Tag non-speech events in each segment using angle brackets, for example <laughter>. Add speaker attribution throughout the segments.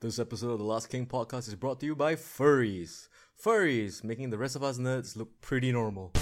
Speaker 1: This episode of the Last King podcast is brought to you by Furries. Furries, making the rest of us nerds look pretty normal.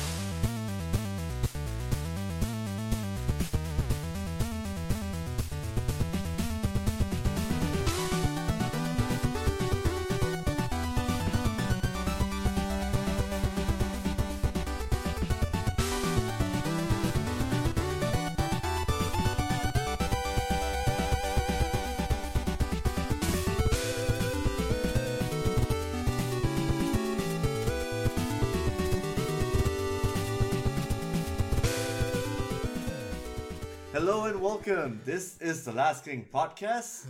Speaker 2: Hello and welcome. This is the Last King podcast.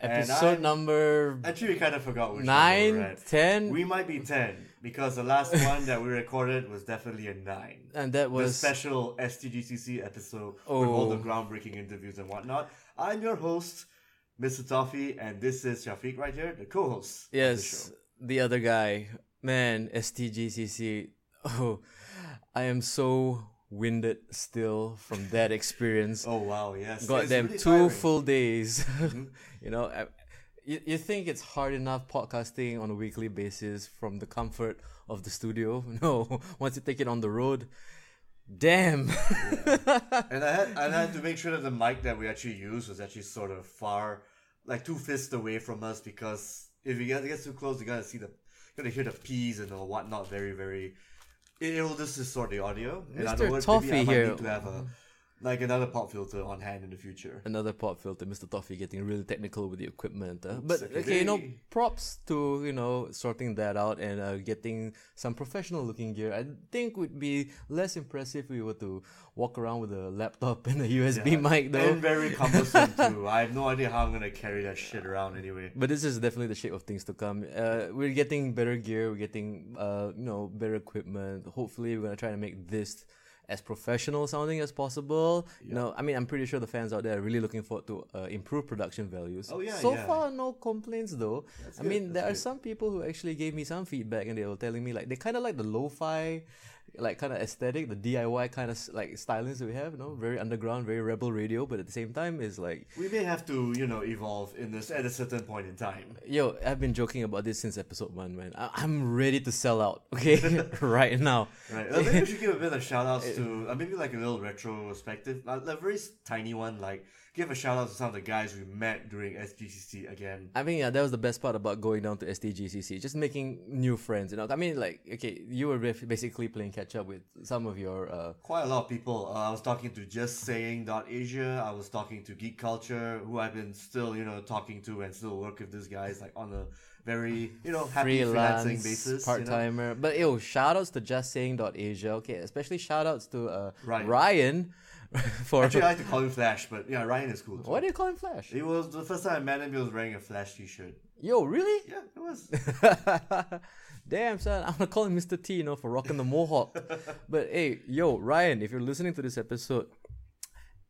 Speaker 2: And
Speaker 1: Episode
Speaker 2: I-
Speaker 1: number
Speaker 2: Actually, we kind of forgot which
Speaker 1: Nine,
Speaker 2: number, right?
Speaker 1: 10?
Speaker 2: We might be ten because
Speaker 1: <laughs>
Speaker 2: the last one that we recorded was definitely a nine.
Speaker 1: and that
Speaker 2: the
Speaker 1: was Oh.
Speaker 2: special STGCC episode with all the groundbreaking interviews and whatnot. I'm your host, Mr. Toffee, and this is Shafiq right here, the co-host. of the
Speaker 1: yes,
Speaker 2: show.
Speaker 1: the other guy. Man, STGCC. Oh, I am so winded still from that experience.
Speaker 2: <laughs> Oh wow, yes.
Speaker 1: Got
Speaker 2: It's
Speaker 1: them
Speaker 2: really
Speaker 1: two
Speaker 2: tiring. Mm-hmm.
Speaker 1: full days. <laughs> you know, I, you, you think it's hard enough podcasting on a weekly basis from the comfort of the studio? <laughs> No, once you take it on the road, damn. <laughs>
Speaker 2: And I had and I had to make sure that the mic that we actually used was actually sort of far, like two fists away from us because if you get gets too close, you're gonna see the, you're gonna hear the peas and all whatnot. Very very, it, it'll just distort the audio. In
Speaker 1: Mr.
Speaker 2: other words,
Speaker 1: Toffee
Speaker 2: maybe I might
Speaker 1: here.
Speaker 2: need to have a, like another pop filter on hand in the future.
Speaker 1: Another pop filter, Mr. Toffee getting really technical with the equipment. huh? but
Speaker 2: okay.
Speaker 1: okay, you know,
Speaker 2: Hey.
Speaker 1: props to, you know, sorting that out and uh, getting some professional looking gear. I think would be less impressive if we were to walk around with a laptop <laughs> and a USB mic though.
Speaker 2: And very cumbersome
Speaker 1: <laughs>
Speaker 2: too. I have no idea how I'm gonna carry that shit around anyway.
Speaker 1: But this is definitely the shape of things to come. Uh, we're getting better gear. We're getting, uh, you know, better equipment. Hopefully, we're gonna try to make this as professional sounding as possible. You know, I mean, I'm pretty sure the fans out there are really looking forward to uh, improved production values.
Speaker 2: Oh, yeah,
Speaker 1: So
Speaker 2: yeah.
Speaker 1: far, no complaints though. I
Speaker 2: good,
Speaker 1: mean, there
Speaker 2: that's
Speaker 1: are some people who actually gave me some feedback, and they were telling me like they kind of like the lo-fi. Like kind of aesthetic, the DIY kind of like stylings that we have, you know, very underground, very rebel radio, but at the same time is like
Speaker 2: We may have to, you know, evolve in this at a certain point in time.
Speaker 1: Yo, I've been joking about this since episode one, man. I- I'm ready to sell out, <laughs> okay? right now.
Speaker 2: Right.
Speaker 1: <laughs>
Speaker 2: Uh, maybe we should give a bit of shout outs to uh, maybe like a little retrospective, uh, a very s- tiny one. Like give a shout out to some of the guys we met during SGCC again.
Speaker 1: I mean, yeah, that was the best part about going down to SDGCC, just making new friends. You know, I mean, like, okay, you were bas- basically playing catch up with some of your. Uh,
Speaker 2: Quite a lot of people. Uh, I was talking to Just Saying Asia. I was talking to Geek Culture, who I've been still you know talking to and still work with these guys like on a very you know happy freelancing
Speaker 1: freelance
Speaker 2: basis.
Speaker 1: part
Speaker 2: You know?
Speaker 1: timer, but yo, shout outs to just saying Asia, okay, especially shout outs to uh, Ryan, <laughs>
Speaker 2: Ryan.
Speaker 1: for
Speaker 2: Actually, I
Speaker 1: <laughs>
Speaker 2: like to call him Flash, but yeah, Ryan is cool. Too.
Speaker 1: what do you call him Flash?
Speaker 2: It was the first time I met him. He was wearing a Flash T-shirt.
Speaker 1: Yo, really?
Speaker 2: Yeah,
Speaker 1: <laughs>
Speaker 2: it was.
Speaker 1: Damn, son, I'm gonna call him Mr. T, you know, for rocking the mohawk. but hey, yo, Ryan, if you're listening to this episode,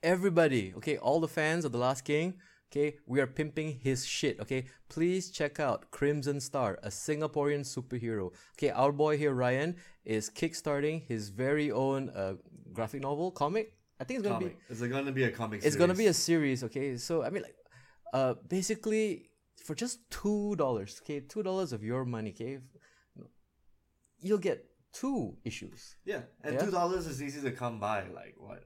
Speaker 1: everybody, okay, all the fans of The Last King, okay, we are pimping his shit, okay? Please check out Crimson Star, a Singaporean superhero. Okay, our boy here, Ryan, is kickstarting his very own uh, graphic novel, comic. I think it's gonna be
Speaker 2: comic. It's going to be a comic.
Speaker 1: it's gonna be a series, okay? So I mean, like, uh, basically for just two dollars, okay, two dollars of your money, okay, you'll get two issues.
Speaker 2: Yeah, and
Speaker 1: Yeah.
Speaker 2: two dollars is easy to come by. Like what?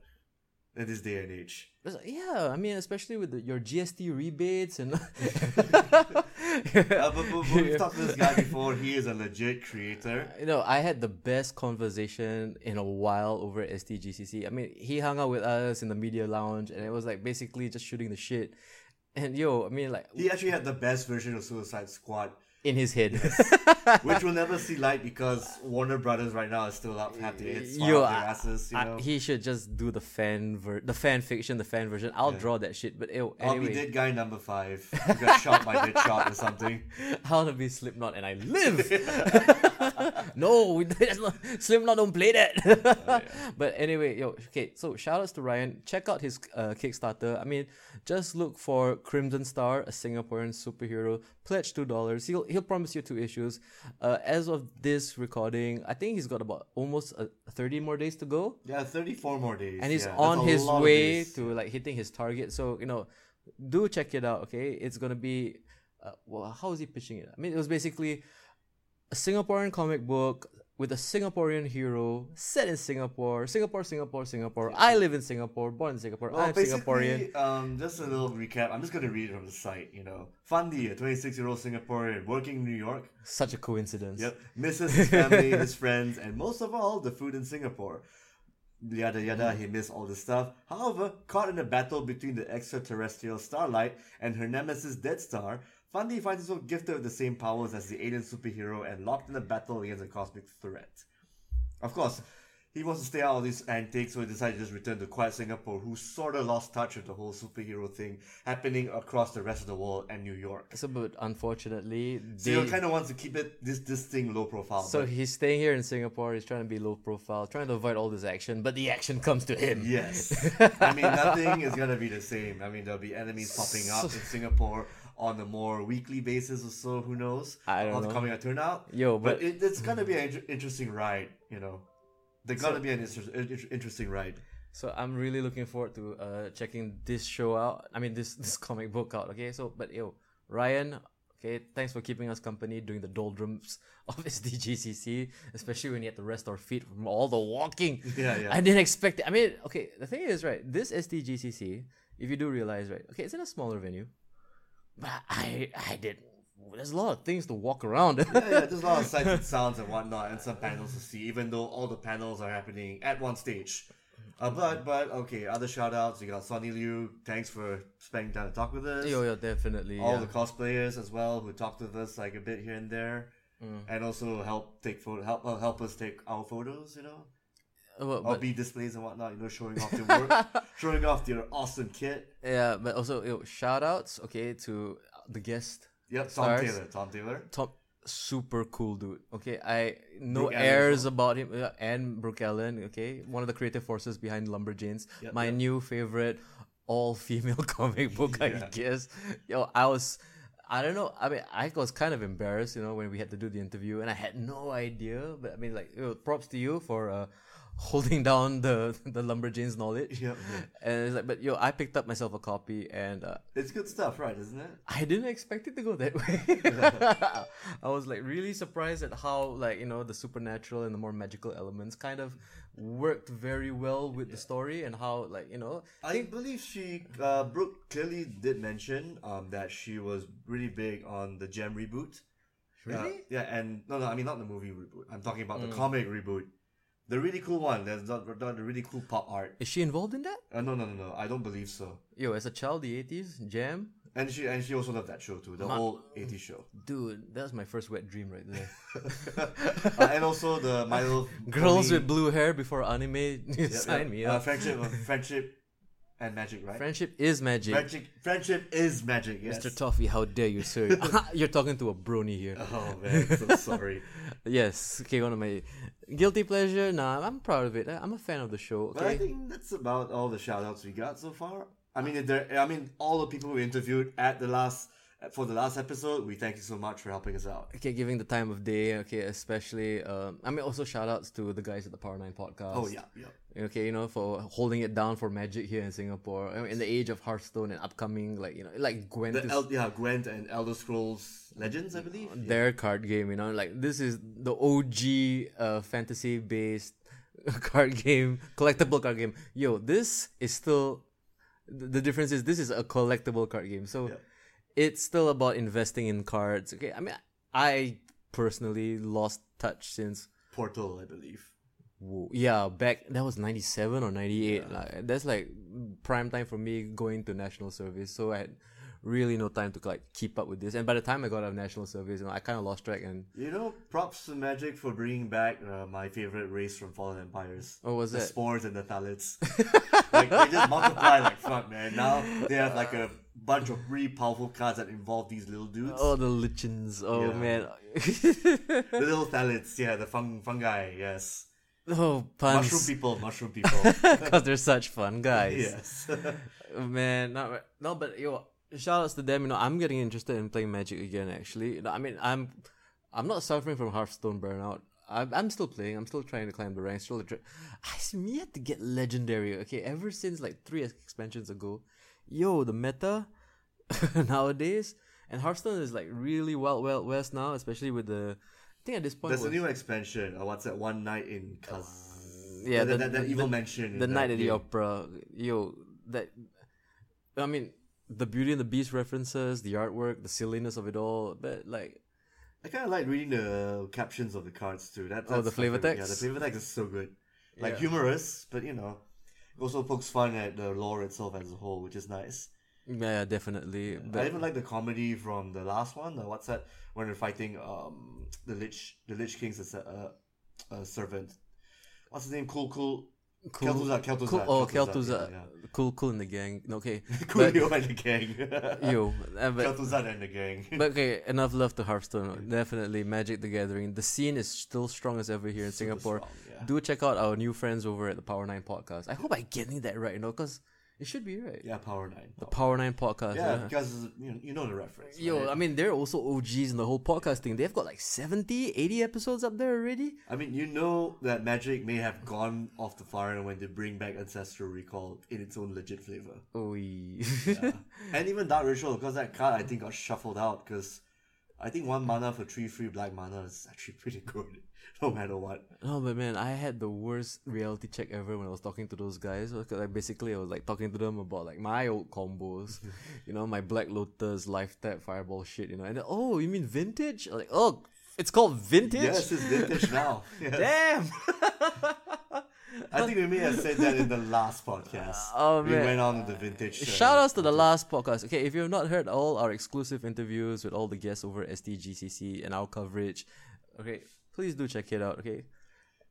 Speaker 2: In this day and
Speaker 1: <laughs>
Speaker 2: age,
Speaker 1: That's- Yeah, I mean, especially with the, your GST rebates and. <laughs>
Speaker 2: uh, but, but, but we've talked to this guy before. He is a legit creator.
Speaker 1: You know, I had the best conversation in a while over at STGCC. I mean, he hung out with us in the media lounge, and it was like basically just shooting the shit. And yo, I mean, like
Speaker 2: He actually had the best version of Suicide Squad,
Speaker 1: in his head. <laughs>
Speaker 2: which will never see light because Warner Brothers right now is still up half their heads,
Speaker 1: Yo,
Speaker 2: yo, their
Speaker 1: I-
Speaker 2: asses. You
Speaker 1: I-
Speaker 2: know,
Speaker 1: he should just do the fan ver- the fan fiction, the fan version. I'll draw that shit. But ew,
Speaker 2: I'll be
Speaker 1: anyway,
Speaker 2: dead guy number five. Who got shot by dead shot or something.
Speaker 1: <laughs> I want to be Slipknot and I
Speaker 2: <laughs>
Speaker 1: live. <laughs> no, we, <laughs> that's not, Slipknot don't play that.
Speaker 2: Oh,
Speaker 1: <laughs> But anyway, yo, okay. So shout outs to Ryan. Check out his uh, Kickstarter. I mean, just look for Crimson Star, a Singaporean superhero. Pledge two dollars. He'll he'll promise you two issues. Uh, as of this recording, I think he's got about almost uh, thirty more days to go.
Speaker 2: Yeah, thirty-four more days,
Speaker 1: and he's
Speaker 2: yeah, that's a
Speaker 1: on his
Speaker 2: lot of
Speaker 1: way
Speaker 2: days.
Speaker 1: to like hitting his target. So you know, do check it out. Okay, it's gonna be uh, well, how is he pitching it? I mean, it was basically a Singaporean comic book with a Singaporean hero set in Singapore. Singapore, Singapore, Singapore. I live in Singapore, born in Singapore.
Speaker 2: Well,
Speaker 1: I'm Singaporean.
Speaker 2: basically, um, just a little recap. I'm just going to read it from the site. You know, Fandi, a 26 year old Singaporean working in New York,
Speaker 1: Such a coincidence.
Speaker 2: Yep. <laughs> Misses his
Speaker 1: <laughs>
Speaker 2: family, his friends, and most of all, the food in Singapore. Yada yada,
Speaker 1: Mm.
Speaker 2: he missed all this stuff. However, caught in a battle between the extraterrestrial Starlight and her nemesis Dead Star, Fandi finds himself gifted with the same powers as the alien superhero and locked in a battle against a cosmic threat. Of course, he wants to stay out of these antics, so he decided to just return to quiet Singapore, who sort of lost touch with the whole superhero thing happening across the rest of the world and New York.
Speaker 1: So, but unfortunately,
Speaker 2: So
Speaker 1: they,
Speaker 2: he kind of wants to keep it this this thing low profile.
Speaker 1: so
Speaker 2: but-
Speaker 1: he's staying here in Singapore. He's trying to be low profile, trying to avoid all this action. But the action comes to him.
Speaker 2: Yes. I
Speaker 1: <laughs>
Speaker 2: mean, nothing is going to be the same. I mean, there'll be enemies popping up in Singapore on a more weekly basis or so. Who knows?
Speaker 1: I don't
Speaker 2: How's
Speaker 1: know.
Speaker 2: the coming out turnout.
Speaker 1: Yo,
Speaker 2: But
Speaker 1: but-
Speaker 2: it, it's going to be an
Speaker 1: <laughs>
Speaker 2: inter- interesting ride, you know. There's going to be an inter- inter- interesting ride.
Speaker 1: So I'm really looking forward to uh checking this show out. I mean this <laughs> this comic book out. Okay, so but yo, Ryan, okay, thanks for keeping us company during the doldrums <laughs> of SDGCC, especially when you had to rest our feet from all the walking.
Speaker 2: <laughs> Yeah, yeah.
Speaker 1: I didn't expect. It. I mean, okay, the thing is, right, this SDGCC, if you do realize, right, okay, it's in a smaller venue, but I I did. There's a lot of things to walk around. <laughs>
Speaker 2: Yeah, yeah, there's a lot of sights and sounds and whatnot, and some panels to see, even though all the panels are happening at one stage. Uh, but, but, okay, other shout outs. You got Sonny Liu. Thanks for spending time to talk with us.
Speaker 1: yo, yo, definitely.
Speaker 2: all
Speaker 1: yeah.
Speaker 2: the cosplayers as well who talked with us like a bit here and there,
Speaker 1: Mm.
Speaker 2: and also help take photo help uh, help us take our photos, you know,
Speaker 1: Uh, but-
Speaker 2: or be displays and whatnot, you know, showing off their
Speaker 1: <laughs>
Speaker 2: work, showing off their awesome kit.
Speaker 1: Yeah, but also yo, shout outs, okay, to the guest
Speaker 2: Yep, Tom
Speaker 1: Stars.
Speaker 2: Taylor, Tom Taylor.
Speaker 1: Tom. Super cool dude. Okay, I no
Speaker 2: Brooke Allen
Speaker 1: airs about him uh, and Brooke Allen. Okay, one of the creative forces behind Lumberjanes, my new favorite all female <laughs> comic book. I guess. Yo, I was, I don't know. I mean, I was kind of embarrassed, you know, when we had to do the interview, and I had no idea. But I mean, like, yo, props to you for uh, <laughs> holding down the <laughs> the Lumberjanes knowledge.
Speaker 2: Yep, yeah.
Speaker 1: And it's like, but yo, I picked up myself a copy, and uh,
Speaker 2: It's good stuff, right? Isn't it?
Speaker 1: I didn't expect it to go that way. <laughs> I was like really surprised at how like you know the supernatural and the more magical elements kind of worked very well with the story and how like you know
Speaker 2: I believe she uh, Brooke clearly did mention um, that she was really big on the Gem reboot. Yeah, yeah, and no, no, I mean not the movie reboot. I'm talking about
Speaker 1: Mm.
Speaker 2: the comic reboot, the really cool one. That's not the really cool pop art.
Speaker 1: is she involved in that?
Speaker 2: Uh, no, no, no, no. I don't believe so.
Speaker 1: Yo, as a child, the eighties jam,
Speaker 2: And she and she also loved that show too, the whole 80s show.
Speaker 1: dude, that was my first wet dream right <laughs> there.
Speaker 2: Uh, and also
Speaker 1: <laughs>
Speaker 2: the My Little
Speaker 1: Girls
Speaker 2: Pony-
Speaker 1: with blue hair before anime, <laughs>
Speaker 2: Yep,
Speaker 1: sign
Speaker 2: yep.
Speaker 1: me
Speaker 2: Uh,
Speaker 1: up.
Speaker 2: friendship,
Speaker 1: <laughs>
Speaker 2: uh, friendship, and magic, right?
Speaker 1: Friendship is magic.
Speaker 2: Friendship, friendship is magic. Yes.
Speaker 1: Mr. Toffee, how dare you, <laughs> sir? You're talking to a brony here.
Speaker 2: <laughs> oh man, so
Speaker 1: <laughs>
Speaker 2: sorry.
Speaker 1: Yes, okay, one of my guilty pleasure. Nah, I'm proud of it. I- I'm a fan of the show.
Speaker 2: But I
Speaker 1: Okay,
Speaker 2: think that's about all the shout outs we got so far. I mean, if there. I mean, all the people we interviewed at the last for the last episode. We thank you so much for helping us out.
Speaker 1: okay, giving the time of day. Okay, especially. Um, I mean, also shout outs to the guys at the Power Nine podcast.
Speaker 2: Oh yeah, yeah.
Speaker 1: Okay, you know, for holding it down for Magic here in Singapore I mean, in the age of Hearthstone and upcoming, like you know, like Gwen.
Speaker 2: The
Speaker 1: is-
Speaker 2: El- yeah, Gwent and Elder Scrolls Legends, I believe.
Speaker 1: their card game, you know, like this is the OG uh, fantasy based <laughs> card game, collectible card game. Yo, this is still th- the difference is this is a collectible card game, so it's still about investing in cards. Okay, I mean, I personally lost touch since
Speaker 2: Portal, I believe.
Speaker 1: Whoa. Yeah, back that was ninety seven or ninety eight. Like, that's like prime time for me going to national service. So I had really no time to like keep up with this. And by the time I got out of national service, you know, I kind of lost track. And
Speaker 2: You know, props to Magic for bringing back uh, my favorite race from Fallen Empires.
Speaker 1: what Oh, was
Speaker 2: the
Speaker 1: that?
Speaker 2: spores and
Speaker 1: <laughs>
Speaker 2: the thalits. like they just multiply like fuck, man. Now they have like a bunch of really powerful cards that involve these little dudes.
Speaker 1: Oh, the lichens. Oh
Speaker 2: Yeah.
Speaker 1: man. <laughs>
Speaker 2: The little thalits, yeah, the fung- fungi, yes.
Speaker 1: oh <laughs>
Speaker 2: Mushroom
Speaker 1: puns.
Speaker 2: people, mushroom people.
Speaker 1: Because they're such fun guys.
Speaker 2: yes.
Speaker 1: man, not right. no, but yo, shout outs to them. You know, I'm getting interested in playing Magic again. Actually, You know, I mean, I'm, I'm not suffering from Hearthstone burnout. I'm, I'm still playing. I'm still trying to climb the ranks. Still, <sighs> try- I'm yet to get legendary. Okay, ever since like three expansions ago, yo, the meta <laughs> nowadays And Hearthstone is like really wild, wild west now, especially with the. I think at this point,
Speaker 2: There's a
Speaker 1: was-
Speaker 2: new expansion. Uh, what's that? One night in Kaz.
Speaker 1: yeah,
Speaker 2: that,
Speaker 1: the-
Speaker 2: that, that
Speaker 1: the-
Speaker 2: evil
Speaker 1: the-
Speaker 2: mansion. uh, in
Speaker 1: the
Speaker 2: that
Speaker 1: Night at the
Speaker 2: game.
Speaker 1: Opera, yo, that. I mean, the Beauty and the Beast references, the artwork, the silliness of it all, but like,
Speaker 2: I kind of like reading the captions of the cards too. That, that's
Speaker 1: Oh, the
Speaker 2: my
Speaker 1: flavor
Speaker 2: favorite.
Speaker 1: text?
Speaker 2: Yeah, the flavor text is so good. Like
Speaker 1: Yeah.
Speaker 2: humorous, but you know, it also pokes fun at the lore itself as a whole, which is nice.
Speaker 1: yeah, definitely.
Speaker 2: I
Speaker 1: But
Speaker 2: even like the comedy from the last one. The, what's that? When they're fighting um the lich, the lich king's as a, uh, uh, servant. What's his name? Cool, cool.
Speaker 1: cool,
Speaker 2: Kel'Thuzad, Kel'Thuzad,
Speaker 1: cool, oh,
Speaker 2: Kel'Thuzad,
Speaker 1: Kel'Thuzad, <laughs>
Speaker 2: yeah,
Speaker 1: cool, cool in the gang. Okay,
Speaker 2: <laughs> Cool, you and the gang. <laughs>
Speaker 1: but, <laughs> yo, uh, but
Speaker 2: Kel'Thuzad and the gang.
Speaker 1: But okay, enough love to Hearthstone. Definitely Magic the Gathering. The scene is still strong as ever here in Singapore.
Speaker 2: strong, yeah.
Speaker 1: Do check out our new friends over at the Power 9 podcast. I hope I'm getting that right, you know, because it should be right.
Speaker 2: yeah, Power Nine.
Speaker 1: The Power 9 podcast.
Speaker 2: yeah,
Speaker 1: Yeah.
Speaker 2: because you know, you know the reference.
Speaker 1: Yo,
Speaker 2: right?
Speaker 1: I mean, they're also OGs in the whole podcast thing. They've got like 70, 80 episodes up there already.
Speaker 2: I mean, you know that Magic may have gone off the far end when they bring back Ancestral Recall in its own legit flavor.
Speaker 1: Oh, yeah. <laughs>
Speaker 2: and even Dark Ritual, because that card I think got shuffled out, because I think one mana for three free black mana is actually pretty good, <laughs> no matter what.
Speaker 1: No, but man, I had the worst reality check ever when I was talking to those guys. Because like basically, I was like talking to them about like my old <laughs> combos, you know, my Black Lotus, Life Tap, Fireball shit, you know. And then, oh, you mean vintage? Like, oh, it's called vintage.
Speaker 2: Yes, it's vintage now. Yes.
Speaker 1: <laughs> Damn.
Speaker 2: I think we may have said that in the last podcast.
Speaker 1: <laughs> Oh,
Speaker 2: we
Speaker 1: man.
Speaker 2: went on to the vintage. uh,
Speaker 1: Shout outs to the last podcast. Okay, if you've not heard all our exclusive interviews with all the guests over at SDGCC and our coverage, okay, please do check it out. Okay,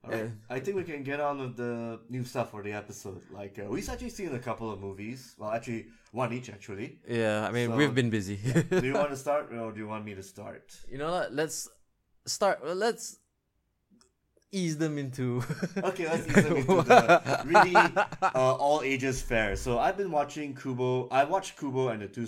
Speaker 2: Alright, I think we can get on with the new stuff for the episode. Like uh, we've actually seen a couple of movies. Well, actually, one each actually.
Speaker 1: yeah, I mean
Speaker 2: So-
Speaker 1: we've been busy.
Speaker 2: do you want to start or do you want me to start?
Speaker 1: <laughs> you know what? Let's start. well, Let's ease them into.
Speaker 2: Okay, let's ease them into the really uh, all ages fair. So I've been watching Kubo. I watched Kubo and the Two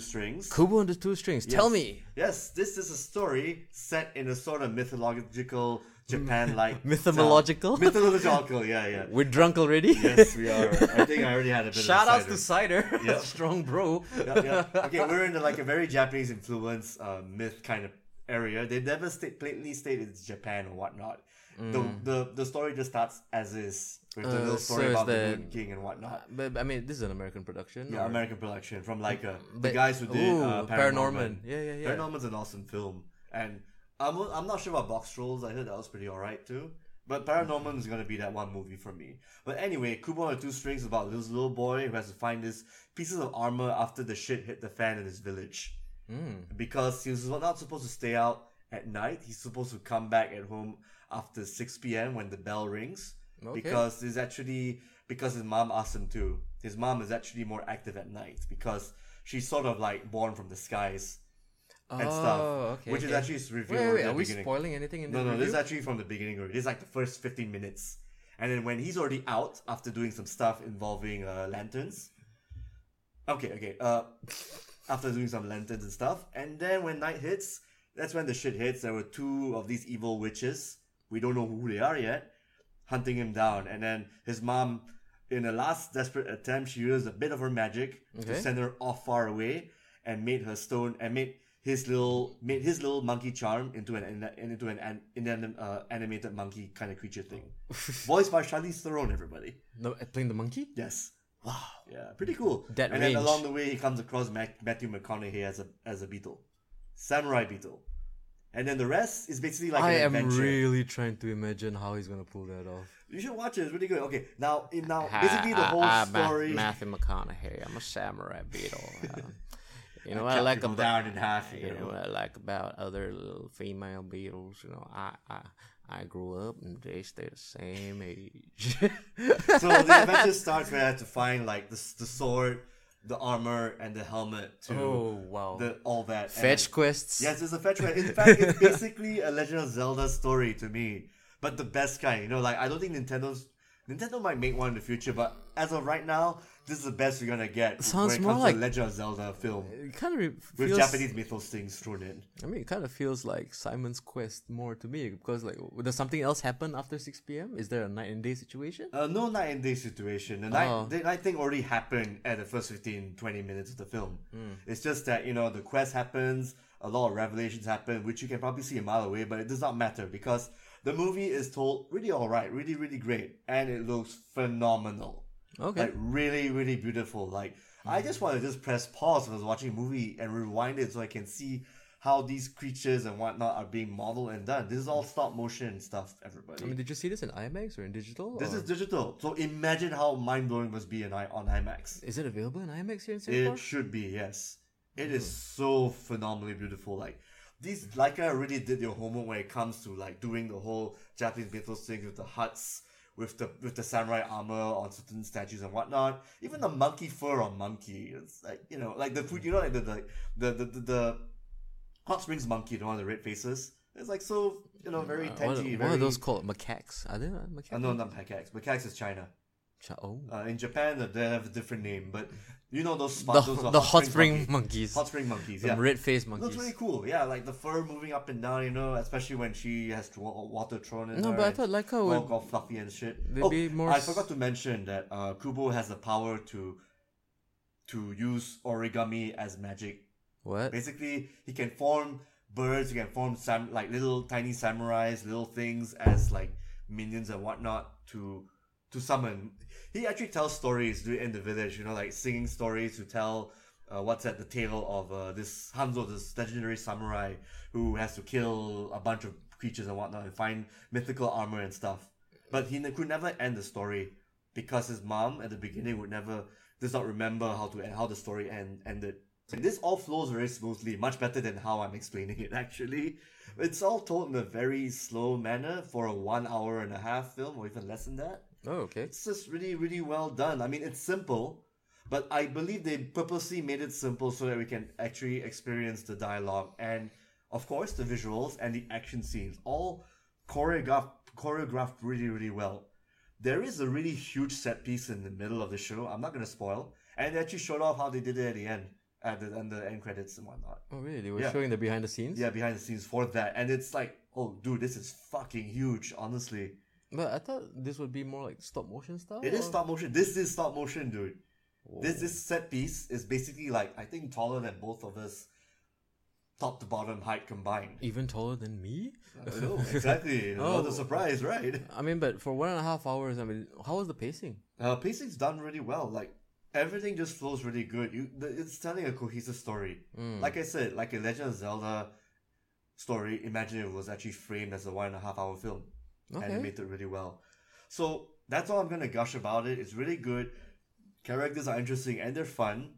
Speaker 1: <laughs>
Speaker 2: Strings.
Speaker 1: Kubo and the Two Strings. Tell me,
Speaker 2: Yes, this is a story set in a sort of mythological Japan-like
Speaker 1: Mm. <laughs> Mythological?
Speaker 2: town. mythological, yeah, yeah.
Speaker 1: we're drunk already.
Speaker 2: Yes, we are. I think I already had a bit
Speaker 1: <laughs> Shout
Speaker 2: of
Speaker 1: outs to cider,
Speaker 2: Yep.
Speaker 1: <laughs> strong bro.
Speaker 2: yeah, yeah. Okay, we're in like a very Japanese influence uh, myth kind of area. They never state plainly state it's Japan or whatnot. The, the the story just starts as is with the
Speaker 1: Mm. Uh,
Speaker 2: little
Speaker 1: so
Speaker 2: story
Speaker 1: is
Speaker 2: about the,
Speaker 1: the-
Speaker 2: Moon King and whatnot.
Speaker 1: But I mean, this is an American production.
Speaker 2: Yeah,
Speaker 1: or-
Speaker 2: American production from like uh, the
Speaker 1: But-
Speaker 2: guys who did uh,
Speaker 1: Ooh,
Speaker 2: Paranorman.
Speaker 1: Paranorman. Yeah, yeah, yeah.
Speaker 2: Paranorman's an awesome film, and I'm I'm not sure about Box Trolls. I heard that was pretty alright too. But Paranorman is gonna be that one movie for me. But anyway, Kubo and the Two Strings is about this little boy who has to find his pieces of armor after the shit hit the fan in his village.
Speaker 1: Hmm.
Speaker 2: Because he was not supposed to stay out at night. He's supposed to come back at home after six p.m. when the bell rings.
Speaker 1: Okay.
Speaker 2: Because because there's actually because his mom asked him to. His mom is actually more active at night because she's sort of like born from the skies
Speaker 1: oh,
Speaker 2: and stuff,
Speaker 1: Okay,
Speaker 2: which is
Speaker 1: okay.
Speaker 2: actually s-
Speaker 1: Wait,
Speaker 2: revealed
Speaker 1: wait,
Speaker 2: at
Speaker 1: wait,
Speaker 2: the
Speaker 1: are we
Speaker 2: beginning.
Speaker 1: spoiling anything in this
Speaker 2: no, no, this is
Speaker 1: review?
Speaker 2: actually from the beginning already. It's like the first fifteen minutes, and then when he's already out after doing some stuff involving uh, lanterns. Okay, okay. Uh, after doing some lanterns and stuff, and then when night hits, that's when the shit hits. There were two of these evil witches. We don't know who they are yet hunting him down. And then his mom, in a last desperate attempt, she used a bit of her magic to
Speaker 1: Okay.
Speaker 2: send her off far away and made her stone and made his little made his little monkey charm into an an- into an, an, an uh, animated monkey kind of creature thing, voiced by Charlize Theron. Everybody,
Speaker 1: No, uh, playing the monkey.
Speaker 2: yes. Wow. Yeah, pretty cool.
Speaker 1: That
Speaker 2: and then
Speaker 1: range.
Speaker 2: along the way, he comes across Mac- Matthew McConaughey as a as a beetle, samurai beetle, and then the rest is basically like
Speaker 1: I
Speaker 2: an
Speaker 1: am
Speaker 2: adventure.
Speaker 1: really trying to imagine how he's gonna pull that off.
Speaker 2: You should watch it. It's really good. Okay, now in now
Speaker 1: Ah,
Speaker 2: basically the whole story. <laughs>
Speaker 1: Matthew McConaughey. I'm a samurai beetle. Uh, you know
Speaker 2: Cut people down in half. You
Speaker 1: you know
Speaker 2: know.
Speaker 1: what I like about other little female beetles. You know, I I, I grew up and they stay the same age. <laughs>
Speaker 2: so the adventure starts where I have to find like the s- the sword, the armor, and the helmet to
Speaker 1: wow!
Speaker 2: the all that And
Speaker 1: Oh. Fetch
Speaker 2: then-
Speaker 1: quests.
Speaker 2: Yes, it's a fetch quest.
Speaker 1: <laughs>
Speaker 2: In fact, it's basically a Legend of Zelda story to me, but the best kind. You know, like I don't think Nintendo's Nintendo might make one in the future, but as of right now, this is the best you're gonna get
Speaker 1: Sounds
Speaker 2: when it
Speaker 1: more
Speaker 2: comes
Speaker 1: like-
Speaker 2: to Legend of Zelda film
Speaker 1: It kind of
Speaker 2: with
Speaker 1: feels.
Speaker 2: Japanese mythos things thrown in.
Speaker 1: I mean, it kind of feels like Simon's Quest more to me because like, does something else happen after six p.m.? Is there a night and day situation?
Speaker 2: Uh, no night and day situation. The night,
Speaker 1: Oh.
Speaker 2: the night thing already
Speaker 1: Hmm.
Speaker 2: happened at the first 15, 20 minutes of the film. It's just that, you know, the quest happens, a lot of revelations happen, which you can probably see a mile away, but it does not matter because the movie is told really alright, really, really great, and it looks phenomenal.
Speaker 1: Okay. Hmm.
Speaker 2: Like really, really beautiful. Like I just want to just press pause when I was watching a movie and rewind it so I can see how these creatures and whatnot are being modeled and done. This is
Speaker 1: Hmm.
Speaker 2: all stop motion stuff, everybody.
Speaker 1: I mean, did you see this in IMAX or in digital?
Speaker 2: this
Speaker 1: or-
Speaker 2: is digital, so imagine how mind blowing must be in I- on IMAX.
Speaker 1: Is it available in IMAX here in Singapore?
Speaker 2: It should be, yes. It
Speaker 1: Mm-hmm.
Speaker 2: is so phenomenally beautiful. Like these like I really did your homework when it comes to like doing the whole Japanese mythos thing with the huts, with the with the samurai armor on certain statues and whatnot. Even the monkey fur on monkey. It's like you know, like the food you know like the the the the, the, the hot springs monkey, the one with the red faces. It's like so you know, very
Speaker 1: Uh,
Speaker 2: tangy,
Speaker 1: what, are-
Speaker 2: very
Speaker 1: what are those called? Macaques? Are they uh, macaques?
Speaker 2: uh, no, not macaques. Macaques is China.
Speaker 1: Cha- oh.
Speaker 2: Uh, in Japan, they have a different name, but you know those
Speaker 1: the,
Speaker 2: spots. those are
Speaker 1: the hot
Speaker 2: springs
Speaker 1: spring
Speaker 2: monkey.
Speaker 1: monkeys.
Speaker 2: Hot spring monkeys,
Speaker 1: The
Speaker 2: yeah.
Speaker 1: red faced monkeys.
Speaker 2: Looks really cool, yeah. Like the fur moving up and down, you know, especially when she has to wa- water thrown in
Speaker 1: No,
Speaker 2: her.
Speaker 1: but I
Speaker 2: and
Speaker 1: thought Laika
Speaker 2: milk
Speaker 1: would-
Speaker 2: all fluffy and shit.
Speaker 1: they'd
Speaker 2: Oh,
Speaker 1: be more
Speaker 2: I
Speaker 1: s-
Speaker 2: forgot to mention that uh, Kubo has the power to to use origami as magic.
Speaker 1: What?
Speaker 2: Basically, he can form birds, he can form sam- like little tiny samurais, little things as like minions and whatnot to to summon. He actually tells stories dude, in the village, you know, like singing stories to tell uh, what's at the tale of uh, this Hanzo, this legendary samurai who has to kill a bunch of creatures and whatnot and find mythical armor and stuff. But he ne- could never end the story because his mom at the beginning would never does not remember how to end how the story end ended. And this all flows very smoothly, much better than how I'm explaining it actually. It's all told in a very slow manner for a one hour and a half film or even less than that
Speaker 1: Oh, okay.
Speaker 2: it's just really really well done i mean it's simple but i believe they purposely made it simple so that we can actually experience the dialogue and of course the visuals and the action scenes all choreographed choreographed really really well there is a really huge set piece in the middle of the show i'm not going to spoil and it actually showed off how they did it at the end at the, and the end credits and whatnot
Speaker 1: Oh, really? They were
Speaker 2: Yeah.
Speaker 1: showing the behind the scenes?
Speaker 2: yeah behind the scenes for that and it's like oh dude this is fucking huge honestly
Speaker 1: But I thought this would be more like stop motion stuff?
Speaker 2: it is
Speaker 1: or-
Speaker 2: stop motion this is stop motion dude This
Speaker 1: Whoa.
Speaker 2: this set piece is basically like I think taller than both of us, top to bottom height
Speaker 1: <laughs>
Speaker 2: combined.
Speaker 1: Even taller than me?
Speaker 2: I know,
Speaker 1: <laughs>
Speaker 2: exactly. What
Speaker 1: Oh.
Speaker 2: a surprise,
Speaker 1: <laughs>
Speaker 2: right?
Speaker 1: I mean, but for one and a half hours, I mean, how was the pacing?
Speaker 2: Uh, pacing's done really well. Like everything just flows really good. You, the, it's telling a cohesive story.
Speaker 1: Hmm,
Speaker 2: Like I said, like a Legend of Zelda story. Imagine it was actually framed as a one and a half hour film.
Speaker 1: Okay.
Speaker 2: animated really well. So that's all I'm gonna gush about it. It's really good. Characters are interesting and they're fun,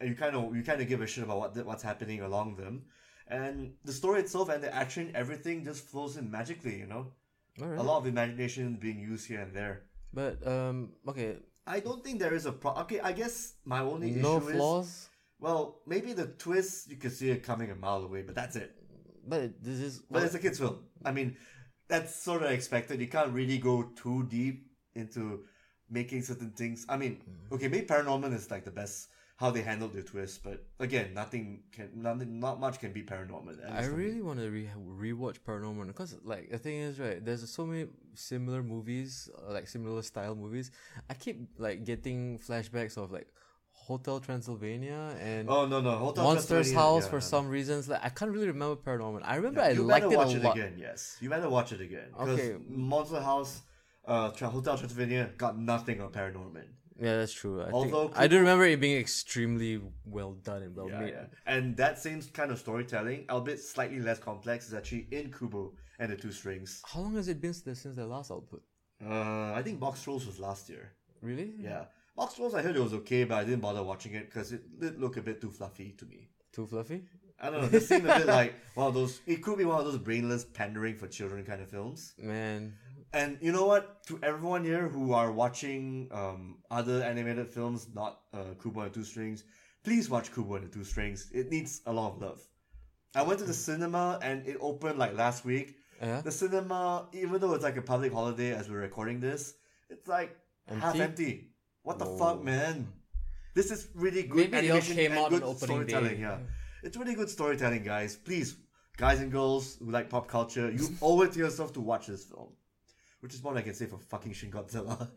Speaker 2: and you kind of you kind of give a shit about what what's happening along them, and the story itself and the action, everything just flows in magically. You know,
Speaker 1: Alright.
Speaker 2: a lot of imagination being used here and there.
Speaker 1: But, um, okay.
Speaker 2: I don't think there is a pro. Okay, I guess my only
Speaker 1: No
Speaker 2: issue is
Speaker 1: flaws?
Speaker 2: well, maybe the twist you can see it coming a mile away, but that's it.
Speaker 1: But this is.
Speaker 2: But it's a kids' film. I mean, that's sort of expected. You can't really go too deep into making certain things. I mean,
Speaker 1: Mm-hmm.
Speaker 2: okay, maybe Paranorman is like the best how they handled the twist, but again, nothing can, nothing, not much can be Paranorman. at
Speaker 1: I
Speaker 2: least for me.
Speaker 1: really want to re- rewatch Paranorman because, like, the thing is, right? There's so many similar movies, uh, like similar style movies. I keep like getting flashbacks of like Hotel Transylvania and
Speaker 2: Oh no no, Hotel
Speaker 1: Monsters
Speaker 2: Transylvania,
Speaker 1: House
Speaker 2: yeah,
Speaker 1: for
Speaker 2: no, no.
Speaker 1: some reasons. Like, I can't really remember Paranorman. I remember I
Speaker 2: you
Speaker 1: liked
Speaker 2: better
Speaker 1: it
Speaker 2: watch
Speaker 1: a
Speaker 2: it
Speaker 1: lot.
Speaker 2: again. Yes, you better watch it again. 'Cause
Speaker 1: Okay.
Speaker 2: Monster House, uh, Tra- Hotel Transylvania got nothing on Paranorman.
Speaker 1: Yeah, that's true. I,
Speaker 2: Although
Speaker 1: think, I do remember it being extremely well done and well
Speaker 2: Yeah,
Speaker 1: made.
Speaker 2: yeah. And that same kind of storytelling, albeit slightly less complex, is actually in Kubo and the Two Strings.
Speaker 1: How long has it been since, since their last output?
Speaker 2: Uh, I think Box Trolls was last year.
Speaker 1: Really?
Speaker 2: Yeah. Box Trolls, I heard it was okay, but I didn't bother watching it because it did look a bit too fluffy to me.
Speaker 1: Too fluffy?
Speaker 2: I don't know. This seemed a bit like one of those. It could be one of those brainless pandering for children kind of films.
Speaker 1: Man.
Speaker 2: And you know what? To everyone here who are watching um, other animated films, not uh, Kubo and the Two Strings, please watch Kubo and the Two Strings. It needs a lot of love. I went to the cinema and it opened like last week.
Speaker 1: Yeah.
Speaker 2: The cinema, even though it's like a public holiday as we're recording this, it's like half
Speaker 1: Empty?
Speaker 2: empty. What the
Speaker 1: Whoa.
Speaker 2: fuck, man? This is really good
Speaker 1: Maybe they all
Speaker 2: animation
Speaker 1: came
Speaker 2: and
Speaker 1: out on
Speaker 2: good
Speaker 1: opening day.
Speaker 2: storytelling. Yeah, it's really good storytelling, guys. Please, guys and girls who like pop
Speaker 1: <laughs>
Speaker 2: culture, you owe it to yourself to watch this film. Which is what I can say for fucking Shin Godzilla. <laughs>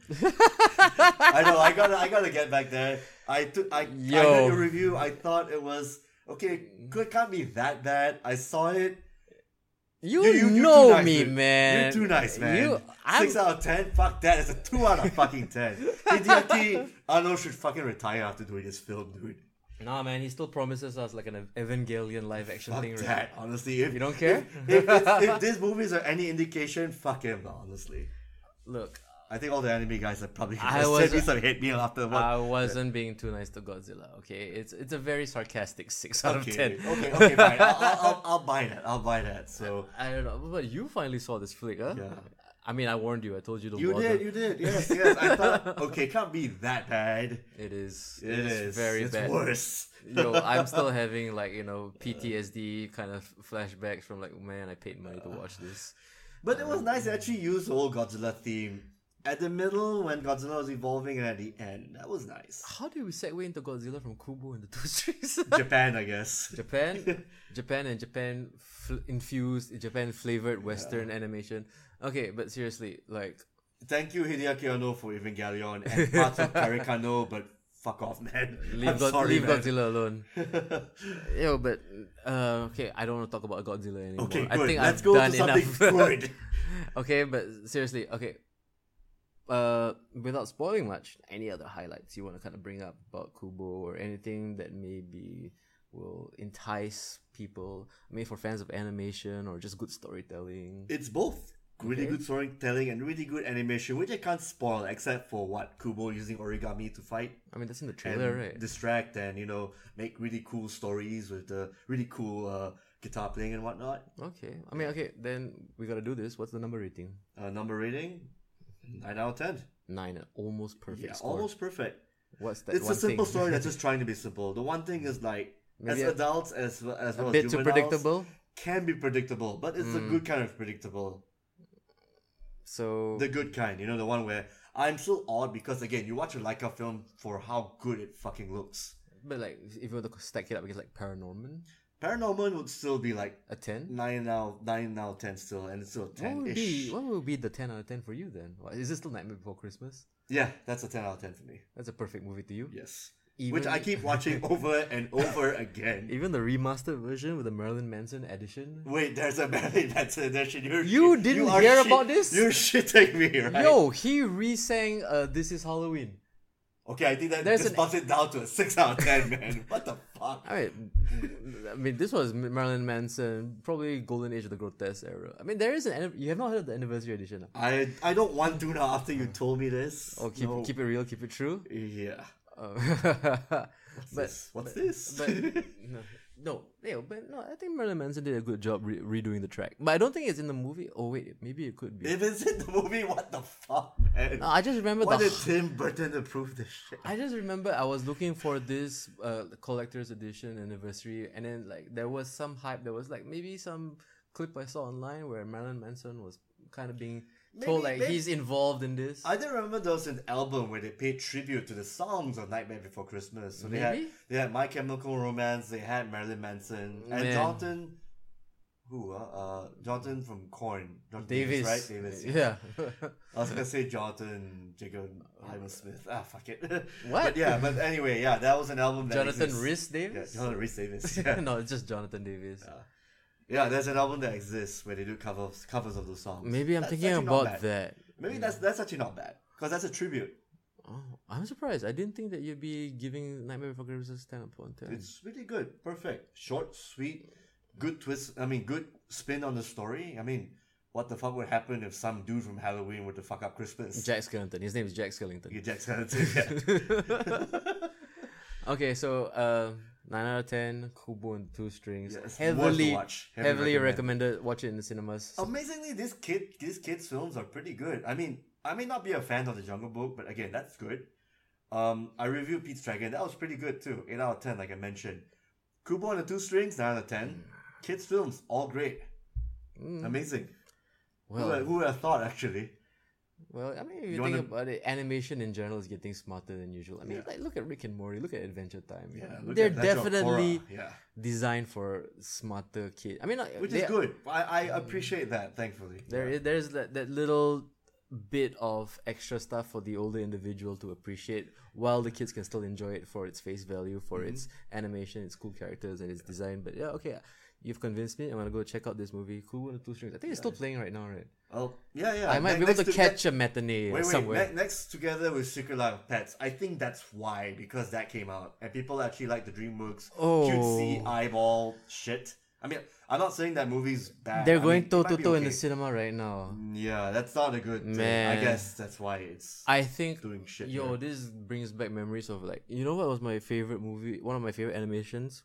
Speaker 2: I know I gotta I gotta get back there. I took I, I
Speaker 1: Yo.
Speaker 2: read your review. I thought it was okay, good can't be that bad. I saw it.
Speaker 1: You,
Speaker 2: You- you- you
Speaker 1: know
Speaker 2: too nice,
Speaker 1: me,
Speaker 2: dude.
Speaker 1: man.
Speaker 2: You're too nice, man.
Speaker 1: You, I'm,
Speaker 2: Six out of ten. Fuck that. It's a two out of fucking ten.
Speaker 1: <laughs>
Speaker 2: ADFT, Arnold should fucking retire after doing this film, dude.
Speaker 1: nah, man. He still promises us like an Evangelion live action
Speaker 2: Fuck
Speaker 1: thing, right?
Speaker 2: that. Honestly, if
Speaker 1: You don't care?
Speaker 2: if,
Speaker 1: <laughs>
Speaker 2: it's- if these movies are any indication, fuck him. Honestly,
Speaker 1: Look,
Speaker 2: I think all the anime guys are probably
Speaker 1: I
Speaker 2: gonna
Speaker 1: was-
Speaker 2: <laughs> send me some hate mail after what.
Speaker 1: I wasn't being too nice to Godzilla. Okay, it's it's a very sarcastic six out of
Speaker 2: okay,
Speaker 1: ten.
Speaker 2: okay, okay, fine. I'll, I'll, I'll, I'll buy that. I'll buy that. So
Speaker 1: <laughs> I don't know, but you finally saw this flick, huh?
Speaker 2: Yeah.
Speaker 1: I mean, I warned you. I told you to.
Speaker 2: you did, you did. Yes, yes. I thought, okay, can't be that bad.
Speaker 1: <laughs> It is.
Speaker 2: It is.
Speaker 1: is very
Speaker 2: it's
Speaker 1: bad.
Speaker 2: worse. <laughs>
Speaker 1: Yo, I'm still having like you know PTSD kind of flashbacks from like, man, I paid money to watch
Speaker 2: <sighs>
Speaker 1: this.
Speaker 2: But it was nice to actually use the whole Godzilla theme at the middle when Godzilla was evolving and at the end. That was nice.
Speaker 1: How did we segue into Godzilla from Kubo and the Two Strings? <laughs>
Speaker 2: Japan, I guess. <laughs>
Speaker 1: Japan, Japan, and Japan fl- infused, Japan flavored Western animation. Okay, but seriously, like,
Speaker 2: Thank you, Hideaki Anno, for Evangelion and parts
Speaker 1: <laughs>
Speaker 2: of Karikano, but fuck off, man.
Speaker 1: leave,
Speaker 2: I'm
Speaker 1: God-
Speaker 2: sorry,
Speaker 1: leave
Speaker 2: man.
Speaker 1: Godzilla
Speaker 2: <laughs>
Speaker 1: alone. Yo, but uh, okay, I don't want to talk about Godzilla anymore.
Speaker 2: Okay,
Speaker 1: I
Speaker 2: good.
Speaker 1: think
Speaker 2: Let's
Speaker 1: I've
Speaker 2: go
Speaker 1: done
Speaker 2: to something
Speaker 1: enough.
Speaker 2: <laughs> good.
Speaker 1: <laughs> okay, but seriously, okay. Uh, without spoiling much, any other highlights you want to kind of bring up about Kubo or anything that maybe will entice people? I mean, for fans of animation or just good storytelling.
Speaker 2: It's both really
Speaker 1: Okay.
Speaker 2: good storytelling and really good animation, which I can't spoil except for what Kubo using origami to fight
Speaker 1: I mean, that's in the
Speaker 2: and
Speaker 1: trailer, right?
Speaker 2: distract and you know make really cool stories with the really cool uh, guitar playing and whatnot.
Speaker 1: Okay. I mean, okay. Then we gotta do this. What's the number rating?
Speaker 2: Uh, number rating, nine out of ten.
Speaker 1: Nine. An almost perfect
Speaker 2: Yeah,
Speaker 1: score.
Speaker 2: almost perfect.
Speaker 1: What's that
Speaker 2: It's
Speaker 1: one
Speaker 2: a simple
Speaker 1: thing?
Speaker 2: story that's just trying to be simple. The one thing is like
Speaker 1: <laughs> Maybe
Speaker 2: as
Speaker 1: a-
Speaker 2: adults as well as
Speaker 1: a
Speaker 2: well
Speaker 1: bit
Speaker 2: as
Speaker 1: too
Speaker 2: juveniles,
Speaker 1: predictable. Mm.
Speaker 2: Can be predictable, but it's a good kind of predictable.
Speaker 1: So
Speaker 2: The good kind, you know, the one where I'm so odd because again, you watch a Leica film for how good it fucking looks.
Speaker 1: But like, if you want to stack it up against like Paranorman,
Speaker 2: Paranorman would still be like
Speaker 1: a ten.
Speaker 2: nine out nine out of ten still, and it's still a
Speaker 1: What
Speaker 2: ten
Speaker 1: would
Speaker 2: ish.
Speaker 1: be what would be the ten out of ten for you then? Wha- Is this still Nightmare Before Christmas?
Speaker 2: Yeah, that's a ten out of ten for me.
Speaker 1: That's a perfect movie to you.
Speaker 2: Yes.
Speaker 1: Even,
Speaker 2: Which I keep
Speaker 1: <laughs>
Speaker 2: watching over and over again.
Speaker 1: Even the remastered version with the Marilyn Manson edition.
Speaker 2: Wait, there's a <laughs> Marilyn Manson edition. You're,
Speaker 1: You didn't
Speaker 2: are
Speaker 1: hear
Speaker 2: shit-
Speaker 1: about this?
Speaker 2: You're shitting me, right?
Speaker 1: Yo, he re-sang uh, "This Is Halloween."
Speaker 2: Okay, I think that
Speaker 1: There's
Speaker 2: just
Speaker 1: an-
Speaker 2: bumped it down to a 6 out of 10, man. <laughs> what the fuck?
Speaker 1: I mean, I mean, <laughs> this was Marilyn Manson, probably golden age of the grotesque era. I mean, there is an anniv- you have not heard of the anniversary edition. ah?
Speaker 2: I I don't want to now after you told me this.
Speaker 1: Oh, keep
Speaker 2: No.
Speaker 1: keep it real, keep it
Speaker 2: <laughs>
Speaker 1: true.
Speaker 2: Yeah.
Speaker 1: Uh, <laughs> but
Speaker 2: This- What's this? <laughs>
Speaker 1: but no, no, yeah, but no, I think Marilyn Manson did a good job re- redoing the track. But I don't think it's in the movie. Oh wait, maybe it could be.
Speaker 2: if it's in the movie, what the fuck, man?
Speaker 1: No, I just remember
Speaker 2: Why
Speaker 1: the.
Speaker 2: did Tim Burton approve this shit?
Speaker 1: I just remember I was looking for this uh, collector's edition anniversary, and then like there was some hype. There was like maybe some clip I saw online where Marilyn Manson was kind of being told
Speaker 2: Maybe-
Speaker 1: like
Speaker 2: maybe-
Speaker 1: he's involved in this.
Speaker 2: I didn't remember there was an album where they paid tribute to the songs of Nightmare Before Christmas. So they had
Speaker 1: Maybe?
Speaker 2: they had My Chemical Romance, they had Marilyn Manson, and
Speaker 1: Man.
Speaker 2: Jonathan who uh, uh Jonathan from Corn. Jonathan
Speaker 1: Davis,
Speaker 2: right? Davis. Yeah. <laughs>
Speaker 1: yeah. <laughs>
Speaker 2: I was gonna say Jonathan Jacob Hyman Smith. Ah fuck it. <laughs>
Speaker 1: What?
Speaker 2: but yeah, but anyway, yeah, that was an album that
Speaker 1: Jonathan
Speaker 2: exists.
Speaker 1: Rhys
Speaker 2: Yeah,
Speaker 1: Davis.
Speaker 2: Jonathan Rhys Davis. <laughs> Yeah.
Speaker 1: <laughs> no, it's just Jonathan Davis.
Speaker 2: yeah, there's an album that exists where they do covers covers of those songs.
Speaker 1: Maybe I'm
Speaker 2: That's
Speaker 1: thinking
Speaker 2: actually not
Speaker 1: about
Speaker 2: bad.
Speaker 1: that.
Speaker 2: Maybe that's that's actually not bad. Because that's a tribute.
Speaker 1: Oh, I'm surprised. I didn't think that you'd be giving Nightmare Before Christmas stand up on ten.
Speaker 2: It's really good, perfect, short, sweet, good twist. I mean, good spin on the story. I mean, what the fuck would happen if some dude from Halloween were to fuck up Christmas?
Speaker 1: <laughs> Jack Skellington. His name is Jack Skellington.
Speaker 2: Yeah, Jack Skellington. Yeah.
Speaker 1: <laughs> Okay, so uh, nine out of ten, Kubo and Two Strings,
Speaker 2: Yeah, it's worth
Speaker 1: heavily,
Speaker 2: the watch.
Speaker 1: heavily,
Speaker 2: Heavily Um,
Speaker 1: recommended. Watch it in the cinemas.
Speaker 2: <laughs> Amazingly, this kid, these kids' films are pretty good. I mean, I may not be a fan of the Jungle Book, but again, that's good. Um, I reviewed Pete's Dragon. That was pretty good too. Eight out of ten, like I mentioned. Kubo and the Two Strings, nine out of ten. Kids' films, all great, amazing. Who
Speaker 1: Well,
Speaker 2: would- who would have thought actually?
Speaker 1: well, I mean, if you,
Speaker 2: you
Speaker 1: think
Speaker 2: wanna-
Speaker 1: about it, animation in general is getting smarter than usual. I mean, like look at Rick and Morty, look at Adventure Time.
Speaker 2: Yeah, look
Speaker 1: they're
Speaker 2: at Legend of
Speaker 1: definitely
Speaker 2: Korra, yeah.
Speaker 1: designed for smarter kids. I mean, not,
Speaker 2: which
Speaker 1: they-
Speaker 2: is good. I, I appreciate that, thankfully.
Speaker 1: There is there's that, that little bit of extra stuff for the older individual to appreciate while the kids can still enjoy it for its face value for its animation its cool characters and its design but yeah okay you've convinced me i'm gonna go check out this movie cool and the two strings i think it's still playing right now right
Speaker 2: Oh, yeah, yeah.
Speaker 1: i might
Speaker 2: Ne-
Speaker 1: be able
Speaker 2: next
Speaker 1: to catch a
Speaker 2: ne-
Speaker 1: matinee
Speaker 2: Wait, wait.
Speaker 1: somewhere
Speaker 2: ne- next, together with Secret Life of Pets. I think that's why because that came out and people actually like the DreamWorks
Speaker 1: Oh.
Speaker 2: cutesy eyeball shit. I mean, I'm not saying that movie's bad.
Speaker 1: they're
Speaker 2: I
Speaker 1: going
Speaker 2: mean, it
Speaker 1: toe
Speaker 2: might
Speaker 1: to
Speaker 2: be
Speaker 1: toe in the
Speaker 2: okay.
Speaker 1: cinema right now
Speaker 2: Yeah, that's not a good thing.
Speaker 1: Man.
Speaker 2: I guess that's why it's
Speaker 1: i think
Speaker 2: doing shit.
Speaker 1: Yo,
Speaker 2: here.
Speaker 1: this brings back memories of like you know what was my favorite movie? One of my favorite animations,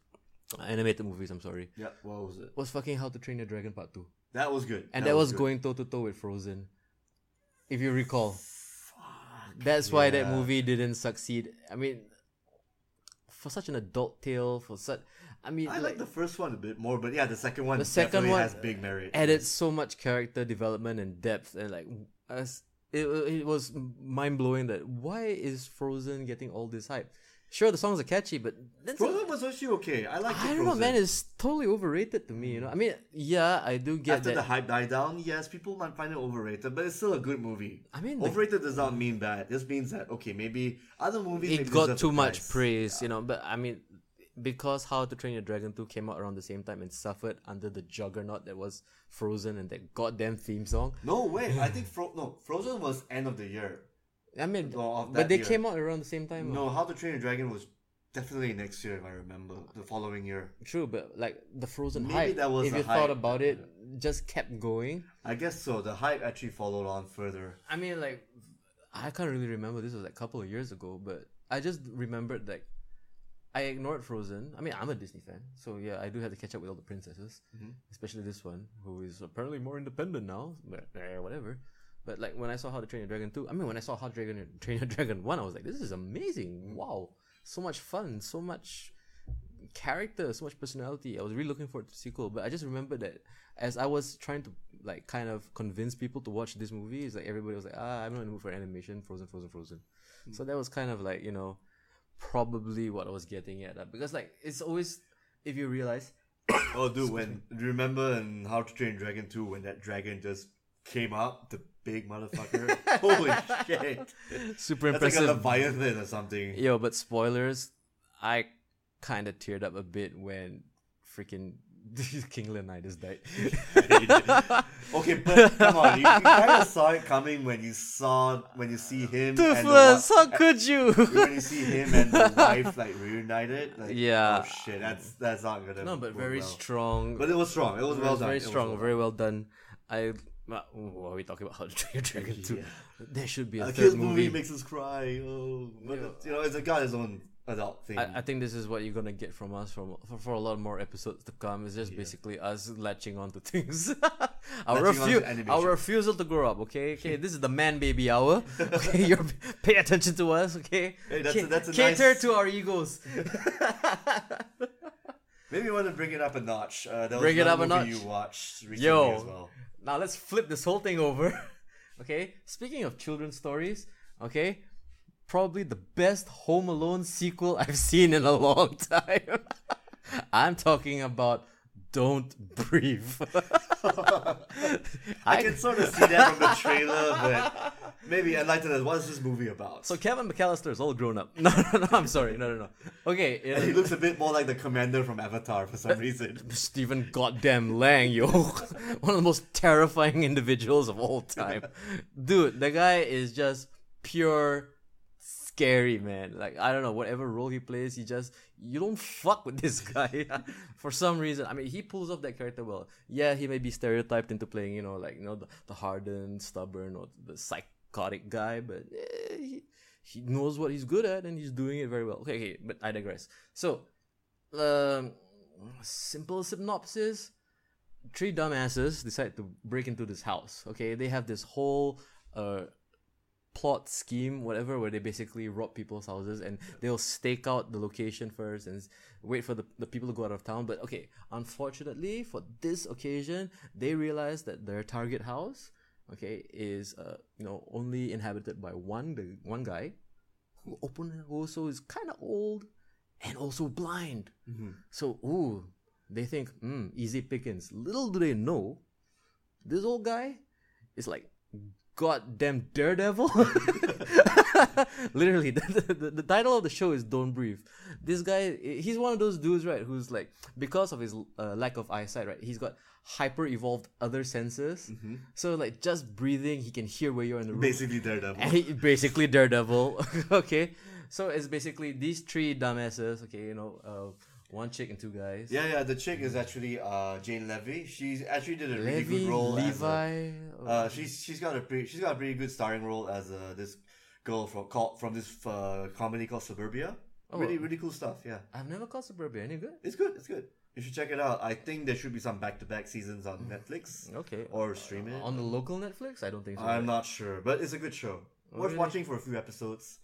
Speaker 1: animated movies. I'm sorry,
Speaker 2: yeah, what was it?
Speaker 1: was fucking How to Train Your Dragon Part Two,
Speaker 2: That was good.
Speaker 1: and that, was,
Speaker 2: good.
Speaker 1: going toe to toe with Frozen, if you recall. That's why that
Speaker 2: yeah.
Speaker 1: movie didn't succeed. I mean, for such an adult tale, for such, I mean,
Speaker 2: I like the first one a bit more, but yeah, the second one
Speaker 1: The second
Speaker 2: definitely
Speaker 1: one
Speaker 2: has big merit.
Speaker 1: added so much character development and depth and like as it, it was mind blowing that why is Frozen getting all this hype? Sure, the songs are catchy, but that's a-
Speaker 2: Frozen was actually okay. I like.
Speaker 1: I don't know, man. It's totally overrated to me. You know, I mean, yeah, I do get
Speaker 2: After
Speaker 1: that.
Speaker 2: the hype died down, yes, people might find it overrated, but it's still a good movie.
Speaker 1: I mean, the-
Speaker 2: overrated does not mean bad. It just means that okay, maybe other movies maybe
Speaker 1: it got
Speaker 2: deserve
Speaker 1: too
Speaker 2: the
Speaker 1: much
Speaker 2: prize.
Speaker 1: praise, you know. But I mean, because How to Train Your Dragon two came out around the same time and suffered under the juggernaut that was Frozen and that goddamn theme song.
Speaker 2: No, wait.
Speaker 1: <sighs>
Speaker 2: I think Fro- no Frozen was end of the year.
Speaker 1: I mean,
Speaker 2: Well, of that
Speaker 1: but they
Speaker 2: year.
Speaker 1: came out around the same time.
Speaker 2: No, How to Train Your Dragon was definitely next year if I remember. The following year,
Speaker 1: True, but like the Frozen
Speaker 2: Maybe
Speaker 1: hype.
Speaker 2: that was
Speaker 1: if
Speaker 2: the
Speaker 1: you thought
Speaker 2: hype.
Speaker 1: about it, just kept going.
Speaker 2: I guess so. The hype actually followed on further.
Speaker 1: I mean, like, I can't really remember. This was like a couple of years ago, but I just remembered like I ignored Frozen. I mean, I'm a Disney fan, so yeah, I do have to catch up with all the princesses, especially this one who is apparently more independent now. But eh, whatever. But like when I saw How to Train Your Dragon two, I mean, when I saw How to Dragon Train Your Dragon one, I was like, this is amazing! Wow, so much fun, so much character, so much personality. I was really looking forward to the sequel, but I just remember that as I was trying to like kind of convince people to watch this movie, it's like everybody was like, ah, I'm not in the mood for animation, Frozen, Frozen, Frozen. So that was kind of like you know, probably what I was getting at uh, because like it's always if you realize
Speaker 2: Oh, dude, when remember in How to Train Your Dragon Two when that dragon just came up, the
Speaker 1: <laughs>
Speaker 2: big motherfucker. Holy shit!
Speaker 1: <laughs> super
Speaker 2: That's like a
Speaker 1: impressive.
Speaker 2: leviathan or something.
Speaker 1: Yo, but spoilers, I kind of teared up a bit when freaking <laughs> King Leonidas <laughs> died.
Speaker 2: okay, but come on, you, you kind of saw it coming when you saw when you see him and the
Speaker 1: <laughs>
Speaker 2: wa-
Speaker 1: Toothless, how could you?
Speaker 2: when you see him and the wife like reunited. Like,
Speaker 1: Yeah.
Speaker 2: Oh shit, that's that's not gonna.
Speaker 1: no, but
Speaker 2: work
Speaker 1: very
Speaker 2: Oh, well.
Speaker 1: strong.
Speaker 2: But it was strong. It was
Speaker 1: It
Speaker 2: well
Speaker 1: was
Speaker 2: done.
Speaker 1: very
Speaker 2: It was
Speaker 1: strong,
Speaker 2: well
Speaker 1: very well done. I. well, What are we talking about? <laughs> How to Train Your Dragon 2.
Speaker 2: Yeah.
Speaker 1: There should be a
Speaker 2: done. A
Speaker 1: third
Speaker 2: kid's
Speaker 1: movie.
Speaker 2: movie makes us cry. Oh, but it's- you know, it's a got his own adult thing.
Speaker 1: I, I think this is what you're gonna get from us from for, for a lot more episodes to come. It's just basically us latching onto <laughs> things. our
Speaker 2: Latching onto
Speaker 1: refu-
Speaker 2: animation.
Speaker 1: our refusal to grow up. Okay, okay. This is the man baby hour.
Speaker 2: <laughs>
Speaker 1: Okay, you're, pay attention to us. Okay,
Speaker 2: Hey, that's
Speaker 1: Ca-
Speaker 2: a- that's a
Speaker 1: cater
Speaker 2: nice-
Speaker 1: to our egos.
Speaker 2: Maybe you want to bring it up a notch. Uh, there was
Speaker 1: Bring it
Speaker 2: another
Speaker 1: up a
Speaker 2: movie
Speaker 1: notch.
Speaker 2: You watched recently
Speaker 1: Yo.
Speaker 2: as well.
Speaker 1: Now let's flip this whole thing over. <laughs> okay, speaking of children's stories, okay, probably the best Home Alone sequel <laughs> I've seen in a long time. <laughs> I'm talking about Don't Breathe. <laughs>
Speaker 2: I can sort of see that from the trailer,
Speaker 1: <laughs>
Speaker 2: but maybe enlighten us. What is this movie about?
Speaker 1: So Kevin McAllister is all grown up. <laughs> No, no, no. I'm sorry. No, no, no. Okay, you
Speaker 2: he
Speaker 1: know,
Speaker 2: looks a bit more like the commander from Avatar for some reason.
Speaker 1: <laughs>
Speaker 2: <laughs>
Speaker 1: Stephen Goddamn Lang, yo, <laughs> one of the most terrifying individuals of all time, dude. The guy is just pure scary, man. Like I don't know, whatever role he plays, he just you don't fuck with this <laughs> guy for some reason. I mean, he pulls off that character well. Yeah, he may be stereotyped into playing, you know, like you know the, the hardened, stubborn, or the psychotic guy, but eh, he he knows what he's good at and he's doing it very well. Okay, okay, but I digress. So, um, simple synopsis three dumbasses decide to break into this house. Okay, they have this whole uh plot scheme, whatever, where they basically rob people's houses and they'll stake out the location first and s- wait for the, the people to go out of town. But okay, unfortunately for this occasion, they realize that their target house, okay, is uh you know only inhabited by one the one guy who open who also is oh, kinda old and also blind. So, ooh, they think, hmm, easy pickings. Little do they know, this old guy is like goddamn daredevil. <laughs> Literally, <laughs> the, the, the title of the show is Don't Breathe. This guy, he's one of those dudes, right, who's like, because of his uh, lack of eyesight, right, he's got hyper evolved other senses. So, like, just breathing, he can hear where you're in the room.
Speaker 2: Basically, Daredevil.
Speaker 1: And he- <laughs> basically Daredevil. <laughs> okay, so it's basically these three dumbasses. Okay, you know, uh, one chick and two guys.
Speaker 2: Yeah, yeah. The chick is actually uh, Jane Levy. She's actually did a really
Speaker 1: Levy,
Speaker 2: good role. as a-
Speaker 1: Levi.
Speaker 2: Uh, she's she's got a pretty she's got a pretty good starring role as uh, this girl from called, from this uh, comedy called Suburbia.
Speaker 1: Oh.
Speaker 2: Really really cool stuff. Yeah,
Speaker 1: I've never called Suburbia any good.
Speaker 2: it's good. It's good. You should check it out. I think there should be some back to back seasons on Netflix
Speaker 1: Okay.
Speaker 2: or stream it.
Speaker 1: on the local Netflix, I don't think so.
Speaker 2: Oh, I'm
Speaker 1: right?
Speaker 2: not sure, but it's a good show. Worth
Speaker 1: really?
Speaker 2: watching for a few episodes.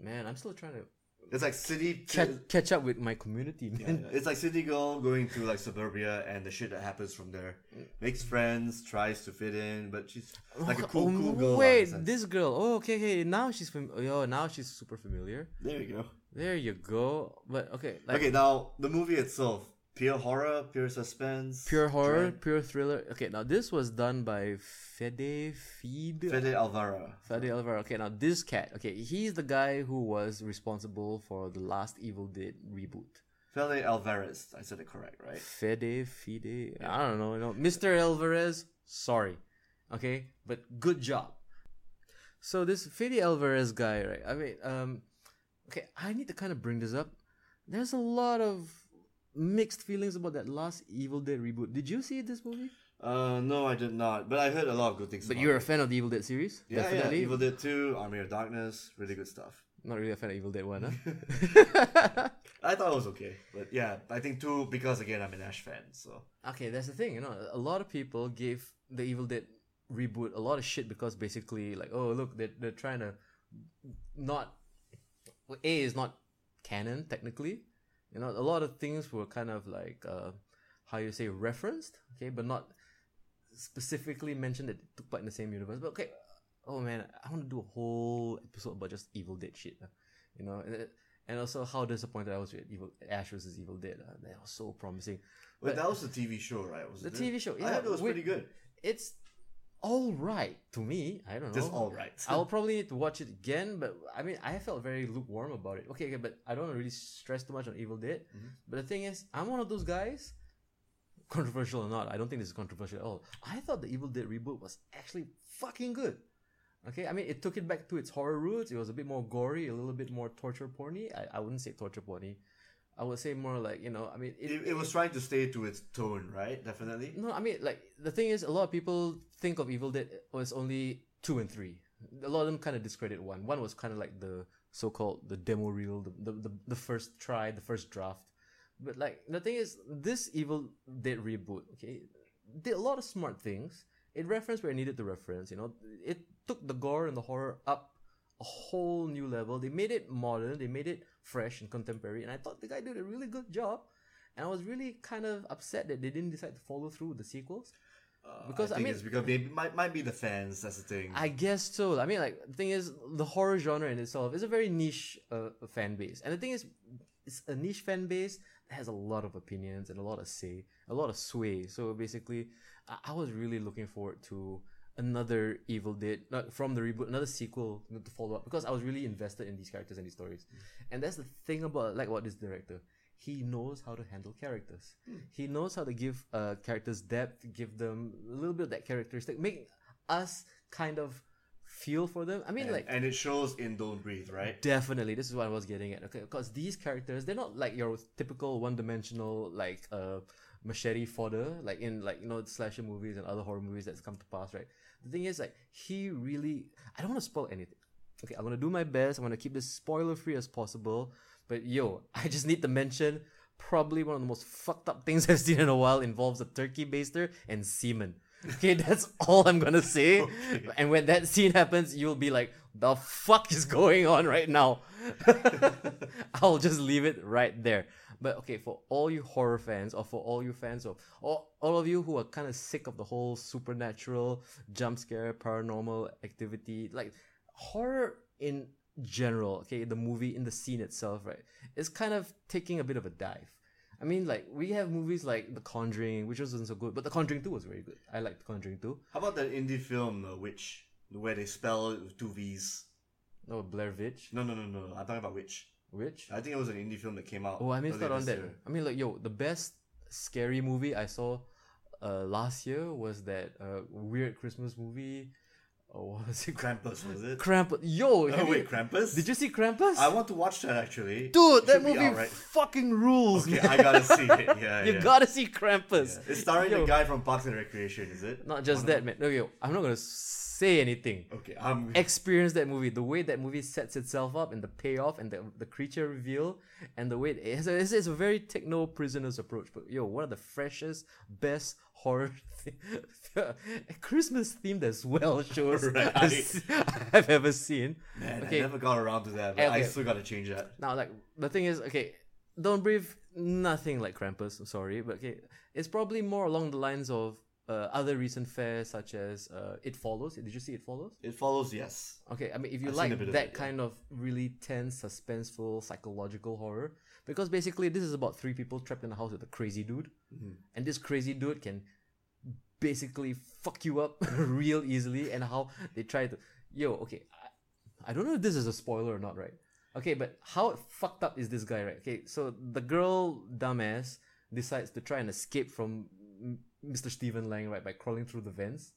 Speaker 1: Man, I'm still trying to
Speaker 2: It's like city.
Speaker 1: catch, catch up with my community, man.
Speaker 2: It's like city girl going to like suburbia and the shit that happens from there. Makes
Speaker 1: Mm.
Speaker 2: friends, tries to fit in,
Speaker 1: <laughs>
Speaker 2: but she's like a cool,
Speaker 1: Oh,
Speaker 2: cool girl. in
Speaker 1: Wait,
Speaker 2: a sense.
Speaker 1: this girl. Oh, okay, okay. Now she's fam- yo. Now she's super familiar.
Speaker 2: there you go.
Speaker 1: There you go. But okay, like
Speaker 2: Okay, now the movie itself, pure horror, pure suspense,
Speaker 1: pure horror,
Speaker 2: dread.
Speaker 1: pure thriller. Okay, now this was done by Fede Feed.
Speaker 2: Fede Alvaro.
Speaker 1: Fede Alvaro. Okay, now this cat. Okay, he's the guy who was responsible for the last Evil Dead reboot.
Speaker 2: Fede Alvarez. I said it correct, right?
Speaker 1: Fede, Fide. I don't know. You know, Mr. Alvarez. Sorry, okay, but good job. So this Fede Alvarez guy, right? I mean, um, okay, I need to kind of bring this up. There's a lot of mixed feelings about that last Evil Dead reboot. Did you see this movie?
Speaker 2: Uh, no, I did not. But I heard a lot of good things.
Speaker 1: But
Speaker 2: about
Speaker 1: you're a
Speaker 2: it.
Speaker 1: fan of the Evil Dead series,
Speaker 2: yeah,
Speaker 1: definitely.
Speaker 2: yeah. Evil Dead Two, Army of Darkness, really good stuff.
Speaker 1: Not really a fan of Evil Dead One, huh?
Speaker 2: <laughs>
Speaker 1: <laughs>
Speaker 2: I thought it was okay, but yeah, I think two because again I'm an Ash fan, so
Speaker 1: Okay, that's the thing, you know, a lot of people gave the Evil Dead reboot a lot of shit because basically, like, oh, look, they're, they're trying to not. well, A is not canon, technically. You know, a lot of things were kind of like, uh, how you say, referenced, okay, but not specifically mentioned that it took part in the same universe. But okay, oh man, I want to do a whole episode about just Evil Dead shit, uh, you know, and, and also how disappointed I was with Evil Ash versus Evil Dead. Uh, that was so promising.
Speaker 2: Wait,
Speaker 1: But-
Speaker 2: that was a TV show, right? Was
Speaker 1: the TV show. Yeah,
Speaker 2: I heard it was
Speaker 1: wait,
Speaker 2: pretty good.
Speaker 1: It's all right to me. I don't know.
Speaker 2: Just all right.
Speaker 1: I'll probably need to watch it again, but I mean, I felt very lukewarm about it. Okay, okay, but I don't wanna really stress too much on Evil Dead.
Speaker 2: Mm-hmm.
Speaker 1: But the thing is, I'm one of those guys. Controversial or not, I don't think this is controversial at all. I thought the Evil Dead reboot was actually fucking good. Okay, I mean, it took it back to its horror roots. It was a bit more gory, a little bit more torture porny. I, I wouldn't say torture porny. I would say more like you know. I mean,
Speaker 2: It, it was trying to stay to its tone, right? Definitely.
Speaker 1: no, I mean, like the thing is, a lot of people think of Evil Dead as only two and three. A lot of them kind of discredit one. One was kind of like the so-called the demo reel, the, the the the first try, the first draft. But like the thing is, this Evil Dead reboot, okay, did a lot of smart things. It referenced where it needed to reference. You know, it took the gore and the horror up a whole new level. They made it modern. They made it fresh and contemporary. And I thought the guy did a really good job. And I was really kind of upset that they didn't decide to follow through with the sequels.
Speaker 2: Uh,
Speaker 1: Because, I
Speaker 2: think
Speaker 1: mean-
Speaker 2: it's because maybe might might be the fans. That's the thing.
Speaker 1: I guess so. I mean, like the thing is, the horror genre in itself is a very niche uh, fan base, and the thing is, it's a niche fan base that has a lot of opinions and a lot of say, a lot of sway. So basically, I, I was really looking forward to another Evil Dead, not from the reboot, another sequel you know, to follow up because I was really invested in these characters and these stories. And that's the thing about like what this director. He knows how to handle characters. He knows how to give uh, characters depth, give them a little bit of that characteristic, make us kind of feel for them. I mean,
Speaker 2: and,
Speaker 1: like
Speaker 2: and it shows in Don't Breathe, right?
Speaker 1: Definitely, this is what I was getting at. Okay, because these characters, they're not like your typical one-dimensional like uh machete fodder, like in like you know slasher movies and other horror movies that's come to pass, right? The thing is, like he really, I don't want to spoil anything. Okay, I'm gonna do my best. I'm gonna keep this spoiler-free as possible. But yo, <laughs> I just need to mention probably one of the most fucked up things <laughs> I've seen in a while involves a turkey baster and semen. Okay, <laughs> that's all I'm gonna say. And when that scene happens, you'll be like, the fuck is going on right now? <laughs> I'll just leave it right there. But okay, for all you horror fans, or for all you fans of all, all of you who are kind of sick of the whole supernatural, jump scare, paranormal activity, like horror in general, okay, the movie, in the scene itself, right, is kind of taking a bit of a dive. I mean, like, we have movies like The Conjuring, which wasn't so good, but The Conjuring 2 was very good. I liked The Conjuring 2.
Speaker 2: How about that indie film, uh, Witch? where they spell it with two V's.
Speaker 1: No, Oh, Blair Witch.
Speaker 2: No, no, no, no. no. I'm talking about Witch.
Speaker 1: Witch.
Speaker 2: I think it was an indie film that came out.
Speaker 1: Oh, I missed
Speaker 2: earlier
Speaker 1: out on
Speaker 2: this
Speaker 1: that.
Speaker 2: year.
Speaker 1: I mean, like, yo, the best scary movie I saw uh, last year was that uh, weird Christmas movie. Oh, <laughs> what was it? called?
Speaker 2: Krampus was it?
Speaker 1: Krampus. Yo,
Speaker 2: oh
Speaker 1: have <laughs>
Speaker 2: wait,
Speaker 1: you-
Speaker 2: Krampus.
Speaker 1: did you see Krampus?
Speaker 2: I want to watch that actually.
Speaker 1: Dude,
Speaker 2: It
Speaker 1: that
Speaker 2: should be
Speaker 1: movie <laughs>
Speaker 2: out, right?
Speaker 1: fucking rules,
Speaker 2: Okay,
Speaker 1: man.
Speaker 2: I gotta see it. Yeah,
Speaker 1: you
Speaker 2: yeah.
Speaker 1: gotta see Krampus.
Speaker 2: Yeah. It's starring
Speaker 1: Yo.
Speaker 2: the guy from Parks and Recreation, is it?
Speaker 1: Not just that, man. No, yo, I'm not gonna say anything.
Speaker 2: Okay, I'm.
Speaker 1: Experience that movie. The way that movie sets itself up and the payoff and the, the creature reveal and the way it is. It's, it's a very techno prisoners approach. But yo, one of the freshest, best horror <laughs> thi- Christmas themed as well shows I've,
Speaker 2: <laughs> Right.
Speaker 1: se- I've ever seen.
Speaker 2: Man,
Speaker 1: okay.
Speaker 2: I never got around to that, but I
Speaker 1: Okay.
Speaker 2: still gotta change that.
Speaker 1: Now, like the thing is, okay, don't breathe. Nothing like Krampus. I'm sorry, but okay, it's probably more along the lines of uh, other recent fairs such as uh, It Follows. Did you see It Follows?
Speaker 2: It follows, yes.
Speaker 1: Okay, I mean, if you
Speaker 2: I've seen a
Speaker 1: like
Speaker 2: bit of
Speaker 1: that
Speaker 2: it, yeah.
Speaker 1: kind of really tense, suspenseful, psychological horror, because basically this is about three people trapped in a house with a crazy dude,
Speaker 2: Mm-hmm.
Speaker 1: and this crazy dude can basically fuck you up <laughs> real easily, and how they try to, yo, okay, I, I don't know if this is a spoiler or not, right? Okay, but how fucked up is this guy, right? Okay, so the girl dumbass decides to try and escape from mm, Mr. Stephen Lang, right, by crawling through the vents.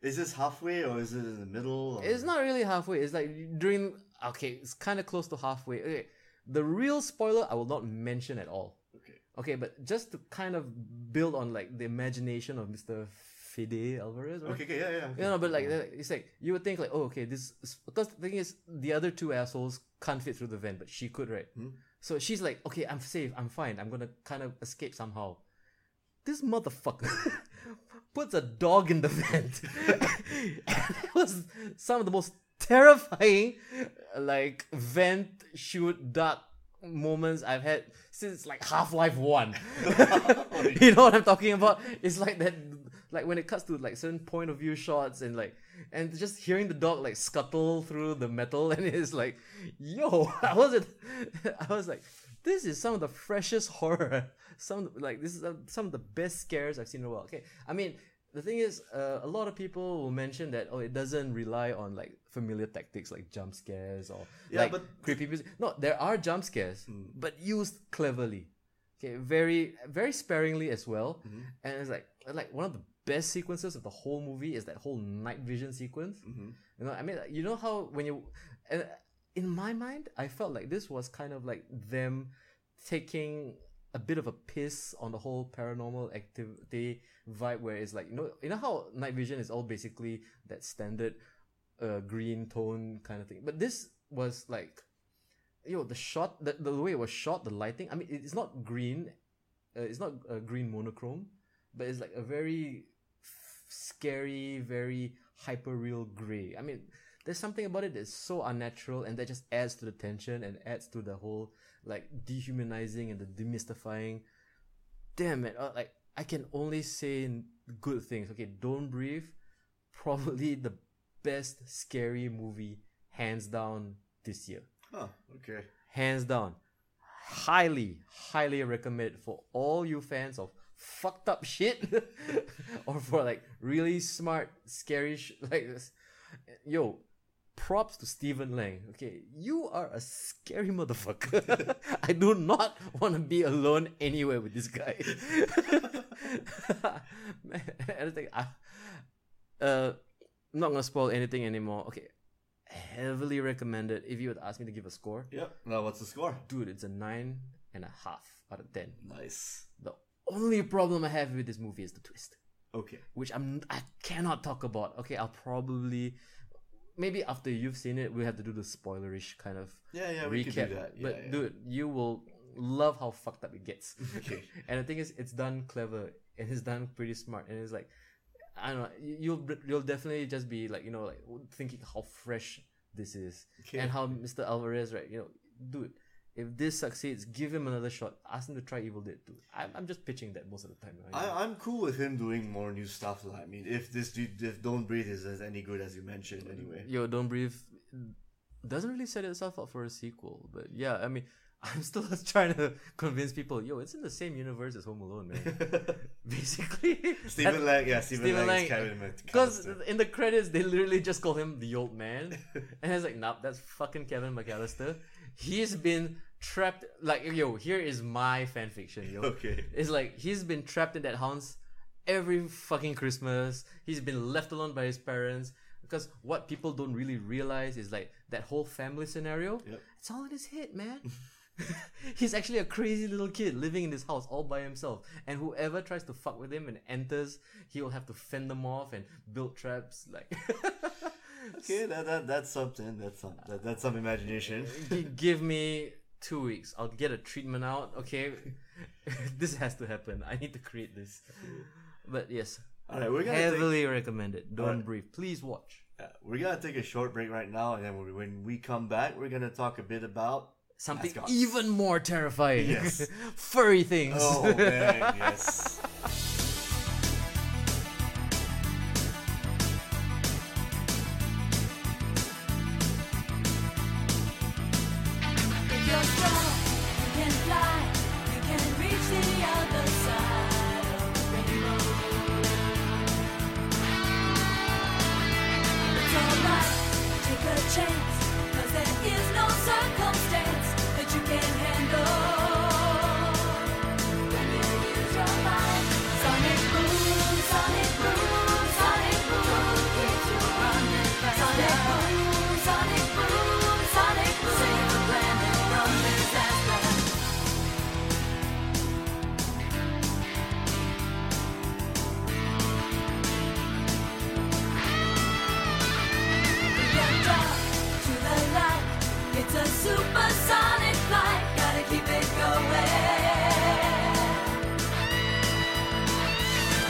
Speaker 2: Is this halfway or is it in the middle? Or...
Speaker 1: It's not really halfway. It's like during. Okay, it's kind of close to halfway. Okay, the real spoiler I will not mention at all.
Speaker 2: Okay.
Speaker 1: Okay, but just to kind of build on like the imagination of Mister Fede Alvarez. Right?
Speaker 2: Okay, okay, yeah, yeah.
Speaker 1: You know, but like it's like you would think like, oh, okay, this because the thing is the other two assholes can't fit through the vent, but she could, right? So she's like, okay, I'm safe, I'm fine, I'm gonna kind of escape somehow. This motherfucker <laughs> puts a dog in the <laughs> vent. and it was some of the most terrifying, like vent shoot dark moments I've had since like Half Life One. <laughs> you know what I'm talking about? It's like that, like when it cuts to like certain point of view shots and like, and just hearing the dog like scuttle through the metal <laughs> and it's like, yo, <laughs> I wasn't, I was like, this is some of the freshest horror. <laughs> Some like this is uh, some of the best scares I've seen in a while. Okay, I mean. The thing is, uh, a lot of people will mention that oh, it doesn't rely on like familiar tactics like jump scares or
Speaker 2: Yeah,
Speaker 1: like
Speaker 2: but- Hmm.
Speaker 1: creepy music. No, there are jump scares, but used cleverly. Okay, very very sparingly as well. And it's like like one of the best sequences of the whole movie is that whole night vision sequence. You know, I mean, like, you know how when you, and in my mind, I felt like this was kind of like them taking a bit of a piss on the whole paranormal activity vibe, where it's like you know, you know how night vision is all basically that standard, uh, green tone kind of thing. But this was like, yo, the shot, the, the way it was shot, the lighting. I mean, it- it's not green, uh, it's not uh, green monochrome, but it's like a very f- scary, very hyper real gray. I mean, there's something about it that's so unnatural, and that just adds to the tension and adds to the whole like dehumanizing and the demystifying. Damn it! Uh, like I can only say n- good things. Okay, don't breathe. Probably the best scary movie hands down this year
Speaker 2: Huh, okay.
Speaker 1: hands down highly highly recommend for all you fans of fucked up shit <laughs> or for like really smart scary sh- like this yo props to stephen lang okay you are a scary motherfucker <laughs> i do not want to be alone anywhere with this guy <laughs> Man, I don't think I, uh, I'm not gonna spoil anything anymore okay heavily recommended if you would ask me to give a score
Speaker 2: Yep. Now, what's the score?
Speaker 1: dude, it's a nine and a half out of ten.
Speaker 2: Nice.
Speaker 1: The only problem I have with this movie is the twist,
Speaker 2: Okay.
Speaker 1: which I'm I cannot talk about. Okay, I'll probably maybe after you've seen it, we have to do the spoilerish kind of
Speaker 2: Yeah, yeah, we
Speaker 1: recap.
Speaker 2: can do that. Yeah,
Speaker 1: but
Speaker 2: yeah.
Speaker 1: dude, you will love how fucked up it gets.
Speaker 2: <laughs> Okay.
Speaker 1: <laughs> and the thing is, it's done clever and it's done pretty smart, and it's like. I don't know. you- You'll you'll definitely just be like you know like thinking how fresh this is
Speaker 2: Okay.
Speaker 1: and how Mr. Alvarez, right? You know, dude, if this succeeds, give him another shot. Ask him to try Evil Dead 2. I'm, I'm just pitching that most of the time. right?
Speaker 2: I, I'm cool with him doing more new stuff. Like, I mean, if this dude, if Don't Breathe is as any good as you mentioned, anyway.
Speaker 1: Yo, Don't Breathe doesn't really set itself up for a sequel, but yeah, I mean, <laughs> I'm still trying to convince people, yo, it's in the same universe as Home Alone,
Speaker 2: <laughs>
Speaker 1: man. Basically,
Speaker 2: Stephen Lang, yeah, Stephen,
Speaker 1: Stephen
Speaker 2: Lang,
Speaker 1: Lang,
Speaker 2: is Kevin Mc- <laughs>
Speaker 1: because
Speaker 2: McAllister.
Speaker 1: in the credits they literally just call him the old man, and it's like, nah, that's fucking Kevin McAllister. He's been trapped. Like, yo, here is my fan fiction, yo.
Speaker 2: Okay.
Speaker 1: It's like he's been trapped in that house every fucking Christmas. He's been left alone by his parents. Because what people don't really realize is like that whole family scenario.
Speaker 2: Yep.
Speaker 1: It's all in his head, man. <laughs> he's actually a crazy little kid living in this house all by himself. And whoever tries to fuck with him and enters, he will have to fend them off and build traps. Like, <laughs>
Speaker 2: Okay, that, that, that's something. That's some that, that's some imagination.
Speaker 1: Gi- give me two weeks. I'll get a treatment out.
Speaker 2: <laughs>
Speaker 1: Okay, this has to happen. I need to create this. But yes,
Speaker 2: All right, we're gonna take-
Speaker 1: heavily recommended. Don't
Speaker 2: Alright.
Speaker 1: breathe. Please watch
Speaker 2: Uh, we're gonna take a short break right now, and then when we, when we come back, we're gonna talk a bit about
Speaker 1: something
Speaker 2: Mascots.
Speaker 1: even more terrifying.
Speaker 2: Yes.
Speaker 1: <laughs> furry things. <laughs>
Speaker 2: Oh man, yes.
Speaker 3: If you're strong, you can fly, you can reach the other side of the rainbow. It's alright, take a chance, 'cause there is no circumstance that you can't handle. When you use your mind, sonic boom, sonic boom, sonic boom, keeps you running faster. Sonic boom, sonic boom, save the planet from disaster. Your drop to the light. It's a supersonic flight. Gotta keep it going.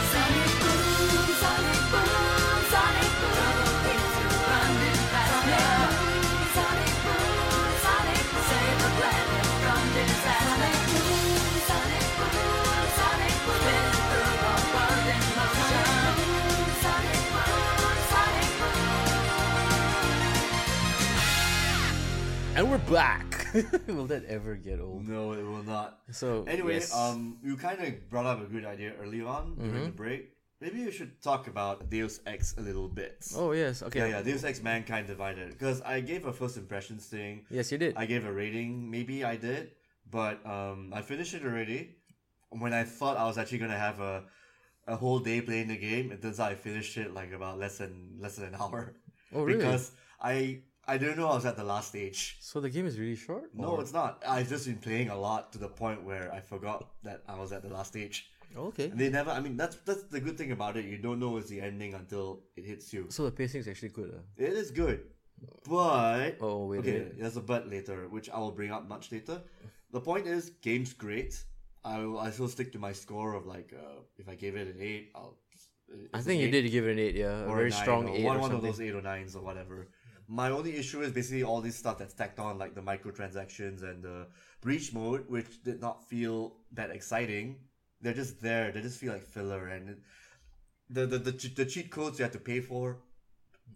Speaker 3: Sonic boom, sonic boom, sonic boom. Keeps you running faster. Sonic boom, sonic boom. Save the planet from disaster. Sonic boom, sonic boom, sonic boom. Spin through the world in motion. Sonic boom, sonic boom.
Speaker 1: and we're back. <laughs> Will that ever get old?
Speaker 2: No, it will not.
Speaker 1: So
Speaker 2: Anyway,
Speaker 1: yes.
Speaker 2: um, you kind of brought up a good idea early on during
Speaker 1: Mm-hmm.
Speaker 2: the break. Maybe you should talk about Deus Ex a little bit.
Speaker 1: Oh yes. Okay.
Speaker 2: Yeah, yeah, Deus Ex Mankind Divided. Because I gave a first impressions thing.
Speaker 1: Yes, you did.
Speaker 2: I gave a rating. Maybe I did, but um, I finished it already. When I thought I was actually gonna have a a whole day playing the game, it turns out I finished it like about less than less than an <laughs> hour.
Speaker 1: Oh, really?
Speaker 2: Because I I didn't know I was at the last stage.
Speaker 1: so the game is really short.
Speaker 2: No,
Speaker 1: or-
Speaker 2: it's not. I've just been playing a lot to the point where I forgot that I was at the last stage.
Speaker 1: okay.
Speaker 2: And they never. I mean, that's that's the good thing about it. You don't know it's the ending until it hits you.
Speaker 1: So the pacing is actually good. uh. huh?
Speaker 2: It is good, but
Speaker 1: Oh wait.
Speaker 2: okay,
Speaker 1: wait.
Speaker 2: there's a but later, which I will bring up much later. The point is, game's great. I will. I still stick to my score of like, uh, if I gave it an eight, I'll.
Speaker 1: I
Speaker 2: it's
Speaker 1: think
Speaker 2: an
Speaker 1: you
Speaker 2: eight
Speaker 1: did give it an eight. Yeah, a
Speaker 2: or
Speaker 1: very
Speaker 2: nine
Speaker 1: strong
Speaker 2: or
Speaker 1: eight
Speaker 2: one,
Speaker 1: or
Speaker 2: one of
Speaker 1: something.
Speaker 2: those eight or nines or whatever. My only issue is basically all this stuff that's tacked on, like the microtransactions and the breach mode, which did not feel that exciting. They're just there. They just feel like filler, and it- the the the, che- the cheat codes you have to pay for,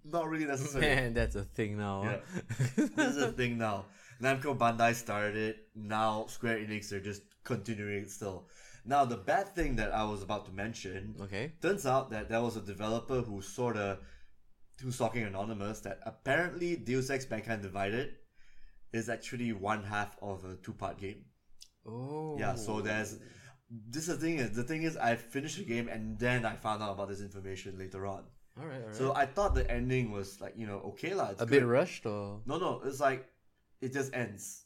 Speaker 2: not really necessary.
Speaker 1: <laughs>
Speaker 2: <laughs>
Speaker 1: Man, that's a thing now. huh?
Speaker 2: this is a thing now. Namco Bandai started it. Now Square Enix they're just continuing it still. Now the bad thing that I was about to mention
Speaker 1: <laughs> okay.
Speaker 2: Turns out that there was a developer who sort of who's talking anonymous that apparently Deus Ex Mankind Divided is actually one half of a two part game.
Speaker 1: Oh.
Speaker 2: Yeah, so there's this is the thing is the thing is I finished the game and then I found out about this information later on.
Speaker 1: All right. All right.
Speaker 2: So I thought the ending was like you know okay lah. it's
Speaker 1: a bit
Speaker 2: good.
Speaker 1: rushed or
Speaker 2: No, no, it's like it just ends.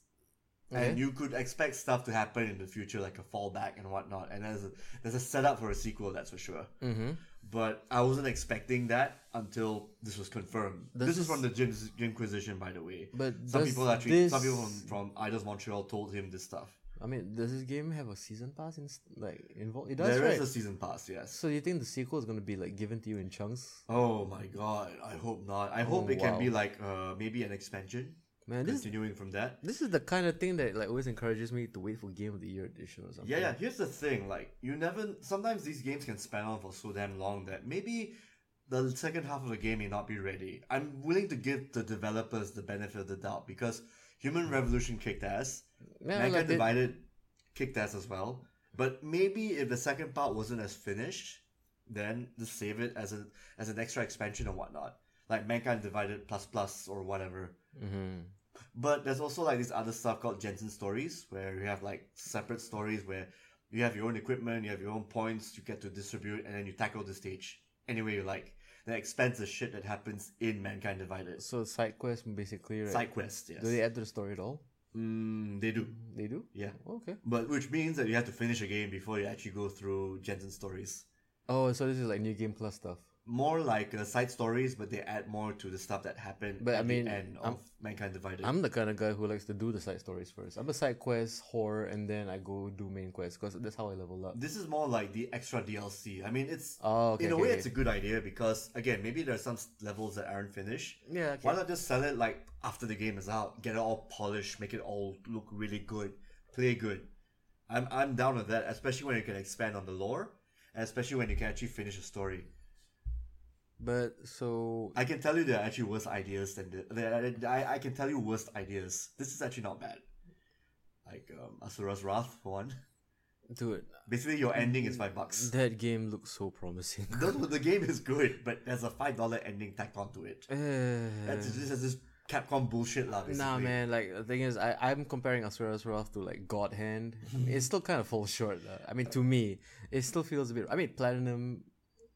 Speaker 1: Okay.
Speaker 2: And you could expect stuff to happen in the future, like a fallback and whatnot. And there's a, there's a setup for a sequel, that's for sure.
Speaker 1: Mhm.
Speaker 2: But I wasn't expecting that until this was confirmed.
Speaker 1: Does
Speaker 2: this is
Speaker 1: this-
Speaker 2: from the Jim Jimquisition, by the way.
Speaker 1: But
Speaker 2: some
Speaker 1: does
Speaker 2: people actually, some people
Speaker 1: this-
Speaker 2: from, from Idols Montreal told him this stuff.
Speaker 1: I mean, does this game have a season pass in, like involved? It
Speaker 2: There
Speaker 1: does,
Speaker 2: is
Speaker 1: right?
Speaker 2: a season pass, yes.
Speaker 1: So you think the sequel is gonna be like given to you in chunks?
Speaker 2: Oh my god, I hope not. I hope
Speaker 1: Oh,
Speaker 2: it can be
Speaker 1: wow.
Speaker 2: like uh, maybe an expansion,
Speaker 1: Man, this
Speaker 2: continuing from that.
Speaker 1: this is the kind of thing that like always encourages me to wait for Game of the Year edition or something.
Speaker 2: Yeah, yeah. Here's the thing: like you never. Sometimes these games can span on for so damn long that maybe the second half of the game may not be ready. I'm willing to give the developers the benefit of the doubt because Human Revolution kicked ass.
Speaker 1: Yeah,
Speaker 2: Mankind
Speaker 1: like they-
Speaker 2: Divided kicked ass as well. But maybe if the second part wasn't as finished, then just save it as a as an extra expansion or whatnot. Like Mankind Divided plus plus or whatever.
Speaker 1: Mhm.
Speaker 2: But there's also like this other stuff called Jensen stories, where you have like separate stories where you have your own equipment, you have your own points, you get to distribute, and then you tackle the stage any way you like. That expands the shit that happens in Mankind Divided.
Speaker 1: So side quest basically, right?
Speaker 2: Side quest, yes.
Speaker 1: Do they add to the story at all?
Speaker 2: Mm, they do,
Speaker 1: They do.
Speaker 2: yeah.
Speaker 1: Okay.
Speaker 2: But which means that you have to finish a game before you actually go through Jensen stories.
Speaker 1: Oh, so this is like new game plus stuff.
Speaker 2: More like uh, side stories, but they add more to the stuff that happened
Speaker 1: But I
Speaker 2: at
Speaker 1: mean,
Speaker 2: the end
Speaker 1: I'm-
Speaker 2: of Mankind Divided.
Speaker 1: I'm the kind of guy who likes to do the side stories first. I'm a side quest horror, and then I go do main quest because that's how I level up.
Speaker 2: This is more like the extra DLC. I mean, it's
Speaker 1: Oh, okay,
Speaker 2: in a
Speaker 1: okay,
Speaker 2: way
Speaker 1: okay.
Speaker 2: it's a good idea because again, maybe there are some s- levels that aren't finished.
Speaker 1: Yeah, okay.
Speaker 2: Why not just sell it like after the game is out, get it all polished, make it all look really good, play good. I'm I'm down with that, especially when you can expand on the lore, and especially when you can actually finish a story.
Speaker 1: But so
Speaker 2: I can tell you there are actually worse ideas than this. I, I can tell you worst ideas. This is actually not bad. Like um, Asura's Wrath for one. <laughs>
Speaker 1: dude,
Speaker 2: Basically, your ending is five bucks.
Speaker 1: that game looks so promising. <laughs>
Speaker 2: No, no, the game is good, but there's a five dollar ending tacked onto it.
Speaker 1: Eh,
Speaker 2: That's just that's just Capcom bullshit, lah. Basically.
Speaker 1: Nah, man. Like the thing is, I I'm comparing Asura's Wrath to like God
Speaker 2: <laughs>
Speaker 1: Hand. I mean, it still kind of falls short. lah. I mean, to me, it still feels a bit. I mean, Platinum.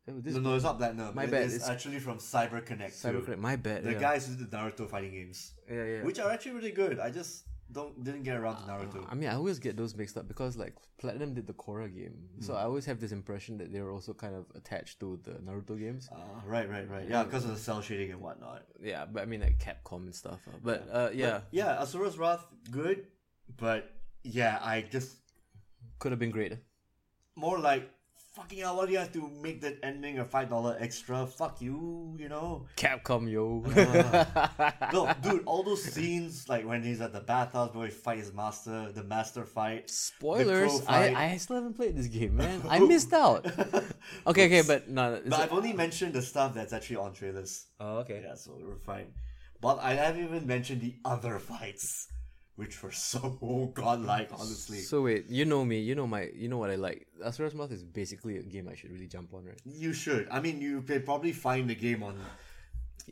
Speaker 1: oh, This
Speaker 2: No, no, it's not Platinum.
Speaker 1: My
Speaker 2: It
Speaker 1: bad,
Speaker 2: is
Speaker 1: it's-
Speaker 2: actually from Cyber Connect. too.
Speaker 1: Cybercrime. My bad.
Speaker 2: The
Speaker 1: yeah.
Speaker 2: guys who did the Naruto fighting games,
Speaker 1: Yeah, yeah. Ah,
Speaker 2: which are actually really good. I just don't didn't get around to Naruto.
Speaker 1: I mean, I always get those mixed up because like Platinum did the Korra game, so I always have this impression that they're also kind of attached to the Naruto games.
Speaker 2: Uh, right, right, right. Yeah, because of the cell shading and whatnot.
Speaker 1: yeah, but I mean like Capcom and stuff. uh, But uh, yeah,
Speaker 2: Yeah, Asura's Wrath, good, but yeah, I just
Speaker 1: could have been great.
Speaker 2: more like fucking hell. Why do you have to make that ending a five dollar extra? Fuck you, you know.
Speaker 1: Capcom, <laughs> yo.
Speaker 2: No, dude, all those scenes like when he's at the bathhouse where he fights his master, the master fight.
Speaker 1: Spoilers.
Speaker 2: crow fight.
Speaker 1: I, I still haven't played this game, man. <laughs> I missed out. Okay, okay, but no. It's
Speaker 2: But I've only mentioned the stuff that's actually on trailers.
Speaker 1: oh, okay.
Speaker 2: Yeah, so we're fine. But I haven't even mentioned the other fights, which were so <laughs> godlike, honestly.
Speaker 1: So wait, you know me, you know my, you know what I like. Asura's Mouth is basically a game I should really jump on, right?
Speaker 2: you should. I mean, you can probably find the game on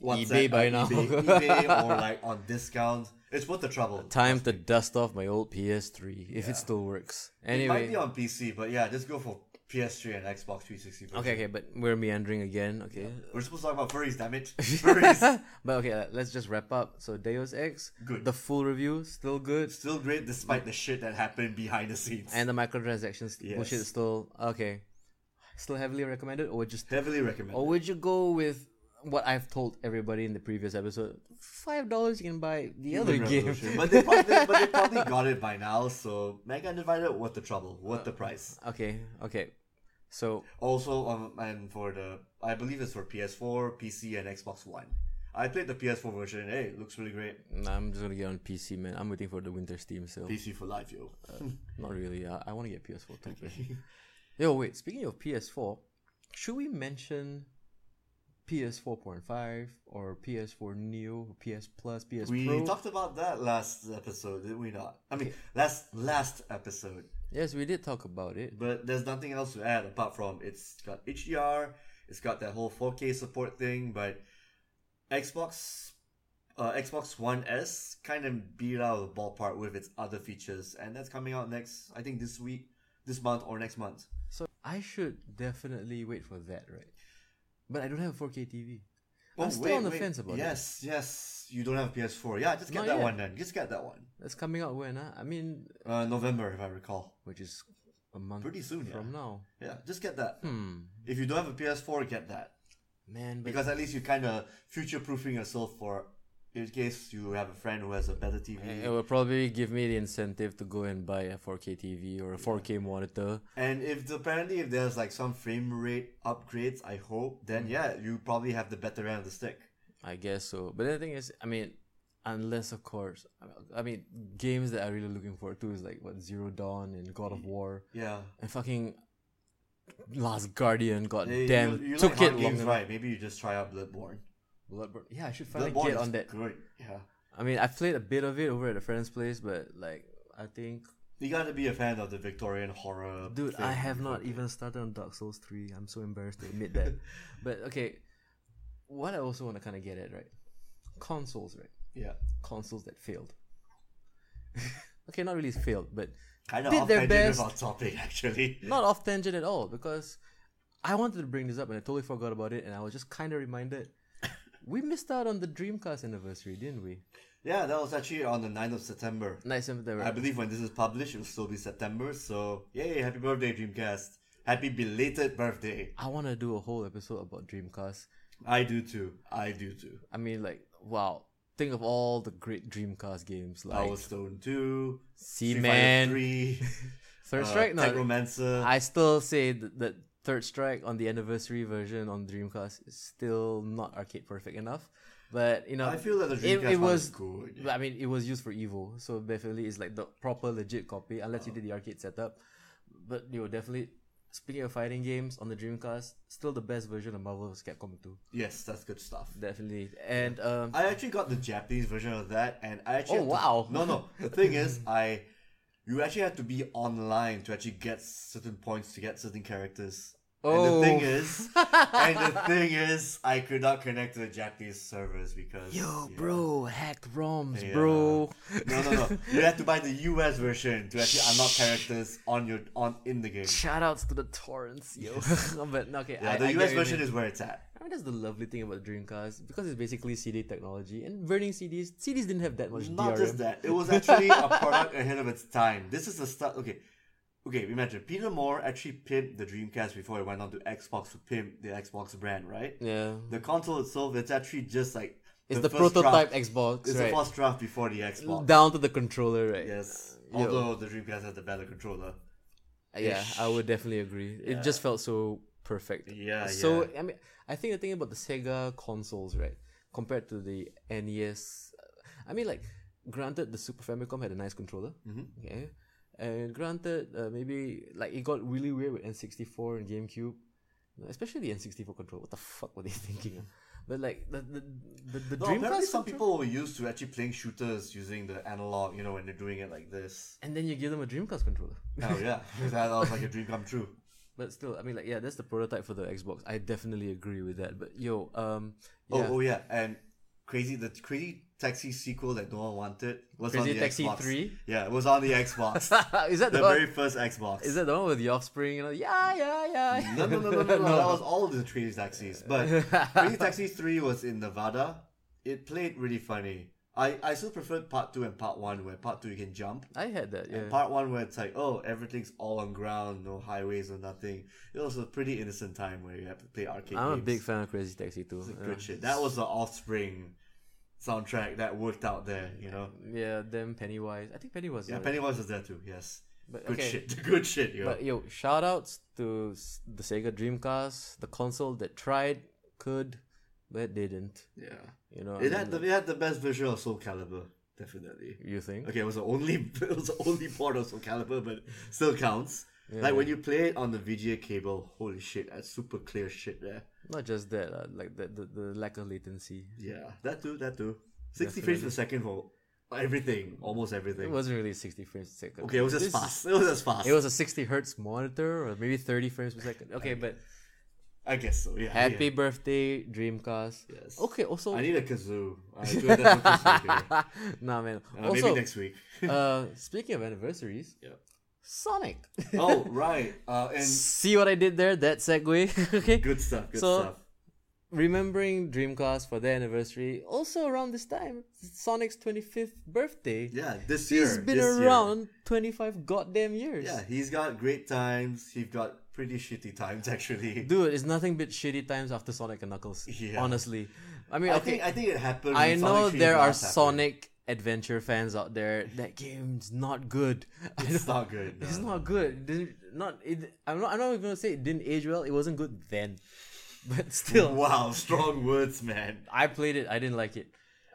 Speaker 2: what's
Speaker 1: eBay
Speaker 2: that,
Speaker 1: by
Speaker 2: uh,
Speaker 1: now. <laughs>
Speaker 2: eBay, eBay or like on discount. It's worth the trouble.
Speaker 1: Time to dust off my old PS3 if it still works.
Speaker 2: It might
Speaker 1: Anyway,
Speaker 2: be on PC, but yeah, just go for PS3 and Xbox 360. version.
Speaker 1: okay, okay, but we're meandering again. Okay,
Speaker 2: We're supposed to talk about furries,
Speaker 1: <laughs>
Speaker 2: damn it. Furries.
Speaker 1: but okay, uh, let's just wrap up. So Deus Ex,
Speaker 2: Good.
Speaker 1: The full review still good,
Speaker 2: Still great despite the shit that happened behind the scenes.
Speaker 1: and the microtransactions
Speaker 2: Yes.
Speaker 1: bullshit still okay. Still heavily recommended, or just
Speaker 2: Heavily recommend.
Speaker 1: or would you go with what I've told everybody in the previous episode? Five dollars you can buy the other game.
Speaker 2: but, they probably, but they probably got it by now, so Mega Divided, worth the trouble, worth the price.
Speaker 1: <laughs> okay, okay. So
Speaker 2: Also, um, and for the, I believe it's for PS4, PC, and Xbox One. I played the PS4 version. Hey, it looks really great.
Speaker 1: nah, I'm just gonna get on PC, man. I'm waiting for the winter Steam sale.
Speaker 2: PC for life, yo.
Speaker 1: Not really. uh, I, I want to get PS4 too. man. Yo, wait. Speaking of PS4, should we mention PS4.5 or PS4 Neo, PS Plus, PS
Speaker 2: we
Speaker 1: Pro?
Speaker 2: talked about that last episode, did we not? I mean, last last episode.
Speaker 1: yes, we did talk about it.
Speaker 2: But there's nothing else to add apart from it's got HDR, it's got that whole 4K support thing, but Xbox uh, Xbox One S kind of beat out of the ballpark with its other features, and that's coming out next, I think this week, this month, or next month.
Speaker 1: So I should definitely wait for that, right? But I don't have a 4K TV. I'm still on the fence about it.
Speaker 2: Oh, yes, Yes, You don't have PS4. Yeah, just get
Speaker 1: Not
Speaker 2: that
Speaker 1: yet.
Speaker 2: one then. Just get that one.
Speaker 1: That's coming out when? Huh? I mean,
Speaker 2: Uh, November, if I recall.
Speaker 1: which is a month
Speaker 2: Pretty soon, yeah.
Speaker 1: from now.
Speaker 2: Yeah, just get that.
Speaker 1: Hmm.
Speaker 2: If you don't have a PS4, get that.
Speaker 1: Man, but
Speaker 2: Because at least you kind of future proofing yourself for in case you have a friend who has a better TV.
Speaker 1: it will probably give me the incentive to go and buy a 4K TV or a 4K monitor.
Speaker 2: And if apparently if there's like some frame rate upgrades, I hope,
Speaker 1: Mm.
Speaker 2: then yeah, you probably have the better end of the stick.
Speaker 1: I guess so. But the thing is, I mean, unless of course, I mean, games that I'm really looking forward to is like what Zero Dawn and God
Speaker 2: Mm.
Speaker 1: of War
Speaker 2: Yeah.
Speaker 1: and fucking Last Guardian. God
Speaker 2: Hey,
Speaker 1: damn,
Speaker 2: Eh, you, you
Speaker 1: took
Speaker 2: like hard
Speaker 1: it long
Speaker 2: games,
Speaker 1: enough.
Speaker 2: right? Maybe you just try out Bloodborne.
Speaker 1: Bloodborne. Yeah, I should finally
Speaker 2: Bloodborne
Speaker 1: get
Speaker 2: is
Speaker 1: on that.
Speaker 2: great. Yeah.
Speaker 1: I mean, I played a bit of it over at a friend's place, but like, I think,
Speaker 2: You gotta be a fan of the Victorian horror.
Speaker 1: dude,
Speaker 2: thing
Speaker 1: I have
Speaker 2: before-
Speaker 1: not even started on Dark Souls three. I'm so embarrassed to admit
Speaker 2: <laughs>
Speaker 1: that. but okay, what I also want to kind of get at, right? Consoles, right?
Speaker 2: Yeah.
Speaker 1: Consoles that failed. <laughs> okay, not really failed, but
Speaker 2: Kind of
Speaker 1: Did
Speaker 2: off
Speaker 1: their
Speaker 2: tangent
Speaker 1: best.
Speaker 2: about topic, <laughs> actually.
Speaker 1: not off tangent at all because I wanted to bring this up and I totally forgot about it and I was just kind of reminded we missed out on the Dreamcast anniversary, didn't we?
Speaker 2: Yeah, that was actually on the 9th of September.
Speaker 1: Night September.
Speaker 2: I believe when this is published, it will still be September. So, yay, happy birthday, Dreamcast. Happy belated birthday.
Speaker 1: I want to do a whole episode about Dreamcast.
Speaker 2: I do too. I do too.
Speaker 1: I mean, like, wow. Think of all the great Dreamcast games like
Speaker 2: Power Stone 2, Street Fighter
Speaker 1: Seaman, <laughs>
Speaker 2: 3,
Speaker 1: Third
Speaker 2: uh,
Speaker 1: Strike. No,
Speaker 2: Techromancer.
Speaker 1: I still say that, that Third Strike on the anniversary version on Dreamcast is still not arcade perfect enough. But you know,
Speaker 2: I feel that the
Speaker 1: it-
Speaker 2: Dreamcast
Speaker 1: it
Speaker 2: one
Speaker 1: was
Speaker 2: is good.
Speaker 1: But, I mean, it was used for evil, so definitely it's like the proper legit copy, unless you did the arcade setup. But you know, definitely. Speaking of fighting games on the Dreamcast, still the best version of Marvel vs. Capcom 2,
Speaker 2: Yes, that's good stuff.
Speaker 1: definitely. And um,
Speaker 2: I actually got the Japanese version of that, and I actually.
Speaker 1: Oh,
Speaker 2: had to-
Speaker 1: wow.
Speaker 2: no, no. The
Speaker 1: <laughs>
Speaker 2: thing is, I you actually had to be online to actually get certain points to get certain characters. And the thing
Speaker 1: Oh. <laughs>
Speaker 2: is, and the thing is, I could not connect to the Japanese servers because
Speaker 1: yo,
Speaker 2: yeah.
Speaker 1: bro, hacked ROMs,
Speaker 2: Yeah.
Speaker 1: bro.
Speaker 2: No, no, no. You had to buy the US version to actually unlock characters on your on in the game.
Speaker 1: Shoutouts to the torrents, yo. <laughs> but okay,
Speaker 2: Yeah,
Speaker 1: I,
Speaker 2: the
Speaker 1: I
Speaker 2: US version is where it's at.
Speaker 1: I mean, that's the lovely thing about Dreamcast because it's basically CD technology and burning CDs. CDs didn't have that much.
Speaker 2: Not
Speaker 1: DRM.
Speaker 2: just that. It was actually a product ahead of its time. This is the start. Okay. Okay, imagine. Peter Moore actually pimped the Dreamcast before it went on to Xbox to pimp the Xbox brand, right?
Speaker 1: Yeah,
Speaker 2: The console itself, it's actually just like.
Speaker 1: it's the,
Speaker 2: first
Speaker 1: prototype
Speaker 2: Draft,
Speaker 1: Xbox,
Speaker 2: it's
Speaker 1: right?
Speaker 2: the first draft before the Xbox.
Speaker 1: down to the controller, right?
Speaker 2: yes.
Speaker 1: Yo.
Speaker 2: Although the Dreamcast had the better controller.
Speaker 1: Yeah, I would definitely agree. It just felt so perfect.
Speaker 2: Yeah,
Speaker 1: So I mean, I think the thing about the Sega consoles, right, compared to the NES, I mean, like, granted, the Super Famicom had a nice controller,
Speaker 2: Mhm.
Speaker 1: okay, and granted, uh, maybe like it got really weird with N sixty four and GameCube, especially the N sixty four controller. What the fuck were they <laughs> thinking? but like the the the, the
Speaker 2: No, apparently
Speaker 1: Dreamcast, control-
Speaker 2: some people were used to actually playing shooters using the analog, you know, when they're doing it like this.
Speaker 1: and then you give them a Dreamcast controller.
Speaker 2: Oh, yeah. <laughs> that was like a dream come true.
Speaker 1: But still, I mean, like, yeah, that's the prototype for the Xbox. I definitely agree with that. But yo, um,
Speaker 2: Oh,
Speaker 1: yeah,
Speaker 2: oh yeah, and crazy the crazy taxi sequel that no one wanted was on
Speaker 1: Crazy
Speaker 2: the
Speaker 1: Taxi
Speaker 2: Xbox.
Speaker 1: 3?
Speaker 2: Yeah, it was on the
Speaker 1: <laughs>
Speaker 2: Xbox,
Speaker 1: is that the,
Speaker 2: oh. the
Speaker 1: one?
Speaker 2: very first Xbox.
Speaker 1: Is that the one with the offspring? You know, yeah, yeah, yeah.
Speaker 2: <laughs>
Speaker 1: <laughs>
Speaker 2: no, no, no, no, no, no. That was all the Crazy Taxis. But Crazy Taxi Three was in Nevada. It played really funny. I I still preferred Part Two and Part One, where Part Two you can jump.
Speaker 1: I had that. Yeah.
Speaker 2: And part one where it's like, oh, everything's all on ground, no highways or nothing. It was a pretty innocent time where you have to play arcade
Speaker 1: I'm a
Speaker 2: games.
Speaker 1: big fan of Crazy Taxi too. Uh,
Speaker 2: It's a
Speaker 1: Yeah.
Speaker 2: good shit. That was the offspring soundtrack that worked out there, you know.
Speaker 1: Yeah, them Pennywise. I think Pennywise.
Speaker 2: Yeah,
Speaker 1: was-
Speaker 2: Pennywise was there too. Yes,
Speaker 1: But,
Speaker 2: good
Speaker 1: okay.
Speaker 2: shit. <laughs> Good shit, yo.
Speaker 1: But yo, shout outs to s- the Sega Dreamcast, the console that tried, could, but didn't.
Speaker 2: yeah,
Speaker 1: You know.
Speaker 2: it
Speaker 1: I
Speaker 2: had
Speaker 1: mean,
Speaker 2: the, it had the best visual of Soul Calibur, definitely.
Speaker 1: you think?
Speaker 2: Okay, it was the only <laughs> it was the only port of Soul Calibur, but still counts. Like when you play it on the VGA cable, holy shit, that's super clear shit there.
Speaker 1: Not just that, uh, like the, the the lack of latency.
Speaker 2: Yeah, that too, that too. Sixty frames per second for everything, almost
Speaker 1: It
Speaker 2: everything.
Speaker 1: wasn't really 60 frames per second.
Speaker 2: okay, it was just
Speaker 1: This-
Speaker 2: fast. It was just fast.
Speaker 1: It was a 60 hertz monitor, or maybe 30 frames per second. Okay, but
Speaker 2: I guess so. Yeah.
Speaker 1: happy
Speaker 2: yeah.
Speaker 1: birthday, Dreamcast.
Speaker 2: Yes.
Speaker 1: Okay, also. <laughs>
Speaker 2: I need a kazoo. I do have that for kazoo here.
Speaker 1: nah, man.
Speaker 2: Uh,
Speaker 1: also,
Speaker 2: maybe next week.
Speaker 1: uh, speaking of anniversaries,
Speaker 2: Yeah.
Speaker 1: Sonic. <laughs>
Speaker 2: oh right, uh, and
Speaker 1: See what I did there? That segue. <laughs> okay.
Speaker 2: good stuff. Good
Speaker 1: So-
Speaker 2: stuff.
Speaker 1: Remembering Dreamcast for their anniversary, also around this time, Sonic's 25th birthday.
Speaker 2: Yeah, this year.
Speaker 1: He's been
Speaker 2: this year.
Speaker 1: around 25 goddamn years.
Speaker 2: Yeah, he's got great times. He's got pretty shitty times actually.
Speaker 1: Dude, it's nothing but shitty times after Sonic and Knuckles.
Speaker 2: Yeah.
Speaker 1: Honestly. I mean,
Speaker 2: I
Speaker 1: okay.
Speaker 2: think I think it happened.
Speaker 1: I
Speaker 2: when
Speaker 1: know
Speaker 2: Sonic 3
Speaker 1: there are
Speaker 2: last happened.
Speaker 1: Sonic Adventure fans out there. That game's not good. <laughs> I
Speaker 2: It's
Speaker 1: know-
Speaker 2: not good.
Speaker 1: <laughs> It's
Speaker 2: no.
Speaker 1: not good. It didn't not it. I'm not. I'm not even gonna say it didn't age well. It wasn't good then, <laughs> but still,
Speaker 2: Wow, strong words, man.
Speaker 1: I played it. I didn't like it.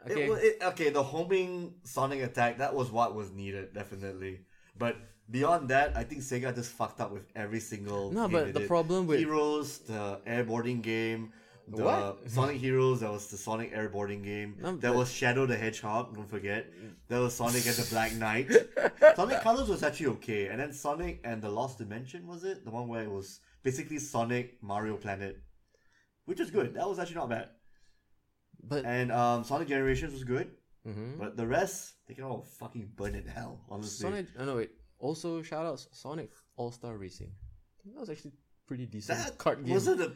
Speaker 2: Okay.
Speaker 1: Okay.
Speaker 2: It, wa- it, okay, the homing Sonic attack that was what was needed definitely, but. Beyond that, I think Sega just fucked up with every single.
Speaker 1: No,
Speaker 2: game
Speaker 1: but
Speaker 2: they
Speaker 1: the
Speaker 2: did.
Speaker 1: problem with-
Speaker 2: Heroes, the airboarding game, The
Speaker 1: What?
Speaker 2: Sonic Heroes, that was the Sonic airboarding game.
Speaker 1: Not
Speaker 2: There
Speaker 1: bad.
Speaker 2: was Shadow the Hedgehog, don't forget. There was Sonic and the Black
Speaker 1: <laughs>
Speaker 2: Knight. Sonic Colors was actually okay. And then Sonic and the Lost Dimension, was it? The one where it was basically Sonic Mario Planet. Which was good. That was actually not bad.
Speaker 1: But
Speaker 2: And um, Sonic Generations was good.
Speaker 1: mhm.
Speaker 2: But the rest, they can all fucking burn in hell, honestly.
Speaker 1: Sonic. Oh, no, wait. Also, shout out Sonic All Star Racing. That was actually pretty decent
Speaker 2: that
Speaker 1: kart game.
Speaker 2: wasn't a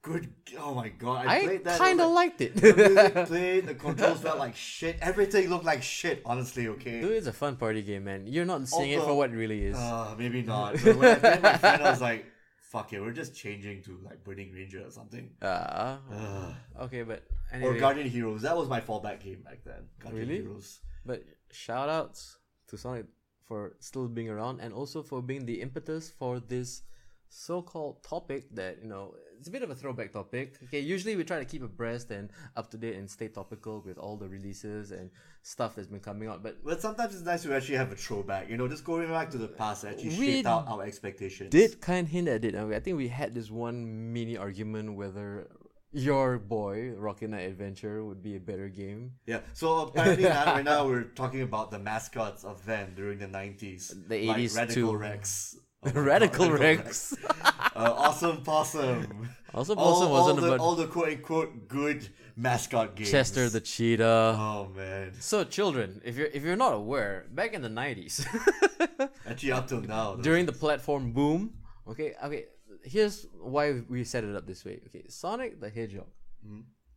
Speaker 2: good. Oh my god! I,
Speaker 1: I
Speaker 2: played that.
Speaker 1: kind of liked
Speaker 2: like. <laughs>
Speaker 1: it. <laughs>
Speaker 2: The music played, the controls felt like shit. Everything looked like shit, honestly, okay?
Speaker 1: Dude, it's a fun party game, man. You're not seeing it for
Speaker 2: Although-
Speaker 1: what it really is.
Speaker 2: Uh,
Speaker 1: <laughs>
Speaker 2: maybe not. But when I met my friend, I was like, fuck it, we're just changing to like Burning Ranger or something. <sighs>
Speaker 1: Uh,
Speaker 2: Ugh.
Speaker 1: okay, but
Speaker 2: Or
Speaker 1: anyway,
Speaker 2: Guardian Heroes. That was my fallback game back then. Guardian
Speaker 1: Really?
Speaker 2: Heroes.
Speaker 1: but shout outs to Sonic for still being around and also for being the impetus for this so-called topic that you know it's a bit of a throwback topic okay usually we try to keep abreast and up to date and stay topical with all the releases and stuff that's been coming out but
Speaker 2: But sometimes it's nice to actually have a throwback, you know, just going back to the past that actually
Speaker 1: We
Speaker 2: shaped out our expectations.
Speaker 1: did kind of hint at it. and I think we had this one mini argument whether your boy Rocket Knight Adventure would be a better
Speaker 2: <laughs>
Speaker 1: game.
Speaker 2: Yeah. So apparently now, right now we're talking about the mascots of then during the nineties.
Speaker 1: The 80s
Speaker 2: Radical
Speaker 1: too.
Speaker 2: Rex. Oh my God,
Speaker 1: Radical Rex.
Speaker 2: uh, awesome Possum.
Speaker 1: <laughs> Awesome
Speaker 2: all,
Speaker 1: Possum
Speaker 2: all
Speaker 1: wasn't
Speaker 2: the,
Speaker 1: about-
Speaker 2: all the quote unquote good mascot games.
Speaker 1: Chester the Cheetah.
Speaker 2: Oh man!
Speaker 1: So children, if you're if you're not aware, back in the 90s
Speaker 2: Actually, up till now, the-
Speaker 1: <laughs> during the platform boom, okay? Okay, here's why we set it up this way. Okay, Sonic the Hedgehog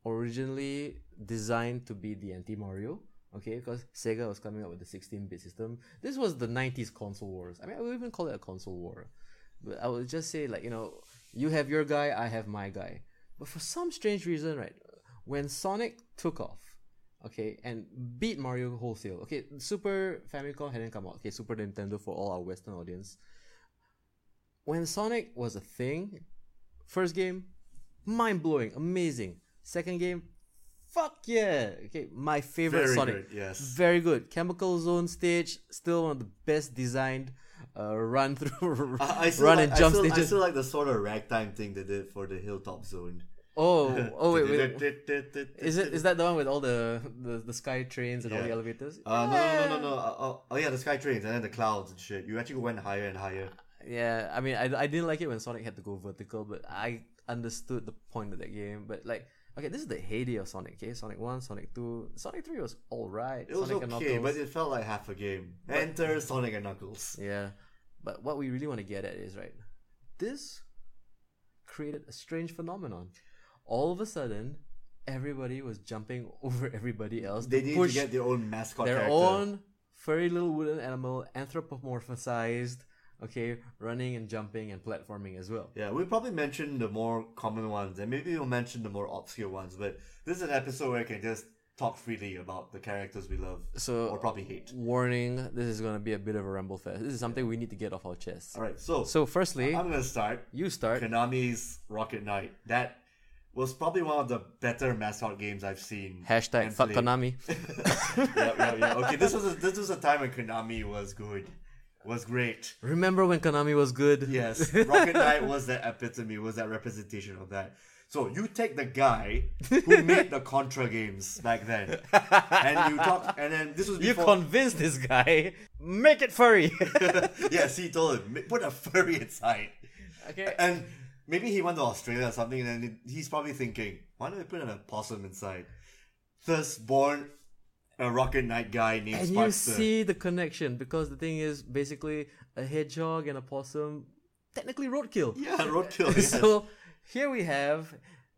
Speaker 1: originally designed to be the anti Mario. Okay, because Sega was coming up with the 16-bit system. This was the 90s console wars. I mean, I would even call it a console war, but I would just say like you know, you have your guy, I have my guy. But for some strange reason, right, when Sonic took off, okay, and beat Mario wholesale. Okay, Super Famicom hadn't come out. Okay, Super Nintendo for all our Western audience. When Sonic was a thing, first game, mind blowing, amazing. Second game, fuck yeah. Okay, my favorite
Speaker 2: Very
Speaker 1: Sonic.
Speaker 2: good, yes.
Speaker 1: Very good. Chemical Zone stage, still one of the best designed uh, run through <laughs>
Speaker 2: I, I still
Speaker 1: run
Speaker 2: like,
Speaker 1: and jump
Speaker 2: I still, I
Speaker 1: stages.
Speaker 2: still like the sort of ragtime thing they did for the Hilltop Zone.
Speaker 1: Oh, oh
Speaker 2: <laughs>
Speaker 1: wait, wait. Is it is that the one with all the the, the sky trains and all the
Speaker 2: Yeah.
Speaker 1: elevators?
Speaker 2: Uh, no, no, no, no, no. Uh, oh, oh yeah, the sky trains and then the clouds and shit. You actually went higher and higher.
Speaker 1: Yeah, I mean, I, I didn't like it when Sonic had to go vertical, but I understood the point of that game. But like, okay, this is the heyday of Sonic. Okay, Sonic One, Sonic Two, Sonic Three was alright.
Speaker 2: It was
Speaker 1: Sonic and
Speaker 2: okay, but
Speaker 1: Knuckles.
Speaker 2: it felt like half a game. Enter Sonic and Knuckles.
Speaker 1: yeah, but what we really want to get at is right. This created a strange phenomenon. All of a sudden, everybody was jumping <laughs> over everybody else.
Speaker 2: They
Speaker 1: to
Speaker 2: needed
Speaker 1: push
Speaker 2: to get their own mascot
Speaker 1: their
Speaker 2: character.
Speaker 1: own furry little wooden animal, anthropomorphized. Okay, running and jumping and platforming as well.
Speaker 2: Yeah, we probably mentioned the more common ones, and maybe we'll mention the more obscure ones. But this is an episode where we can just talk freely about the characters we love
Speaker 1: So-
Speaker 2: or probably hate.
Speaker 1: warning this is going to be a bit of a ramble fest this is something we need to get off our chests
Speaker 2: All right, so,
Speaker 1: so firstly
Speaker 2: I'm gonna start
Speaker 1: you start
Speaker 2: Konami's Rocket Knight. That was probably one of the better mascot games I've seen.
Speaker 1: hashtag
Speaker 2: and
Speaker 1: fuck
Speaker 2: played.
Speaker 1: konami
Speaker 2: <laughs> yeah, yeah, yeah. Okay, this was a, this was a time when Konami was good, was great.
Speaker 1: remember when konami was good <laughs>
Speaker 2: Yes, Rocket Knight was that epitome, was that representation of that. So you take the guy who made the Contra games back
Speaker 1: <laughs>
Speaker 2: then, and you talk, and then this was
Speaker 1: you
Speaker 2: before.
Speaker 1: convinced this guy make it
Speaker 2: <laughs>
Speaker 1: furry
Speaker 2: yes, he told him "Ma- put a furry inside,
Speaker 1: okay
Speaker 2: and maybe he went to Australia or something, and then he's probably thinking, why don't I put an opossum inside? Thus born a Rocket Knight guy named
Speaker 1: and you
Speaker 2: Sparkster.
Speaker 1: see the connection because the thing is basically a hedgehog and a possum technically roadkill <laughs>
Speaker 2: yeah, roadkill. Yes.
Speaker 1: so here we have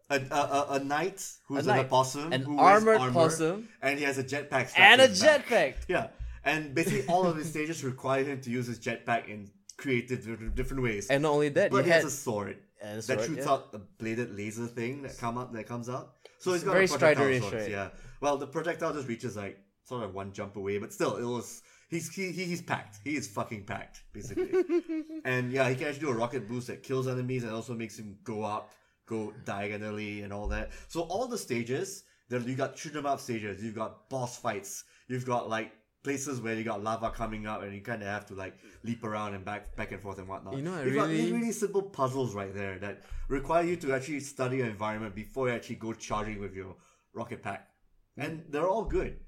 Speaker 2: a, a, a, a knight who's
Speaker 1: A
Speaker 2: an
Speaker 1: knight.
Speaker 2: opossum,
Speaker 1: An
Speaker 2: who wears
Speaker 1: armored
Speaker 2: armor,
Speaker 1: possum.
Speaker 2: and he has a jetpack. strapped
Speaker 1: and
Speaker 2: to
Speaker 1: a
Speaker 2: his back.
Speaker 1: jetpack
Speaker 2: Yeah, and basically all of his stages require him to use his jetpack in creative di- different ways.
Speaker 1: and not only that
Speaker 2: but
Speaker 1: you
Speaker 2: he
Speaker 1: had
Speaker 2: has a sword
Speaker 1: And a
Speaker 2: that
Speaker 1: sword,
Speaker 2: shoots
Speaker 1: yeah.
Speaker 2: out a bladed laser thing that come out that comes out. So it's got
Speaker 1: very
Speaker 2: a projectile
Speaker 1: Strider-ish,
Speaker 2: sword.
Speaker 1: right?
Speaker 2: Yeah. Well, the projectile just reaches like sort of one jump away, but still, it was he's he, he- he's packed. He is fucking packed basically.
Speaker 1: <laughs>
Speaker 2: and yeah, he can actually do a rocket boost that kills enemies and also makes him go up, go diagonally, and all that. So all the stages, then you got shoot 'em up stages, you've got boss fights, you've got like places where you got lava coming up and you kind of have to like leap around and back back and forth and whatnot.
Speaker 1: You know, I
Speaker 2: You've got these
Speaker 1: really-
Speaker 2: really simple puzzles right there that require you to actually study your environment before you actually go charging with your rocket pack, and they're all good.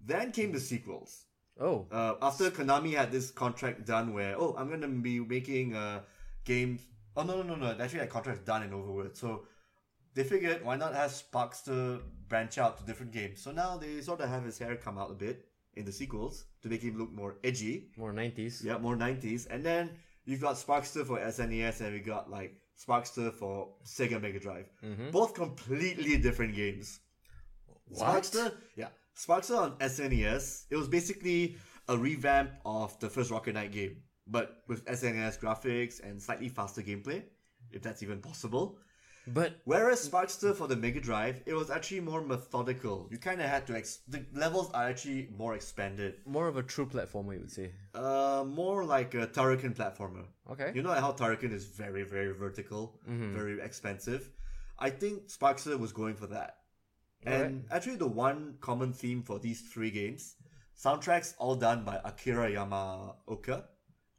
Speaker 2: Then came the sequels
Speaker 1: Oh,
Speaker 2: uh, after Konami had this contract done where oh I'm gonna be making uh, games. Oh no no no no! Actually, that contract's done and over with. So they figured why not have Sparks to branch out to different games. So now they sort of have his hair come out a bit in the sequels to make him look more edgy.
Speaker 1: more 90s.
Speaker 2: Yeah, more nineties. And then you've got Sparkster for SNES, E and we got like Sparkster for Sega Mega Drive. Both completely different games.
Speaker 1: What?
Speaker 2: Sparkster, yeah, Sparkster on SNES. It was basically a revamp of the first Rocket Knight game, but with SNES graphics and slightly faster gameplay, if that's even possible.
Speaker 1: But
Speaker 2: Whereas Sparkster for the Mega Drive, it was actually more methodical. You kind of had to ex- the levels are actually more expanded,
Speaker 1: more of a true platformer, you would say.
Speaker 2: uh, more like a Turrican platformer.
Speaker 1: Okay.
Speaker 2: You know how Tarakan is very, very vertical, very expensive. I think Sparkster was going for that. and actually, the one common theme for these three games soundtracks all done by Akira Yamaoka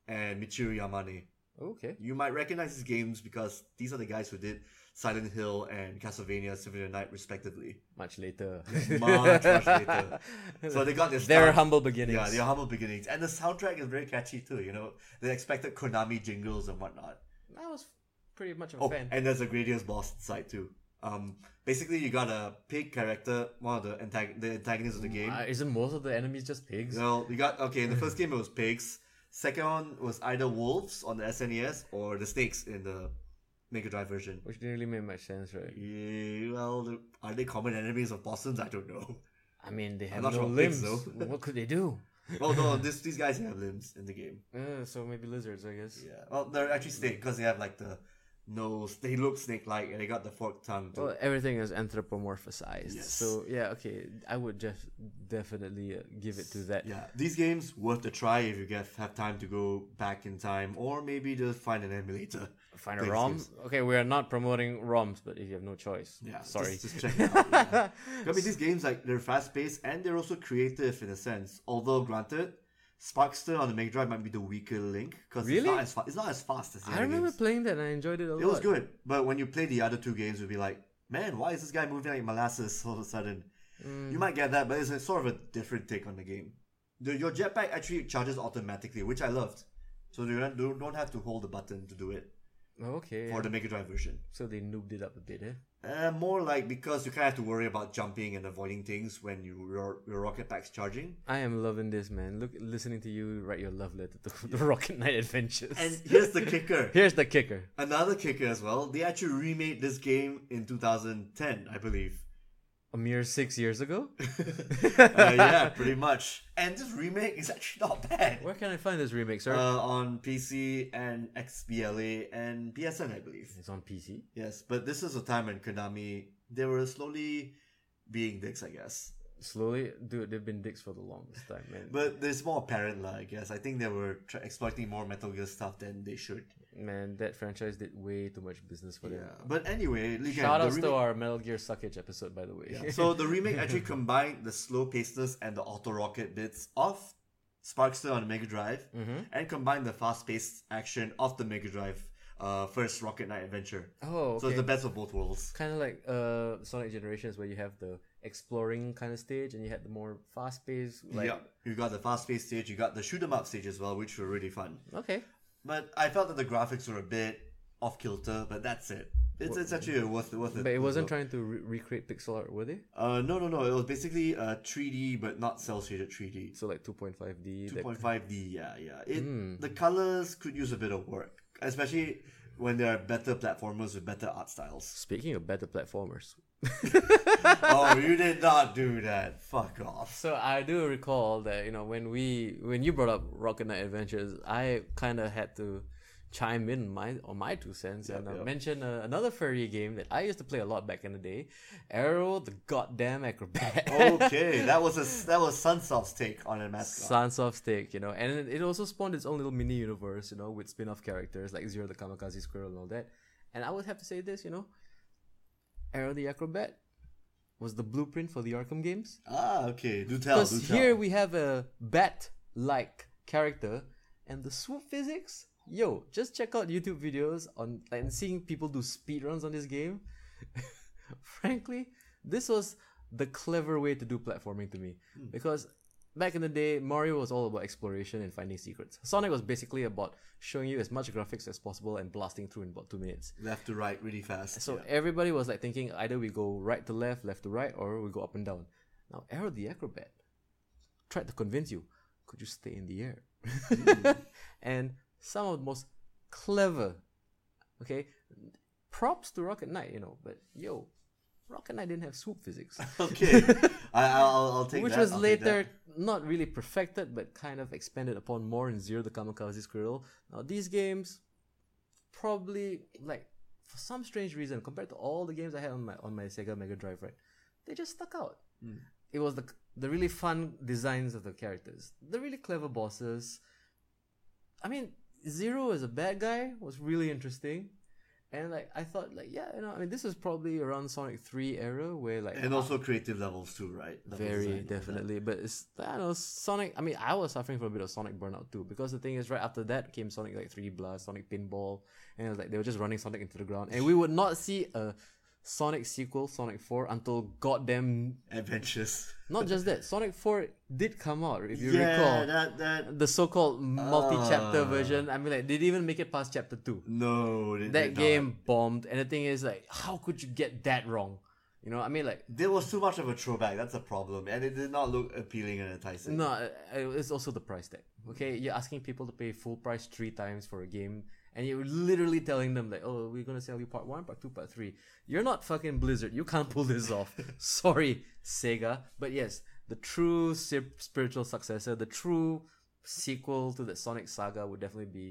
Speaker 2: and Michiru Yamane.
Speaker 1: okay.
Speaker 2: You might recognize these games because these are the guys who did Silent Hill and Castlevania Symphony of the Night, respectively.
Speaker 1: Much later.
Speaker 2: <laughs> Much, much later. So they got their
Speaker 1: Their
Speaker 2: start-
Speaker 1: humble beginnings.
Speaker 2: Yeah, their humble beginnings. And the soundtrack is very catchy too, you know. They expected Konami jingles and whatnot.
Speaker 1: I was pretty much of a
Speaker 2: Oh,
Speaker 1: fan.
Speaker 2: and there's a Gradius boss side too. Um, basically, you got a pig character, one of the, antag- the antagonists of the game.
Speaker 1: Uh, isn't most of the enemies just pigs?
Speaker 2: Well, you got okay. In the first game, it was pigs. Second one was either wolves on the SNES or the snakes in the Mega Drive version.
Speaker 1: Which didn't really make much sense, right?
Speaker 2: Yeah, well, the- are they common enemies of bosses? I don't know. <laughs>
Speaker 1: I mean, they have
Speaker 2: not
Speaker 1: no
Speaker 2: sure pigs,
Speaker 1: limbs.
Speaker 2: though.
Speaker 1: what could they do?
Speaker 2: well, no, this, these guys have limbs in the game.
Speaker 1: <laughs> Uh, so maybe lizards, I guess.
Speaker 2: Yeah. Well, they're actually snake because they have like the nose. They look snake-like, and they got the forked tongue. Too.
Speaker 1: Well, everything is anthropomorphized.
Speaker 2: Yes.
Speaker 1: So yeah, okay, I would just definitely uh, give it to that.
Speaker 2: Yeah, these games worth a try if you get have time to go back in time, or maybe just find an emulator.
Speaker 1: Find
Speaker 2: Play
Speaker 1: a
Speaker 2: these
Speaker 1: ROM.
Speaker 2: games.
Speaker 1: Okay, we are not promoting ROMs, but if you have no choice,
Speaker 2: Yeah,
Speaker 1: sorry. <laughs>
Speaker 2: Just, just check it out. yeah. I mean, these games like they're fast paced and they're also creative in a sense. Although, granted, Sparkster on the Mega Drive might be the weaker link because it's
Speaker 1: Really?
Speaker 2: not as fa- it's not as fast as the
Speaker 1: I
Speaker 2: other
Speaker 1: remember
Speaker 2: games.
Speaker 1: playing that and I enjoyed it a lot.
Speaker 2: It was good, but when you play the other two games, you'll be like, man, why is this guy moving like molasses <laughs> all of a sudden? You might get that, but it's a, sort of a different take on the game. The, your jetpack actually charges automatically, which I loved. So you don't, you don't have to hold the button to do it
Speaker 1: Okay.
Speaker 2: for the Mega Drive version.
Speaker 1: So they noobed it up a bit, eh?
Speaker 2: Uh, more like because you kind of have to worry about jumping and avoiding things when you, your, your rocket pack's charging.
Speaker 1: I am loving this, man. Look, listening to you write your love letter to <laughs> the Rocket Knight Adventures.
Speaker 2: And <laughs> here's the kicker.
Speaker 1: Here's the kicker.
Speaker 2: Another kicker as well. They actually remade this game in 2010, I believe.
Speaker 1: A mere six years ago?
Speaker 2: Uh, yeah, pretty much. And this remake is actually not bad.
Speaker 1: Where can I find this remake, sir?
Speaker 2: Uh, on PC and XBLA and PSN, I believe.
Speaker 1: it's on PC.
Speaker 2: Yes, but this is a time when Konami they were slowly being dicks, I guess.
Speaker 1: Slowly, dude, they've been dicks for the longest time, man.
Speaker 2: But there's more apparent, lah. I guess. I think they were tr- exploiting more Metal Gear stuff than they should.
Speaker 1: man, that franchise did way too much business for them.
Speaker 2: But anyway, again,
Speaker 1: Shout
Speaker 2: the
Speaker 1: outs to
Speaker 2: remake-
Speaker 1: our Metal Gear Suckage episode, by the way. <laughs>
Speaker 2: Yeah, so the remake actually combined the slow pacedness and the auto rocket bits of Sparkster on the Mega Drive,
Speaker 1: Mm-hmm.
Speaker 2: and combined the fast paced action of the Mega Drive uh, first Rocket Knight adventure.
Speaker 1: oh, okay.
Speaker 2: So it's the best of both worlds.
Speaker 1: kind of like uh, Sonic Generations, where you have the exploring kind of stage and you had the more fast paced, like.
Speaker 2: yeah, you got the fast paced stage, you got the shoot 'em up stage as well, which were really fun.
Speaker 1: Okay.
Speaker 2: But I felt that the graphics were a bit off kilter, but that's it. It's, it's actually worth worth it.
Speaker 1: But it wasn't
Speaker 2: trying.
Speaker 1: trying to re- recreate pixel art, were they?
Speaker 2: Uh, no, no, no. It was basically uh 3D, but not cell shaded 3D.
Speaker 1: So like 2.5D. that-
Speaker 2: 2.5D, yeah, yeah. It,
Speaker 1: Hmm.
Speaker 2: The colors could use a bit of work, especially when there are better platformers with better art
Speaker 1: <laughs>
Speaker 2: styles.
Speaker 1: Speaking of better platformers.
Speaker 2: oh, you did not do that. Fuck off.
Speaker 1: So I do recall that, you know, when we when you brought up Rocket Knight Adventures, I kind of had to chime in my on my two cents and uh,
Speaker 2: yep.
Speaker 1: mention uh, another furry game that I used to play a lot back in the day, Arrow the Goddamn Acrobat.
Speaker 2: Okay, that was a that was Sunsoft's take on a mascot.
Speaker 1: Sansoft Steak, you know, and it- it also spawned its own little mini universe, you know, with spin off characters like Zero the Kamikaze Squirrel and all that. And I would have to say this, you know, Arrow the Acrobat, was the blueprint for the Arkham games.
Speaker 2: Ah, okay. Do tell. Do
Speaker 1: Because
Speaker 2: tell.
Speaker 1: here we have a bat-like character, and the swoop physics. Yo, just check out YouTube videos on and seeing people do speedruns on this game. <laughs> Frankly, this was the clever way to do platforming to me
Speaker 2: Hmm.
Speaker 1: because back in the day, Mario was all about exploration and finding secrets. Sonic was basically about showing you as much graphics as possible and blasting through in about two minutes.
Speaker 2: Left to right, really fast.
Speaker 1: So
Speaker 2: yeah.
Speaker 1: everybody was like thinking either we go right to left, left to right, or we go up and down. Now Arrow the acrobat tried to convince you, could you stay in the air? <laughs> and some of the most clever, okay, props to Rocket Knight, you know, but yo, Rocket Knight didn't have swoop physics,
Speaker 2: okay, I, I'll, I'll take
Speaker 1: which
Speaker 2: that.
Speaker 1: was
Speaker 2: I'll take
Speaker 1: later not really perfected but kind of expanded upon more in Zero the Kamikaze Squirrel. Now these games probably like for some strange reason compared to all the games I had on my on my Sega Mega Drive, right? They just stuck out.
Speaker 2: Hmm.
Speaker 1: It was the the really fun designs of the characters, the really clever bosses. I mean, Zero as a bad guy was really interesting. And like I thought, like yeah, you know, I mean, this was probably around Sonic Three era where like
Speaker 2: that. And also creative levels too, right? Level design
Speaker 1: very
Speaker 2: and all that.
Speaker 1: definitely, but it's I don't know Sonic. I mean, I was suffering from a bit of Sonic burnout too because the thing is, right after that came Sonic like Three Blast, Sonic Pinball, and it was like they were just running Sonic into the ground, and we would not see a Sonic sequel, Sonic Four, until goddamn.
Speaker 2: Adventures.
Speaker 1: Not just that, Sonic Four did come out if you
Speaker 2: yeah,
Speaker 1: recall
Speaker 2: that that
Speaker 1: the so-called multi-chapter
Speaker 2: Ah.
Speaker 1: version. I mean, like they didn't even make it past chapter two.
Speaker 2: no they
Speaker 1: That
Speaker 2: did not.
Speaker 1: game bombed, and the thing is, like, how could you get that wrong? You know, I mean, like.
Speaker 2: There was too much of a throwback. That's a problem, and it did not look appealing and enticing.
Speaker 1: No, uh, uh, it's also the price tag. Okay, you're asking people to pay full price three times for a game, and you're literally telling them like, "Oh, we're gonna sell you part one, part two, part three. You're not fucking Blizzard. You can't pull this off. Sorry, Sega. But yes, the true si- spiritual successor, the true sequel to the Sonic saga would definitely be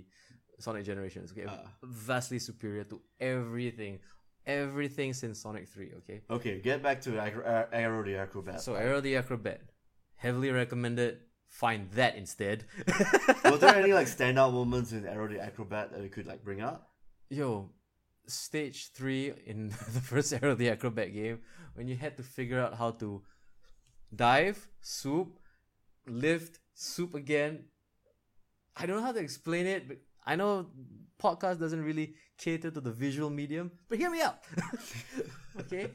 Speaker 1: Sonic Generations. Okay, vastly superior to everything, everything since Sonic Three. Okay,
Speaker 2: Okay, get back to Ac- Ar- Arrow the Acrobat.
Speaker 1: so Arrow the Acrobat, heavily recommended. Find that instead. <laughs>
Speaker 2: Were there any like standout moments in Arrow the Acrobat that we could like bring up?
Speaker 1: yo, stage three in <laughs> the first era of the acrobat game, when you had to figure out how to dive, swoop, lift, swoop again. I don't know how to explain it, but I know podcast doesn't really cater to the visual medium, but hear me out. <laughs> okay?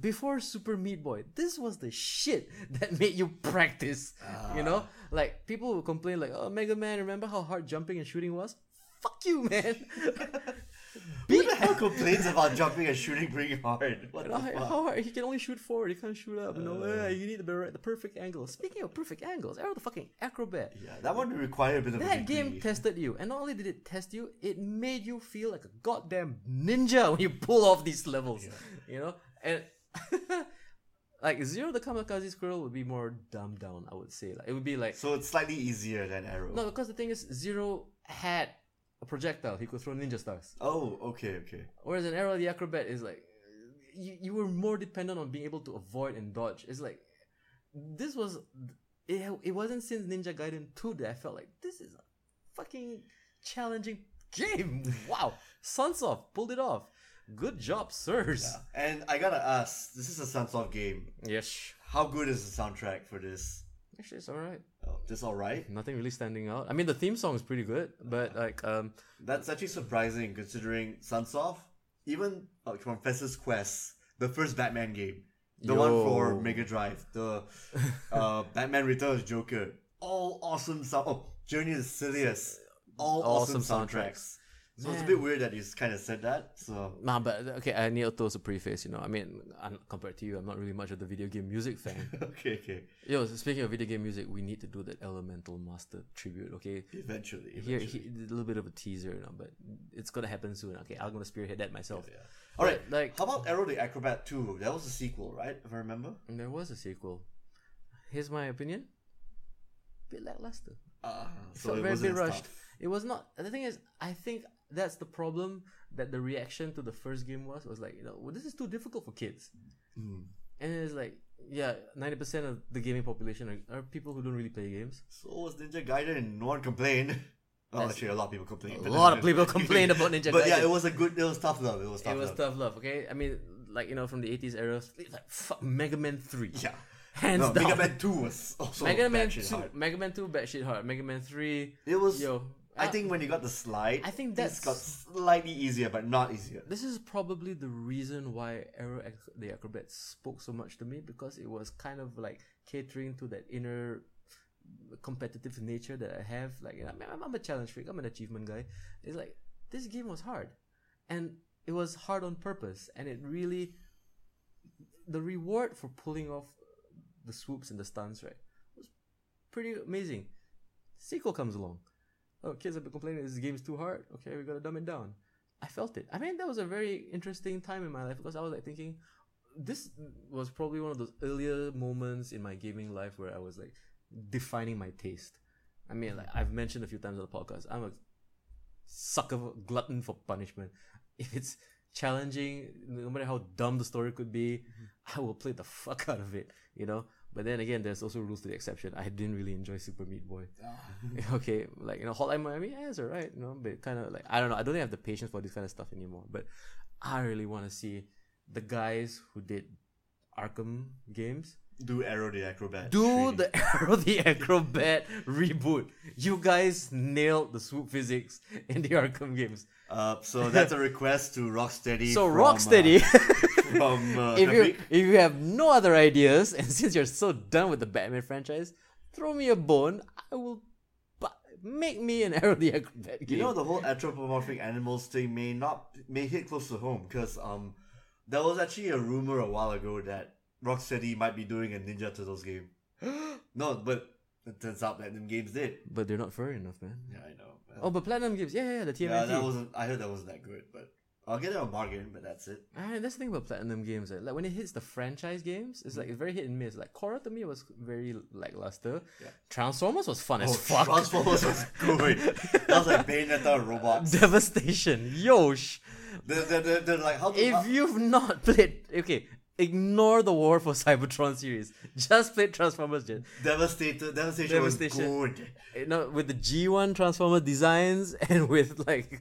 Speaker 1: Before Super Meat Boy, this was the shit that made you practice. You
Speaker 2: Ah.
Speaker 1: know? Like people would complain like, oh Mega Man, remember how hard jumping and shooting was? Fuck you,
Speaker 2: <laughs>
Speaker 1: man.
Speaker 2: Who
Speaker 1: Beat
Speaker 2: the hell complains about jumping and shooting pretty hard? What the
Speaker 1: Right,
Speaker 2: fuck?
Speaker 1: how hard? oh, He can only shoot forward. He can't shoot up. You know, Yeah, you need the, right- the perfect angle. Speaking of perfect angles, Arrow the fucking acrobat.
Speaker 2: Yeah, that one required a bit of a
Speaker 1: That game
Speaker 2: degree.
Speaker 1: tested you, and not only did it test you, it made you feel like a goddamn ninja when you pull off these levels. You know, and <laughs> like Zero the Kamikaze Squirrel would be more dumbed down. I would say like it would be like
Speaker 2: So it's slightly easier than Arrow.
Speaker 1: no, because the thing is, Zero had a projectile. He could throw ninja stars.
Speaker 2: Oh, okay, okay.
Speaker 1: Whereas an arrow, the acrobat is like, you, you were more dependent on being able to avoid and dodge. It's like, this was, it, it wasn't since Ninja Gaiden 2 that I felt like, this is a fucking challenging <laughs> game. Wow. Sunsoft pulled it off. Good job, sirs.
Speaker 2: And I gotta ask, this is a Sunsoft game.
Speaker 1: Yes.
Speaker 2: How good is the soundtrack for this?
Speaker 1: Actually, it's alright.
Speaker 2: Oh, this all right?
Speaker 1: Nothing really standing out. I mean, the theme song is pretty good, but like, um,
Speaker 2: That's actually surprising considering Sunsoft, even uh, from Festus Quest, the first Batman game, the one for
Speaker 1: Yo.
Speaker 2: Mega Drive,
Speaker 1: <laughs>
Speaker 2: the uh, Batman Returns Joker, all awesome sound. Oh, Journey to Silius, all awesome,
Speaker 1: Awesome
Speaker 2: soundtracks. So it's a bit weird that you kind of said that. So <laughs>
Speaker 1: Nah, but okay, I need to toss a preface, you know. I mean, i compared to you, I'm not really much of the video game music fan.
Speaker 2: okay, okay.
Speaker 1: Yo, so speaking of video game music, we need to do that Elemental Master tribute, okay?
Speaker 2: Eventually,
Speaker 1: Here,
Speaker 2: eventually.
Speaker 1: he, a little bit of a teaser, you know, but it's gonna happen soon. Okay, I'm gonna spearhead that myself.
Speaker 2: All right,
Speaker 1: But, like-
Speaker 2: how about Arrow the Acrobat Two? That was a sequel, right? If I remember.
Speaker 1: And there was a sequel. Here's my opinion. Bit lackluster.
Speaker 2: Uh,
Speaker 1: So very bit rushed. It was not. The thing is, I think that's the problem that the reaction to the first game was was like, you know, well, this is too difficult for kids. And it's like, yeah, ninety percent of the gaming population are, are people who don't really play games.
Speaker 2: So was Ninja Gaiden. No one complained. <laughs> Oh, actually, a lot of people complained.
Speaker 1: A lot of people complained about Ninja
Speaker 2: but yeah,
Speaker 1: Gaiden.
Speaker 2: it was a good. It was tough love. It was tough.
Speaker 1: it was
Speaker 2: love.
Speaker 1: tough love okay i mean like you know from the eighties era, it's like fuck, Mega Man Three.
Speaker 2: Yeah.
Speaker 1: hands
Speaker 2: No,
Speaker 1: down.
Speaker 2: Mega Man 2
Speaker 1: <laughs>
Speaker 2: was also
Speaker 1: Mega Man
Speaker 2: batshit
Speaker 1: Two,
Speaker 2: hard.
Speaker 1: Mega Man Two, batshit hard. Mega Man Three,
Speaker 2: It was.
Speaker 1: yo.
Speaker 2: I
Speaker 1: uh,
Speaker 2: think when you got the slide,
Speaker 1: I think
Speaker 2: things
Speaker 1: that's-
Speaker 2: got slightly easier, but not easier.
Speaker 1: this is probably the reason why Arrow Ac- the Acrobat spoke so much to me because it was kind of like catering to that inner competitive nature that I have. Like, you know, I'm, I'm a challenge freak. I'm an achievement guy. It's like this game was hard, and it was hard on purpose, and it really the reward for pulling off the swoops and the stunts right was pretty amazing. Sequel comes along. Oh, kids have been complaining this game's too hard. Okay, we gotta dumb it down. I felt it. I mean, that was a very interesting time in my life because I was like thinking, this was probably one of those earlier moments in my gaming life where I was like defining my taste. I mean, like I've mentioned a few times on the podcast, I'm a sucker for- glutton for punishment. <laughs> If it's challenging, no matter how dumb the story could be, <laughs> I will play the fuck out of it. You know. But then again, there's also rules to the exception. I didn't really enjoy Super Meat Boy <laughs> okay, like you know, Hotline Miami, yeah, it's alright, you know, but kind of like I don't know, I don't think I have the patience for this kind of stuff anymore. But I really want to see the guys who did Arkham games
Speaker 2: Do Arrow the Acrobat.
Speaker 1: do
Speaker 2: training.
Speaker 1: the <laughs> Arrow the Acrobat reboot. You guys nailed the swoop physics in the Arkham games.
Speaker 2: Uh, so that's a request to
Speaker 1: <laughs>
Speaker 2: Rocksteady.
Speaker 1: So
Speaker 2: from, <laughs>
Speaker 1: Rocksteady,
Speaker 2: Uh, from uh,
Speaker 1: if you
Speaker 2: David.
Speaker 1: if you have no other ideas, and since you're so done with the Batman franchise, throw me a bone. I will. bu- Make me an Arrow the Acrobat game.
Speaker 2: You know the whole anthropomorphic animals thing may not may hit close to home because um there was actually a rumor a while ago that Rocksteady might be doing a Ninja Turtles
Speaker 1: <gasps>
Speaker 2: game. no, but it turns out Platinum Games did.
Speaker 1: But they're not furry enough, man.
Speaker 2: Yeah, I know. man.
Speaker 1: Oh, but Platinum Games, yeah, yeah, yeah the TMNT.
Speaker 2: yeah, that wasn't. I heard that wasn't that good, but I'll get it on bargain. But that's it.
Speaker 1: Ah, that's the thing about Platinum Games. eh, Like when it hits the franchise games, it's like
Speaker 2: Mm.
Speaker 1: it's very hit and miss. Like Korra to me was very lackluster.
Speaker 2: Yeah.
Speaker 1: Transformers was fun as
Speaker 2: Oh,
Speaker 1: fuck. <laughs>
Speaker 2: <laughs> Transformers was good. that was like Bayonetta
Speaker 1: <laughs>
Speaker 2: robots.
Speaker 1: Devastation, yosh.
Speaker 2: They're, they're, they're, they're like how to,
Speaker 1: If you've not played, okay, ignore the War for Cybertron series. Just play Transformers. Gen.
Speaker 2: Devastator, Devastation,
Speaker 1: Devastation.
Speaker 2: was good.
Speaker 1: You know, Eh, with the G1 Transformer designs <laughs> and with like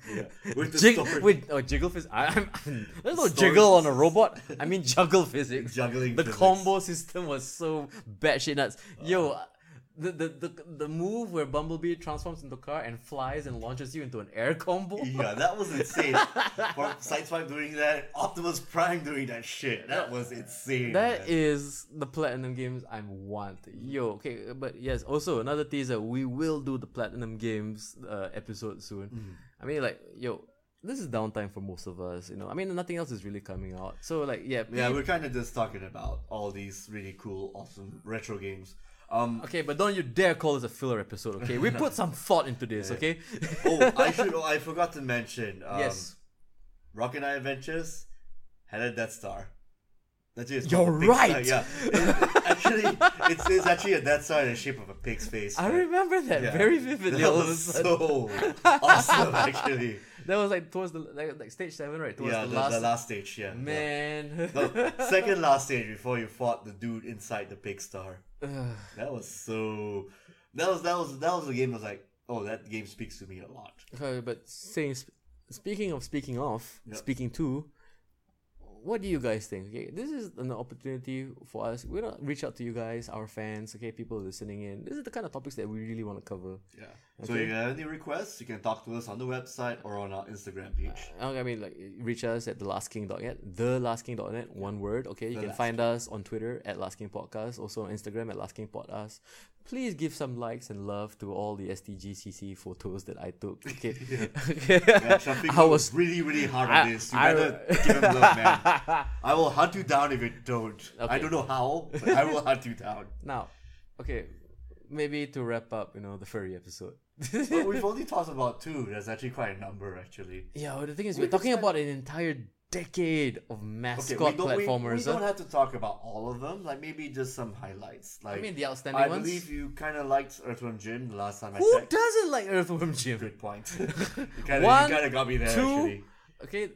Speaker 2: With the
Speaker 1: jig-
Speaker 2: stopper-
Speaker 1: with oh jiggle physics. I'm, I'm, <laughs> there's no
Speaker 2: Story-
Speaker 1: jiggle on a robot. I
Speaker 2: <laughs>
Speaker 1: mean juggle physics.
Speaker 2: Juggling
Speaker 1: The
Speaker 2: physics. Uh.
Speaker 1: combo system was so batshit nuts. Yo, the, the the the move where Bumblebee transforms into a car and flies and launches you into an air combo.
Speaker 2: Yeah, that was insane. For Sideswipe doing that, Optimus Prime doing that shit. That was insane.
Speaker 1: That
Speaker 2: man.
Speaker 1: is the platinum games I want. Yo, okay, but yes, also another teaser. We will do the platinum games uh, episode soon.
Speaker 2: Mm-hmm.
Speaker 1: I mean, like, yo, this is downtime for most of us. You know, I mean, nothing else is really coming out. So, like, yeah,
Speaker 2: Yeah,
Speaker 1: please-
Speaker 2: we're kind of just talking about all these really cool, awesome retro games.
Speaker 1: <laughs>
Speaker 2: Um,
Speaker 1: Okay, but don't you dare call this a filler episode. Okay, we put
Speaker 2: <laughs>
Speaker 1: some thought into this. Okay.
Speaker 2: oh, I should. Oh, I forgot to mention. Um,
Speaker 1: yes.
Speaker 2: Rocket Eye Adventures had a Death Star. That's just
Speaker 1: You're
Speaker 2: a big star,
Speaker 1: right.
Speaker 2: yeah, It- actually, it's, it's actually a Death Star in the shape of a pig's face.
Speaker 1: I
Speaker 2: man.
Speaker 1: remember that
Speaker 2: Yeah.
Speaker 1: very vividly.
Speaker 2: <laughs> That
Speaker 1: all of a
Speaker 2: was
Speaker 1: sudden.
Speaker 2: so <laughs>
Speaker 1: <laughs>
Speaker 2: awesome, actually.
Speaker 1: that was like towards the like, like stage seven, right? Towards
Speaker 2: yeah,
Speaker 1: the, last,
Speaker 2: stage. Yeah, yeah.
Speaker 1: man.
Speaker 2: the second last stage before you fought the dude inside the
Speaker 1: <sighs>
Speaker 2: pig star. that was so. That was that was that was a game. that was like, oh, that game speaks to me a lot.
Speaker 1: Okay, but saying sp- speaking of speaking of
Speaker 2: Yep.
Speaker 1: speaking to, what do you guys think? Okay, this is an opportunity for us. We're gonna reach out to you guys, our fans. Okay, people listening in. This is the kind of topics that we really want to cover.
Speaker 2: Yeah. So if you have any requests, you can talk to us on the website or on our Instagram page.
Speaker 1: Okay, Uh, I mean, like, reach us at thelastking.net, thelastking.net, one word, okay? You can find us on Twitter at Last King Podcast, also on Instagram at Last King Podcast. Please give some likes and love to all the STGCC photos that I took, okay? <laughs> okay.
Speaker 2: <laughs> Yeah,
Speaker 1: <laughs>
Speaker 2: Shafiq
Speaker 1: I
Speaker 2: was
Speaker 1: was
Speaker 2: really, really hard
Speaker 1: I-
Speaker 2: on this. You
Speaker 1: I-
Speaker 2: better give him love,
Speaker 1: <laughs>
Speaker 2: man. I will hunt you down if you don't. I
Speaker 1: Okay.
Speaker 2: don't know how, but I
Speaker 1: <laughs>
Speaker 2: will hunt you down.
Speaker 1: Now, okay, maybe to wrap up, you know, the furry episode. <laughs>
Speaker 2: But we've only talked about two. There's actually quite a number, actually.
Speaker 1: yeah, well, the thing is, we're talking about an entire decade of
Speaker 2: Okay,
Speaker 1: mascot
Speaker 2: we don't, we- We,
Speaker 1: platformers. huh?
Speaker 2: don't have to talk about all of them. Like maybe just some highlights. Like
Speaker 1: mean, the outstanding
Speaker 2: I
Speaker 1: ones.
Speaker 2: believe you kind of liked Earthworm Jim the last time I
Speaker 1: Who
Speaker 2: checked.
Speaker 1: doesn't like Earthworm Jim?
Speaker 2: Good point. <laughs> you kind
Speaker 1: One,
Speaker 2: of got me there.
Speaker 1: two,
Speaker 2: actually.
Speaker 1: okay,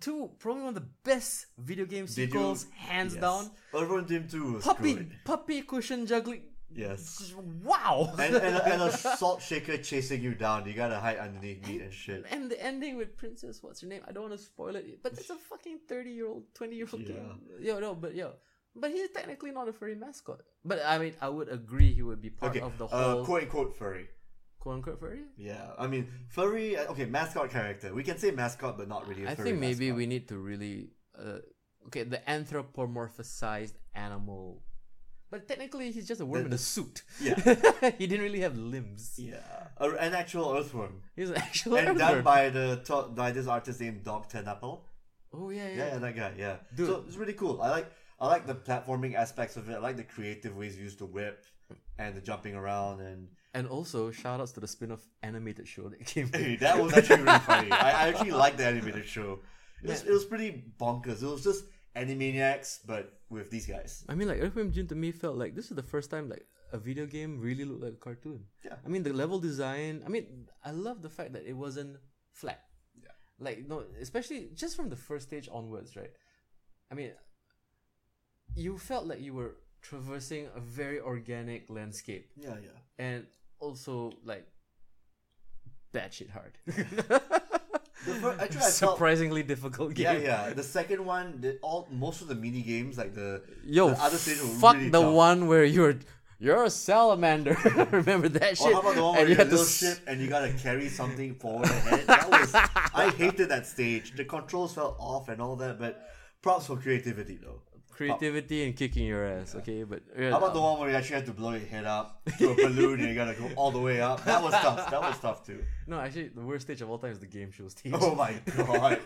Speaker 1: two, probably one of the best video game
Speaker 2: Did you-
Speaker 1: sequels, hands
Speaker 2: Yes.
Speaker 1: down.
Speaker 2: Earthworm Jim two was
Speaker 1: Puppy,
Speaker 2: good.
Speaker 1: puppy cushion juggling,
Speaker 2: Yes.
Speaker 1: Wow.
Speaker 2: And, and, a, and a salt shaker chasing you down. You gotta hide underneath meat and shit.
Speaker 1: And the ending with Princess, what's her name? I don't want to spoil it, but
Speaker 2: <laughs>
Speaker 1: it's a fucking thirty-year-old, twenty-year-old game. Yo, no, but yo, but he's technically not a furry mascot. But I mean, I would agree he would be part
Speaker 2: Okay.
Speaker 1: of the
Speaker 2: uh,
Speaker 1: whole
Speaker 2: quote unquote furry.
Speaker 1: quote unquote furry.
Speaker 2: Yeah, I mean furry. uh, Okay, mascot character. We can say mascot, but not really. I
Speaker 1: I think maybe we need to really, uh, okay, the anthropomorphized animal. But technically, he's just a worm in a suit.
Speaker 2: Yeah.
Speaker 1: <laughs> he didn't really have limbs.
Speaker 2: Yeah, a, an actual earthworm,
Speaker 1: He's an actual
Speaker 2: and done
Speaker 1: worm.
Speaker 2: by the to- by this artist named Dog Tenapple.
Speaker 1: oh yeah, yeah.
Speaker 2: Yeah, yeah, that guy. Yeah,
Speaker 1: Dude.
Speaker 2: so it's really cool. I like I like the platforming aspects of it. I like the creative ways used to whip and the jumping around and
Speaker 1: And also, shout outs to the spin off animated show that
Speaker 2: <laughs>
Speaker 1: came.
Speaker 2: Hey, <laughs> that was actually really <laughs> funny. I, I actually liked the animated show. It was, it was pretty bonkers. It was just Animaniacs, but with these guys.
Speaker 1: I mean, like Earthworm Jim to me felt like this is the first time like a video game really looked like a cartoon.
Speaker 2: Yeah.
Speaker 1: I mean, the level design. I mean, I love the fact that it wasn't flat.
Speaker 2: Yeah.
Speaker 1: Like no, especially just from the first stage onwards, right? I mean, you felt like you were traversing a very organic landscape,
Speaker 2: Yeah, yeah.
Speaker 1: and also like batshit
Speaker 2: <laughs>
Speaker 1: hard.
Speaker 2: The fir- actually, <laughs> I felt,
Speaker 1: Surprisingly difficult game.
Speaker 2: yeah, yeah. The second one, the, all most of the mini games, like the
Speaker 1: Yo,
Speaker 2: the other stage, were
Speaker 1: fuck
Speaker 2: really
Speaker 1: the
Speaker 2: tough.
Speaker 1: one where you're you're a salamander. <laughs> Remember that shit?
Speaker 2: Or how about the one where
Speaker 1: And you
Speaker 2: you're a
Speaker 1: had to
Speaker 2: little
Speaker 1: s-
Speaker 2: ship and you gotta carry something forward ahead? That was
Speaker 1: <laughs>
Speaker 2: I hated that stage. The controls fell off and all that, but props for creativity though.
Speaker 1: creativity and kicking your ass. Okay, but yeah,
Speaker 2: How about the one where you actually had to blow your head up to a balloon and you gotta go all the way up? That was tough. That was
Speaker 1: <laughs>
Speaker 2: tough too.
Speaker 1: no, actually, the worst stage of all time is the game show stage.
Speaker 2: Oh my god.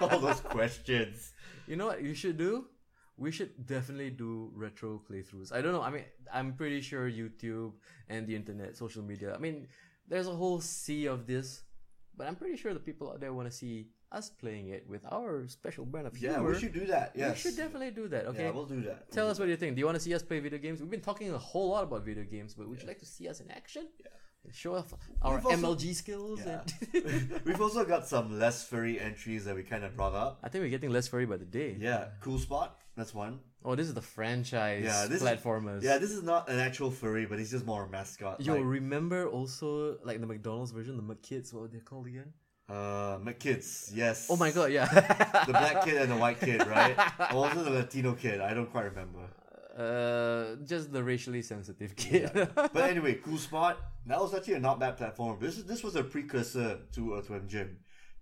Speaker 2: All those questions.
Speaker 1: <laughs> You know what you should do? We should definitely do retro playthroughs. I don't know. I mean, I'm pretty sure YouTube and the internet, social media. I mean, there's a whole sea of this, but I'm pretty sure the people out there want to see us playing it with our special brand of
Speaker 2: Yeah,
Speaker 1: humor.
Speaker 2: we should do that.
Speaker 1: We
Speaker 2: Yes.
Speaker 1: should definitely do that. Okay,
Speaker 2: Yeah, we'll do that.
Speaker 1: Tell us what you think. Do you want to see us play video games? We've been talking a whole lot about video games, but would you like to see us in action? Yeah. Show off our
Speaker 2: We've also-
Speaker 1: MLG skills.
Speaker 2: Yeah.
Speaker 1: And <laughs>
Speaker 2: We've also got some less furry entries that we kind of brought up.
Speaker 1: I think we're getting less furry by the day.
Speaker 2: Yeah, Cool Spot. That's one.
Speaker 1: Oh, this is the franchise
Speaker 2: Yeah, this
Speaker 1: platformers.
Speaker 2: Yeah, this is not an actual furry, but he's just more a mascot.
Speaker 1: Yo,
Speaker 2: like-
Speaker 1: remember also like the McDonald's version, the McKids, what were they called again?
Speaker 2: Uh, McKids, yes.
Speaker 1: Oh my god, yeah.
Speaker 2: The black kid and the white kid, right? Or was it the Latino kid? I don't quite remember.
Speaker 1: <laughs> uh, just the racially sensitive kid.
Speaker 2: But anyway, Cool Spot, that was actually a not bad platform. This is, this was a precursor to Earthworm Jim.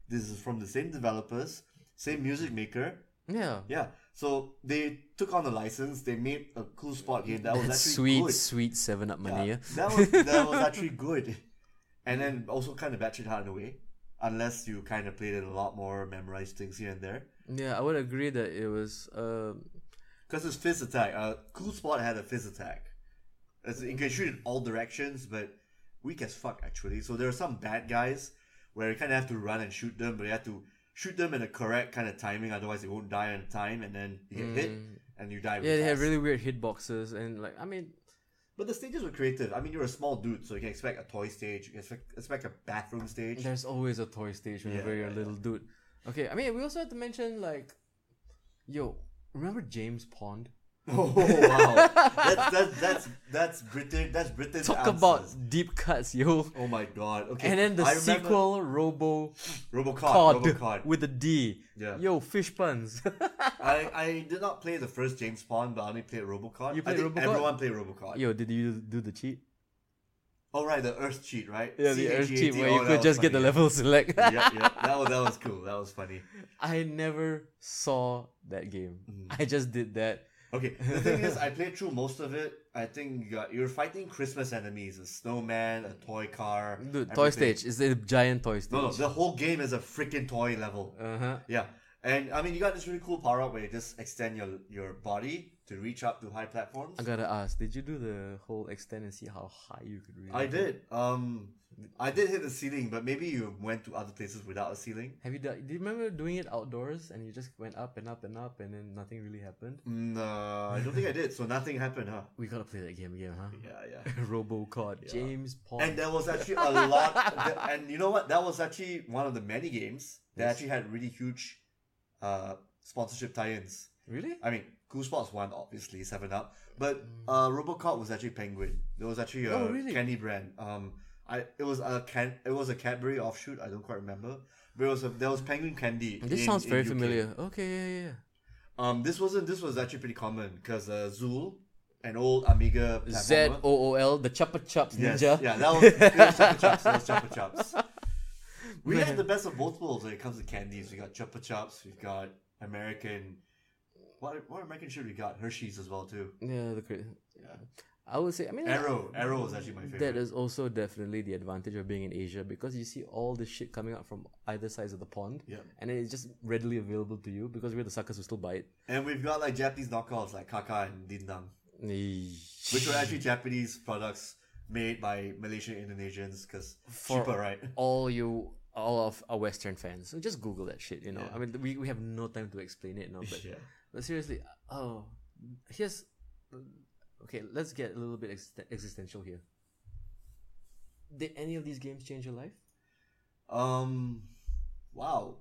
Speaker 2: This is from the same developers, same music maker.
Speaker 1: <laughs> yeah.
Speaker 2: Yeah, so they took on the license, they made a Cool Spot game that was
Speaker 1: That
Speaker 2: actually
Speaker 1: sweet,
Speaker 2: good.
Speaker 1: sweet Seven Up
Speaker 2: Yeah,
Speaker 1: mania.
Speaker 2: that was that was actually good, and then also kind of batshit hard in a way, unless you kind of played it a lot more, memorized things here and there.
Speaker 1: Yeah, I would agree that it was. Um,
Speaker 2: Because it's fizz attack. Uh, cool spot had a fizz attack. It's, it can shoot in all directions, but weak as fuck actually. So there are some bad guys where you kind of have to run and shoot them, but you have to shoot them in the correct kind of timing, otherwise they won't die on time, and then you get hit and you die.
Speaker 1: Mm. yeah, they had
Speaker 2: fast.
Speaker 1: really weird hitboxes and like I mean,
Speaker 2: But the stages were creative. I mean, you're a small dude, so you can expect a toy stage, you can expect, expect a bathroom stage.
Speaker 1: there's always a toy stage whenever
Speaker 2: Yeah,
Speaker 1: you're a
Speaker 2: yeah,
Speaker 1: little dude. Okay, I mean we also have to mention like, yo, remember James Pond?
Speaker 2: <laughs> Oh wow,
Speaker 1: <laughs>
Speaker 2: that's that's that's that's Britain. That's Britain's
Speaker 1: Talk
Speaker 2: answers.
Speaker 1: about deep cuts, yo.
Speaker 2: Oh my god. Okay.
Speaker 1: And then the
Speaker 2: I remember-
Speaker 1: sequel, Robo
Speaker 2: Robocod.
Speaker 1: Cod,
Speaker 2: Robocod.
Speaker 1: with a D.
Speaker 2: Yeah.
Speaker 1: Yo, fish
Speaker 2: <laughs>
Speaker 1: puns.
Speaker 2: I, I did not play the first James Bond, but I only played Robocod.
Speaker 1: You played
Speaker 2: I think
Speaker 1: Robocod?
Speaker 2: everyone played Robocod.
Speaker 1: yo, did you do the cheat?
Speaker 2: Oh right, the Earth cheat, right?
Speaker 1: Yeah, the Earth cheat
Speaker 2: CHEAT,
Speaker 1: where
Speaker 2: oh,
Speaker 1: you
Speaker 2: that
Speaker 1: could
Speaker 2: was
Speaker 1: just get the
Speaker 2: funny.
Speaker 1: level select.
Speaker 2: yeah, yeah, that was that was cool. That was funny.
Speaker 1: <laughs> I never saw that game.
Speaker 2: Mm.
Speaker 1: I just did that.
Speaker 2: Okay, the thing is, I played through most of it. I think you got, you're fighting Christmas enemies: a snowman, a toy car,
Speaker 1: Dude, toy
Speaker 2: everything.
Speaker 1: stage is a giant toy stage.
Speaker 2: No, no, the whole game is a freaking toy level.
Speaker 1: Uh huh.
Speaker 2: Yeah. And I mean, you got this really cool power up where you just extend your your body to reach up to high platforms.
Speaker 1: I gotta ask, did you do the whole extend and see how high you could reach?
Speaker 2: I did. Um, I did hit the ceiling, but maybe you went to other places without a ceiling.
Speaker 1: Have you done? Do you remember doing it outdoors and you just went up and up and up and then nothing really happened?
Speaker 2: No, I don't think I did. So nothing happened, huh?
Speaker 1: We gotta play that game again, <laughs> huh?
Speaker 2: Yeah, yeah.
Speaker 1: RoboCod, James Pond.
Speaker 2: And there was actually a lot. that- and you know what? That was actually one of the many games that actually had really huge uh, sponsorship tie-ins.
Speaker 1: really?
Speaker 2: I mean, Cool Sports won, obviously, 7 Up. But uh, Robocop was actually Penguin. It was actually a
Speaker 1: Mm. Oh, really?
Speaker 2: candy brand. Um, I it was a can it was a Cadbury offshoot. I don't quite remember. But it was a, there was Penguin candy.
Speaker 1: This
Speaker 2: in-
Speaker 1: sounds
Speaker 2: in
Speaker 1: very
Speaker 2: UK.
Speaker 1: familiar. Okay, yeah, yeah,
Speaker 2: Um, this wasn't. This was actually pretty common because uh, Zool, an old Amiga
Speaker 1: yeah.
Speaker 2: platformer.
Speaker 1: Z O O L, the Chupa Chups
Speaker 2: Yes,
Speaker 1: Ninja.
Speaker 2: Yeah,
Speaker 1: <laughs>
Speaker 2: that was, it was Chupa Chups. That was Chupa Chups. We had the best of both worlds when it comes to candies. We got Chupa Chups. We've got American. What what American shit we got? Hershey's as well too.
Speaker 1: Yeah, the cra-
Speaker 2: Yeah.
Speaker 1: I would say, I mean,
Speaker 2: Arrow. Arrow was actually my favorite.
Speaker 1: That is also definitely the advantage of being in Asia because you see all this shit coming out from either sides of the pond.
Speaker 2: Yep.
Speaker 1: And then it's just readily available to you because we're the suckers who still buy it.
Speaker 2: And we've got like Japanese knockoffs like Kaka and Dindang, which
Speaker 1: Which
Speaker 2: were actually Japanese products made by Malaysian Indonesians because
Speaker 1: For-
Speaker 2: cheaper,
Speaker 1: <laughs>
Speaker 2: right?
Speaker 1: all you all of our Western fans. So just Google that shit, you know.
Speaker 2: Yeah.
Speaker 1: I mean we, we have no time to explain it now, but
Speaker 2: <laughs> yeah.
Speaker 1: but seriously, oh here's okay, let's get a little bit exist- existential here. Did any of these games change your life?
Speaker 2: Um, wow.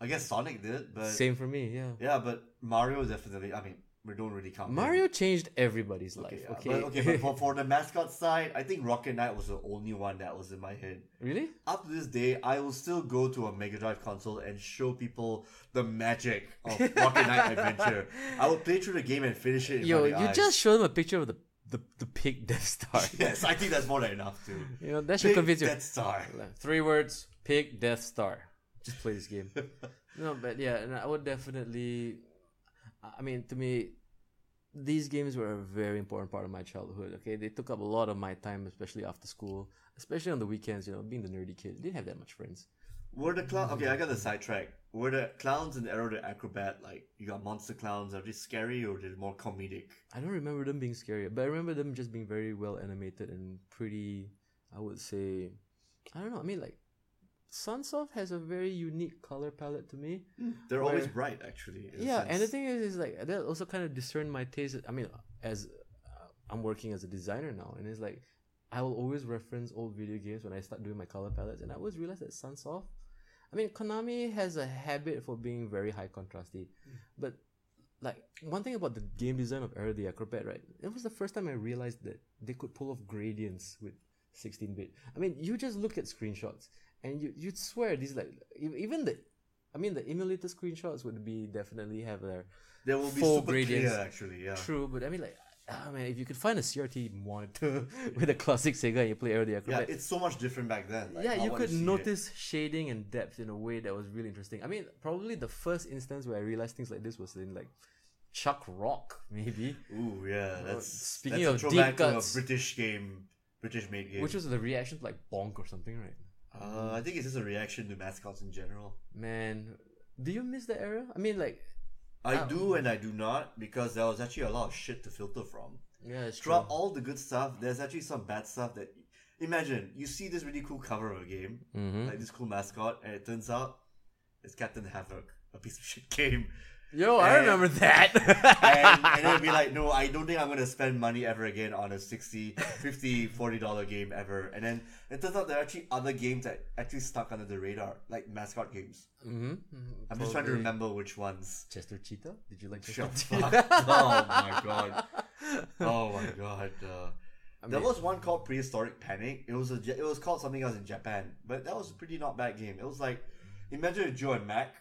Speaker 2: I guess Sonic did, but
Speaker 1: Same for me, yeah.
Speaker 2: yeah, but Mario definitely. I mean, we don't really count him.
Speaker 1: Mario changed everybody's
Speaker 2: Okay,
Speaker 1: life.
Speaker 2: yeah,
Speaker 1: okay,
Speaker 2: But, okay, but for, for the mascot side, I think Rocket Knight was the only one that was in my head.
Speaker 1: <laughs> really?
Speaker 2: Up to this day, I will still go to a Mega Drive console and show people the magic
Speaker 1: <laughs>
Speaker 2: of Rocket Knight Adventure. I will play through the game and finish it. In
Speaker 1: Yo,
Speaker 2: front of
Speaker 1: you
Speaker 2: your eyes.
Speaker 1: just show them a picture of the the, the pig <laughs> Death Star.
Speaker 2: <laughs> yes, I think that's more than enough too.
Speaker 1: You know, that should
Speaker 2: Big
Speaker 1: convince you.
Speaker 2: Death Star.
Speaker 1: Three words: pig Death Star. Just play this game. <laughs> no, but yeah, and I would definitely. I I mean, to me, these games were a very important part of my childhood. Okay, they took up a lot of my time, especially after school, especially on the weekends. You know, being the nerdy kid, didn't have that much friends.
Speaker 2: Were the clown? Okay, I got the
Speaker 1: Mm-hmm.
Speaker 2: sidetrack. Were the clowns and Arrow the acrobat like you got monster clowns? Are they scary or are they more comedic?
Speaker 1: I don't remember them being scary, but I remember them just being very well animated and pretty. I would say, I don't know. I mean, like, Sunsoft has a very unique color palette to me.
Speaker 2: They're always
Speaker 1: Where-
Speaker 2: bright, actually. in a
Speaker 1: yeah,
Speaker 2: sense.
Speaker 1: and the thing is, is like that also kind of discerned my taste. I mean, as uh, I'm working as a designer now, and it's like I will always reference old video games when I start doing my color palettes, and I always realize that Sunsoft. I mean, Konami has a habit for being very high contrasty,
Speaker 2: Mm.
Speaker 1: but like one thing about the game design of Era the Acrobat, right? It was the first time I realized that they could pull off gradients with 16 bit. I mean, you just look at screenshots and you you'd swear these like e- even the, I mean the emulator screenshots would be definitely have their
Speaker 2: there will be
Speaker 1: full
Speaker 2: super
Speaker 1: gradients.
Speaker 2: clear, actually. Yeah.
Speaker 1: true, but I mean like. ah man, if you could find a CRT monitor <laughs> with a classic Sega and you play Era the
Speaker 2: Yeah,
Speaker 1: Acrobat,
Speaker 2: it's so much different back then. like,
Speaker 1: yeah,
Speaker 2: I
Speaker 1: you
Speaker 2: wanna
Speaker 1: could
Speaker 2: see it.
Speaker 1: notice shading and depth in a way that was really interesting. I mean, probably the first instance where I realized things like this was in like Chuck Rock, <laughs> maybe,
Speaker 2: Ooh, yeah. That's
Speaker 1: speaking
Speaker 2: that's
Speaker 1: of
Speaker 2: a
Speaker 1: deep
Speaker 2: throwback to a
Speaker 1: cuts-
Speaker 2: British game, British made game.
Speaker 1: which was the reaction to like Bonk or something, right?
Speaker 2: uh, I think it's just a reaction to mascots in general.
Speaker 1: Man, do you miss the era? I mean, like,
Speaker 2: I
Speaker 1: Oh.
Speaker 2: do and I do not because there was actually a lot of shit to filter from.
Speaker 1: yeah, it's true.
Speaker 2: Throughout all the good stuff, there's actually some bad stuff that. Imagine you see this really cool cover of a game, like this cool mascot, and it turns out it's Captain Havoc, a piece of shit game.
Speaker 1: Yo, I
Speaker 2: And-
Speaker 1: remember that.
Speaker 2: And, and it'll be like, no, I don't think I'm going to spend money ever again on a 60 50 $40 game ever. And then it turns out there are actually other games that actually stuck under the radar, like mascot games.
Speaker 1: <laughs> mm-hmm.
Speaker 2: I'm just trying to remember which ones.
Speaker 1: Chester Cheetah? Did you like Chester
Speaker 2: <laughs> Shut
Speaker 1: Cheetah?
Speaker 2: up.
Speaker 1: <laughs>
Speaker 2: Oh my god. Oh my god. Uh, there
Speaker 1: mean-
Speaker 2: was one called Prehistoric Panic. It was a Ja- it was called something else in Japan, but that was a pretty not bad game. It was like imagine if Joe and Mac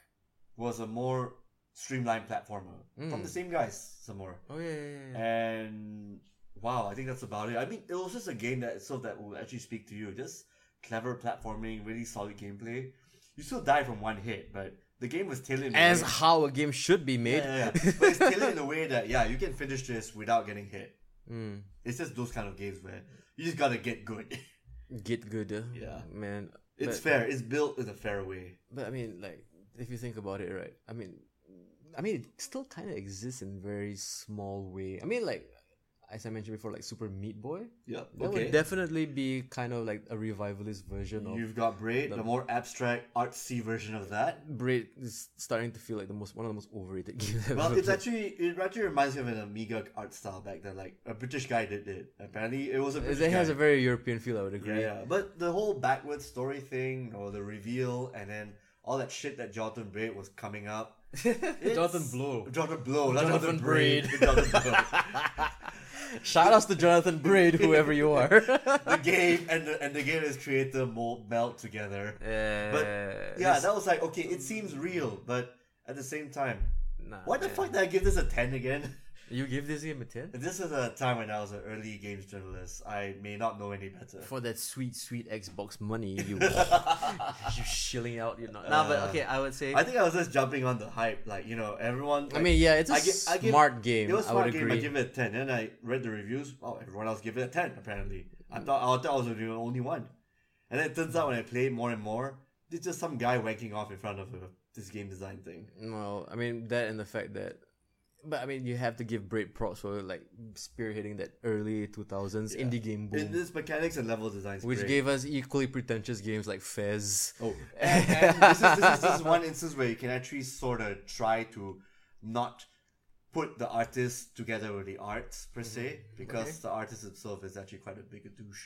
Speaker 2: was a more streamlined platformer from
Speaker 1: Mm.
Speaker 2: the same guys some more.
Speaker 1: Oh yeah, yeah, yeah.
Speaker 2: And wow, I think that's about it. I mean, it was just a game that so that will actually speak to you. Just clever platforming, really solid gameplay. You still die from one hit, but the game was tailored in a
Speaker 1: As
Speaker 2: way-
Speaker 1: how a game should be made.
Speaker 2: yeah, yeah, yeah. but it's tailored in a way that yeah, you can finish this without getting hit.
Speaker 1: <laughs> Mm.
Speaker 2: It's just those kind of games where you just gotta get good. <laughs>
Speaker 1: Get good. uh,
Speaker 2: Yeah.
Speaker 1: man.
Speaker 2: It's
Speaker 1: But-
Speaker 2: fair. It's built in a fair way.
Speaker 1: But I mean, like, if you think about it, right? I mean, I mean, it still kind of exists in very small way. I mean, like, as I mentioned before, like Super Meat Boy,
Speaker 2: Yep.
Speaker 1: that would definitely be kind of like a revivalist version of
Speaker 2: You've got Braid, the, more abstract, artsy version of that.
Speaker 1: Braid is starting to feel like the most one of the most overrated <laughs> games. I've
Speaker 2: Well,
Speaker 1: ever
Speaker 2: it's
Speaker 1: played.
Speaker 2: actually it actually reminds me of an Amiga art style back then. Like a British guy did it. Apparently, it was a British
Speaker 1: it has
Speaker 2: guy.
Speaker 1: a very European feel. I would
Speaker 2: yeah,
Speaker 1: agree.
Speaker 2: yeah. But the whole
Speaker 1: <laughs>
Speaker 2: backwards story thing, or the reveal, and then all that shit that Jonathan Braid was coming up.
Speaker 1: Jonathan
Speaker 2: It's-
Speaker 1: Blow.
Speaker 2: Jonathan Blow, not
Speaker 1: Jonathan
Speaker 2: Jonathan, Braid. <laughs>
Speaker 1: Braid.
Speaker 2: Jonathan Blow.
Speaker 1: Shout outs to Jonathan Braid, whoever you
Speaker 2: <laughs>
Speaker 1: are. <laughs>
Speaker 2: the game and the, and the game is creator mold melt together. But yeah,
Speaker 1: Yes.
Speaker 2: that was like okay, it seems real, but at the same time,
Speaker 1: Nah,
Speaker 2: why the
Speaker 1: man.
Speaker 2: fuck did I give this a ten again? <laughs>
Speaker 1: You give this game a 10?
Speaker 2: This is a time when I was an early games journalist. I may not know any better.
Speaker 1: For that sweet, sweet Xbox money,
Speaker 2: <laughs>
Speaker 1: you you shilling out. You're not. Nah, but
Speaker 2: Uh,
Speaker 1: okay, I would say.
Speaker 2: I think I was just jumping on the hype, like you know, everyone.
Speaker 1: I
Speaker 2: like,
Speaker 1: mean, yeah, it's a
Speaker 2: I gi- I give-
Speaker 1: smart game.
Speaker 2: It was a
Speaker 1: I would
Speaker 2: smart game.
Speaker 1: agree.
Speaker 2: I give it a ten, and I read the reviews. Oh, everyone else gave it a ten. Apparently,
Speaker 1: Mm.
Speaker 2: I thought I thought I was the only one. And then it turns out when I play more and more, it's just some guy wanking off in front of a, this game design thing.
Speaker 1: Well, I mean that and the fact that, but I mean you have to give Braid props for like spearheading that early two thousands indie game boom,
Speaker 2: In this mechanics and level design,
Speaker 1: which gave us equally pretentious games like Fez.
Speaker 2: Oh, and, and this, is, this,
Speaker 1: <laughs>
Speaker 2: is, this is one instance where you can actually sort of try to not put the artist together with the arts per se, because
Speaker 1: Mm-hmm. Okay.
Speaker 2: the artist itself is actually quite a big douche.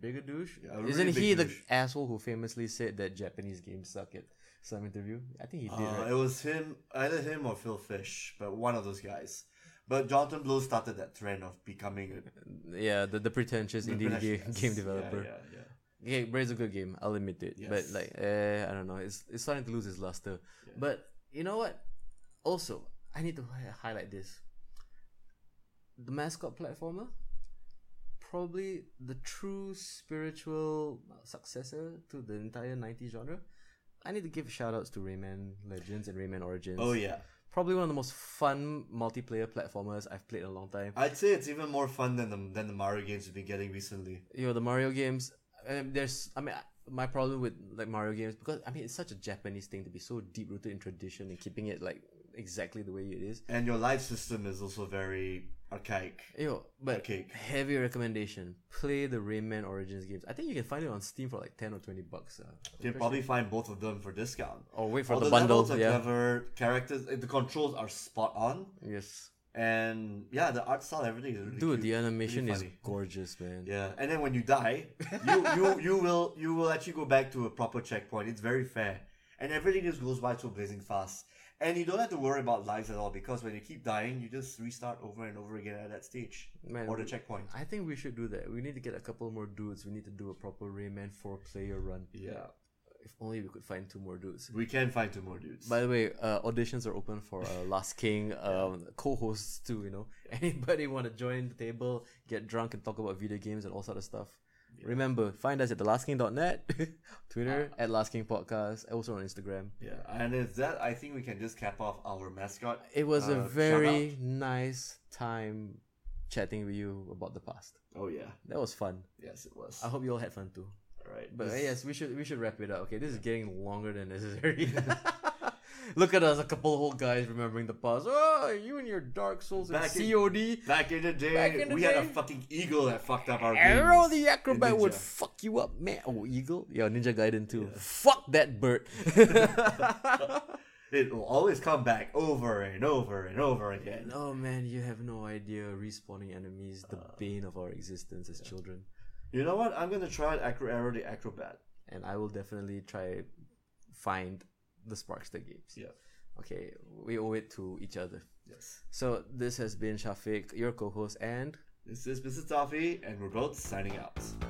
Speaker 1: Bigger douche.
Speaker 2: Yeah, a
Speaker 1: Isn't
Speaker 2: really big
Speaker 1: he the
Speaker 2: douche.
Speaker 1: asshole who famously said that Japanese games suck at some interview? I think he did.
Speaker 2: Uh,
Speaker 1: right?
Speaker 2: It was him, either him or Phil Fish, but one of those guys. But Jonathan Blow started that trend of becoming a
Speaker 1: Yeah, the, the pretentious
Speaker 2: <laughs>
Speaker 1: indie
Speaker 2: Yes,
Speaker 1: game, game
Speaker 2: yeah,
Speaker 1: developer.
Speaker 2: Yeah, yeah,
Speaker 1: Okay, Braid's a good game. I'll admit it. But
Speaker 2: Yes.
Speaker 1: like, eh, I don't know. It's it's starting to lose its luster. But you know what? Also, I need to hi- highlight this. The mascot platformer, probably the true spiritual successor to the entire '90s genre. I need to give shout outs to Rayman Legends and Rayman Origins.
Speaker 2: Oh yeah,
Speaker 1: Probably one of the most fun multiplayer platformers I've played in a long time.
Speaker 2: I'd say it's even more fun than the than the Mario games we've been getting recently.
Speaker 1: you know the Mario games. Um, there's, I mean, I- my problem with like Mario games because I mean it's such a Japanese thing to be so deep rooted in tradition and keeping it like exactly the way it is.
Speaker 2: And your life system is also very archaic.
Speaker 1: Yo, but
Speaker 2: Okay.
Speaker 1: heavy recommendation. Play the Rayman Origins games. I think you can find it on Steam for like ten or twenty bucks. Uh,
Speaker 2: You can probably find both of them for discount.
Speaker 1: or wait Oh, for
Speaker 2: All
Speaker 1: the, bundle.
Speaker 2: levels are
Speaker 1: Yeah.
Speaker 2: clever. Characters, the controls are spot on,
Speaker 1: Yes,
Speaker 2: and yeah, the art style, everything is really
Speaker 1: dude,
Speaker 2: cute,
Speaker 1: the animation
Speaker 2: really
Speaker 1: is
Speaker 2: funny.
Speaker 1: gorgeous, man.
Speaker 2: Yeah, and then when you die, you,
Speaker 1: <laughs>
Speaker 2: you you will you will actually go back to a proper checkpoint. It's very fair, and everything just goes by so blazing fast. And you don't have to worry about lives at all because when you keep dying, you just restart over and over again at that stage
Speaker 1: Man,
Speaker 2: or the
Speaker 1: we-
Speaker 2: checkpoint.
Speaker 1: I think we should do that. We need to get a couple more dudes. We need to do a proper Rayman four-player run.
Speaker 2: Yeah,
Speaker 1: If only we could find two more dudes.
Speaker 2: we can find two more dudes.
Speaker 1: By the way, uh, auditions are open for uh, Last King um, co-hosts too. You know, <laughs> anybody want to join the table, get drunk, and talk about video games and all sort of stuff. Remember, find us at thelastking.net, <laughs> Twitter
Speaker 2: Uh.
Speaker 1: at Last King Podcast, also on Instagram.
Speaker 2: yeah, and with that, I think we can just cap off our mascot.
Speaker 1: It was
Speaker 2: uh,
Speaker 1: a
Speaker 2: shout
Speaker 1: very
Speaker 2: out.
Speaker 1: nice time chatting with you about the past.
Speaker 2: oh yeah,
Speaker 1: That was fun.
Speaker 2: yes, it was.
Speaker 1: I hope you all had fun too.
Speaker 2: all right,
Speaker 1: But uh,
Speaker 2: this-
Speaker 1: yes, we should we should wrap it up. Okay, this is getting longer than necessary. <laughs> Look at us, a couple of old guys remembering the past. Oh, you and your Dark Souls and
Speaker 2: Back in-
Speaker 1: COD.
Speaker 2: Back in the day,
Speaker 1: Back in the
Speaker 2: we had a
Speaker 1: day-
Speaker 2: fucking eagle that fucked up our
Speaker 1: Arrow
Speaker 2: games.
Speaker 1: the Acrobat would
Speaker 2: Ninja.
Speaker 1: fuck you up, man. Oh, Eagle? Yeah, Ninja Gaiden too. Fuck that
Speaker 2: <laughs>
Speaker 1: bird.
Speaker 2: It will always come back over and over and over again.
Speaker 1: oh man, you have no idea. Respawning enemies, the
Speaker 2: Uh,
Speaker 1: bane of our existence as children.
Speaker 2: You know what? I'm gonna try an acro arrow the acrobat.
Speaker 1: And I will definitely try find the Sparkster games.
Speaker 2: Yeah.
Speaker 1: Okay, we owe it to each other.
Speaker 2: Yes.
Speaker 1: So this has been Shafiq, your co-host, and
Speaker 2: This is Mrs. Toffee, and we're both signing out.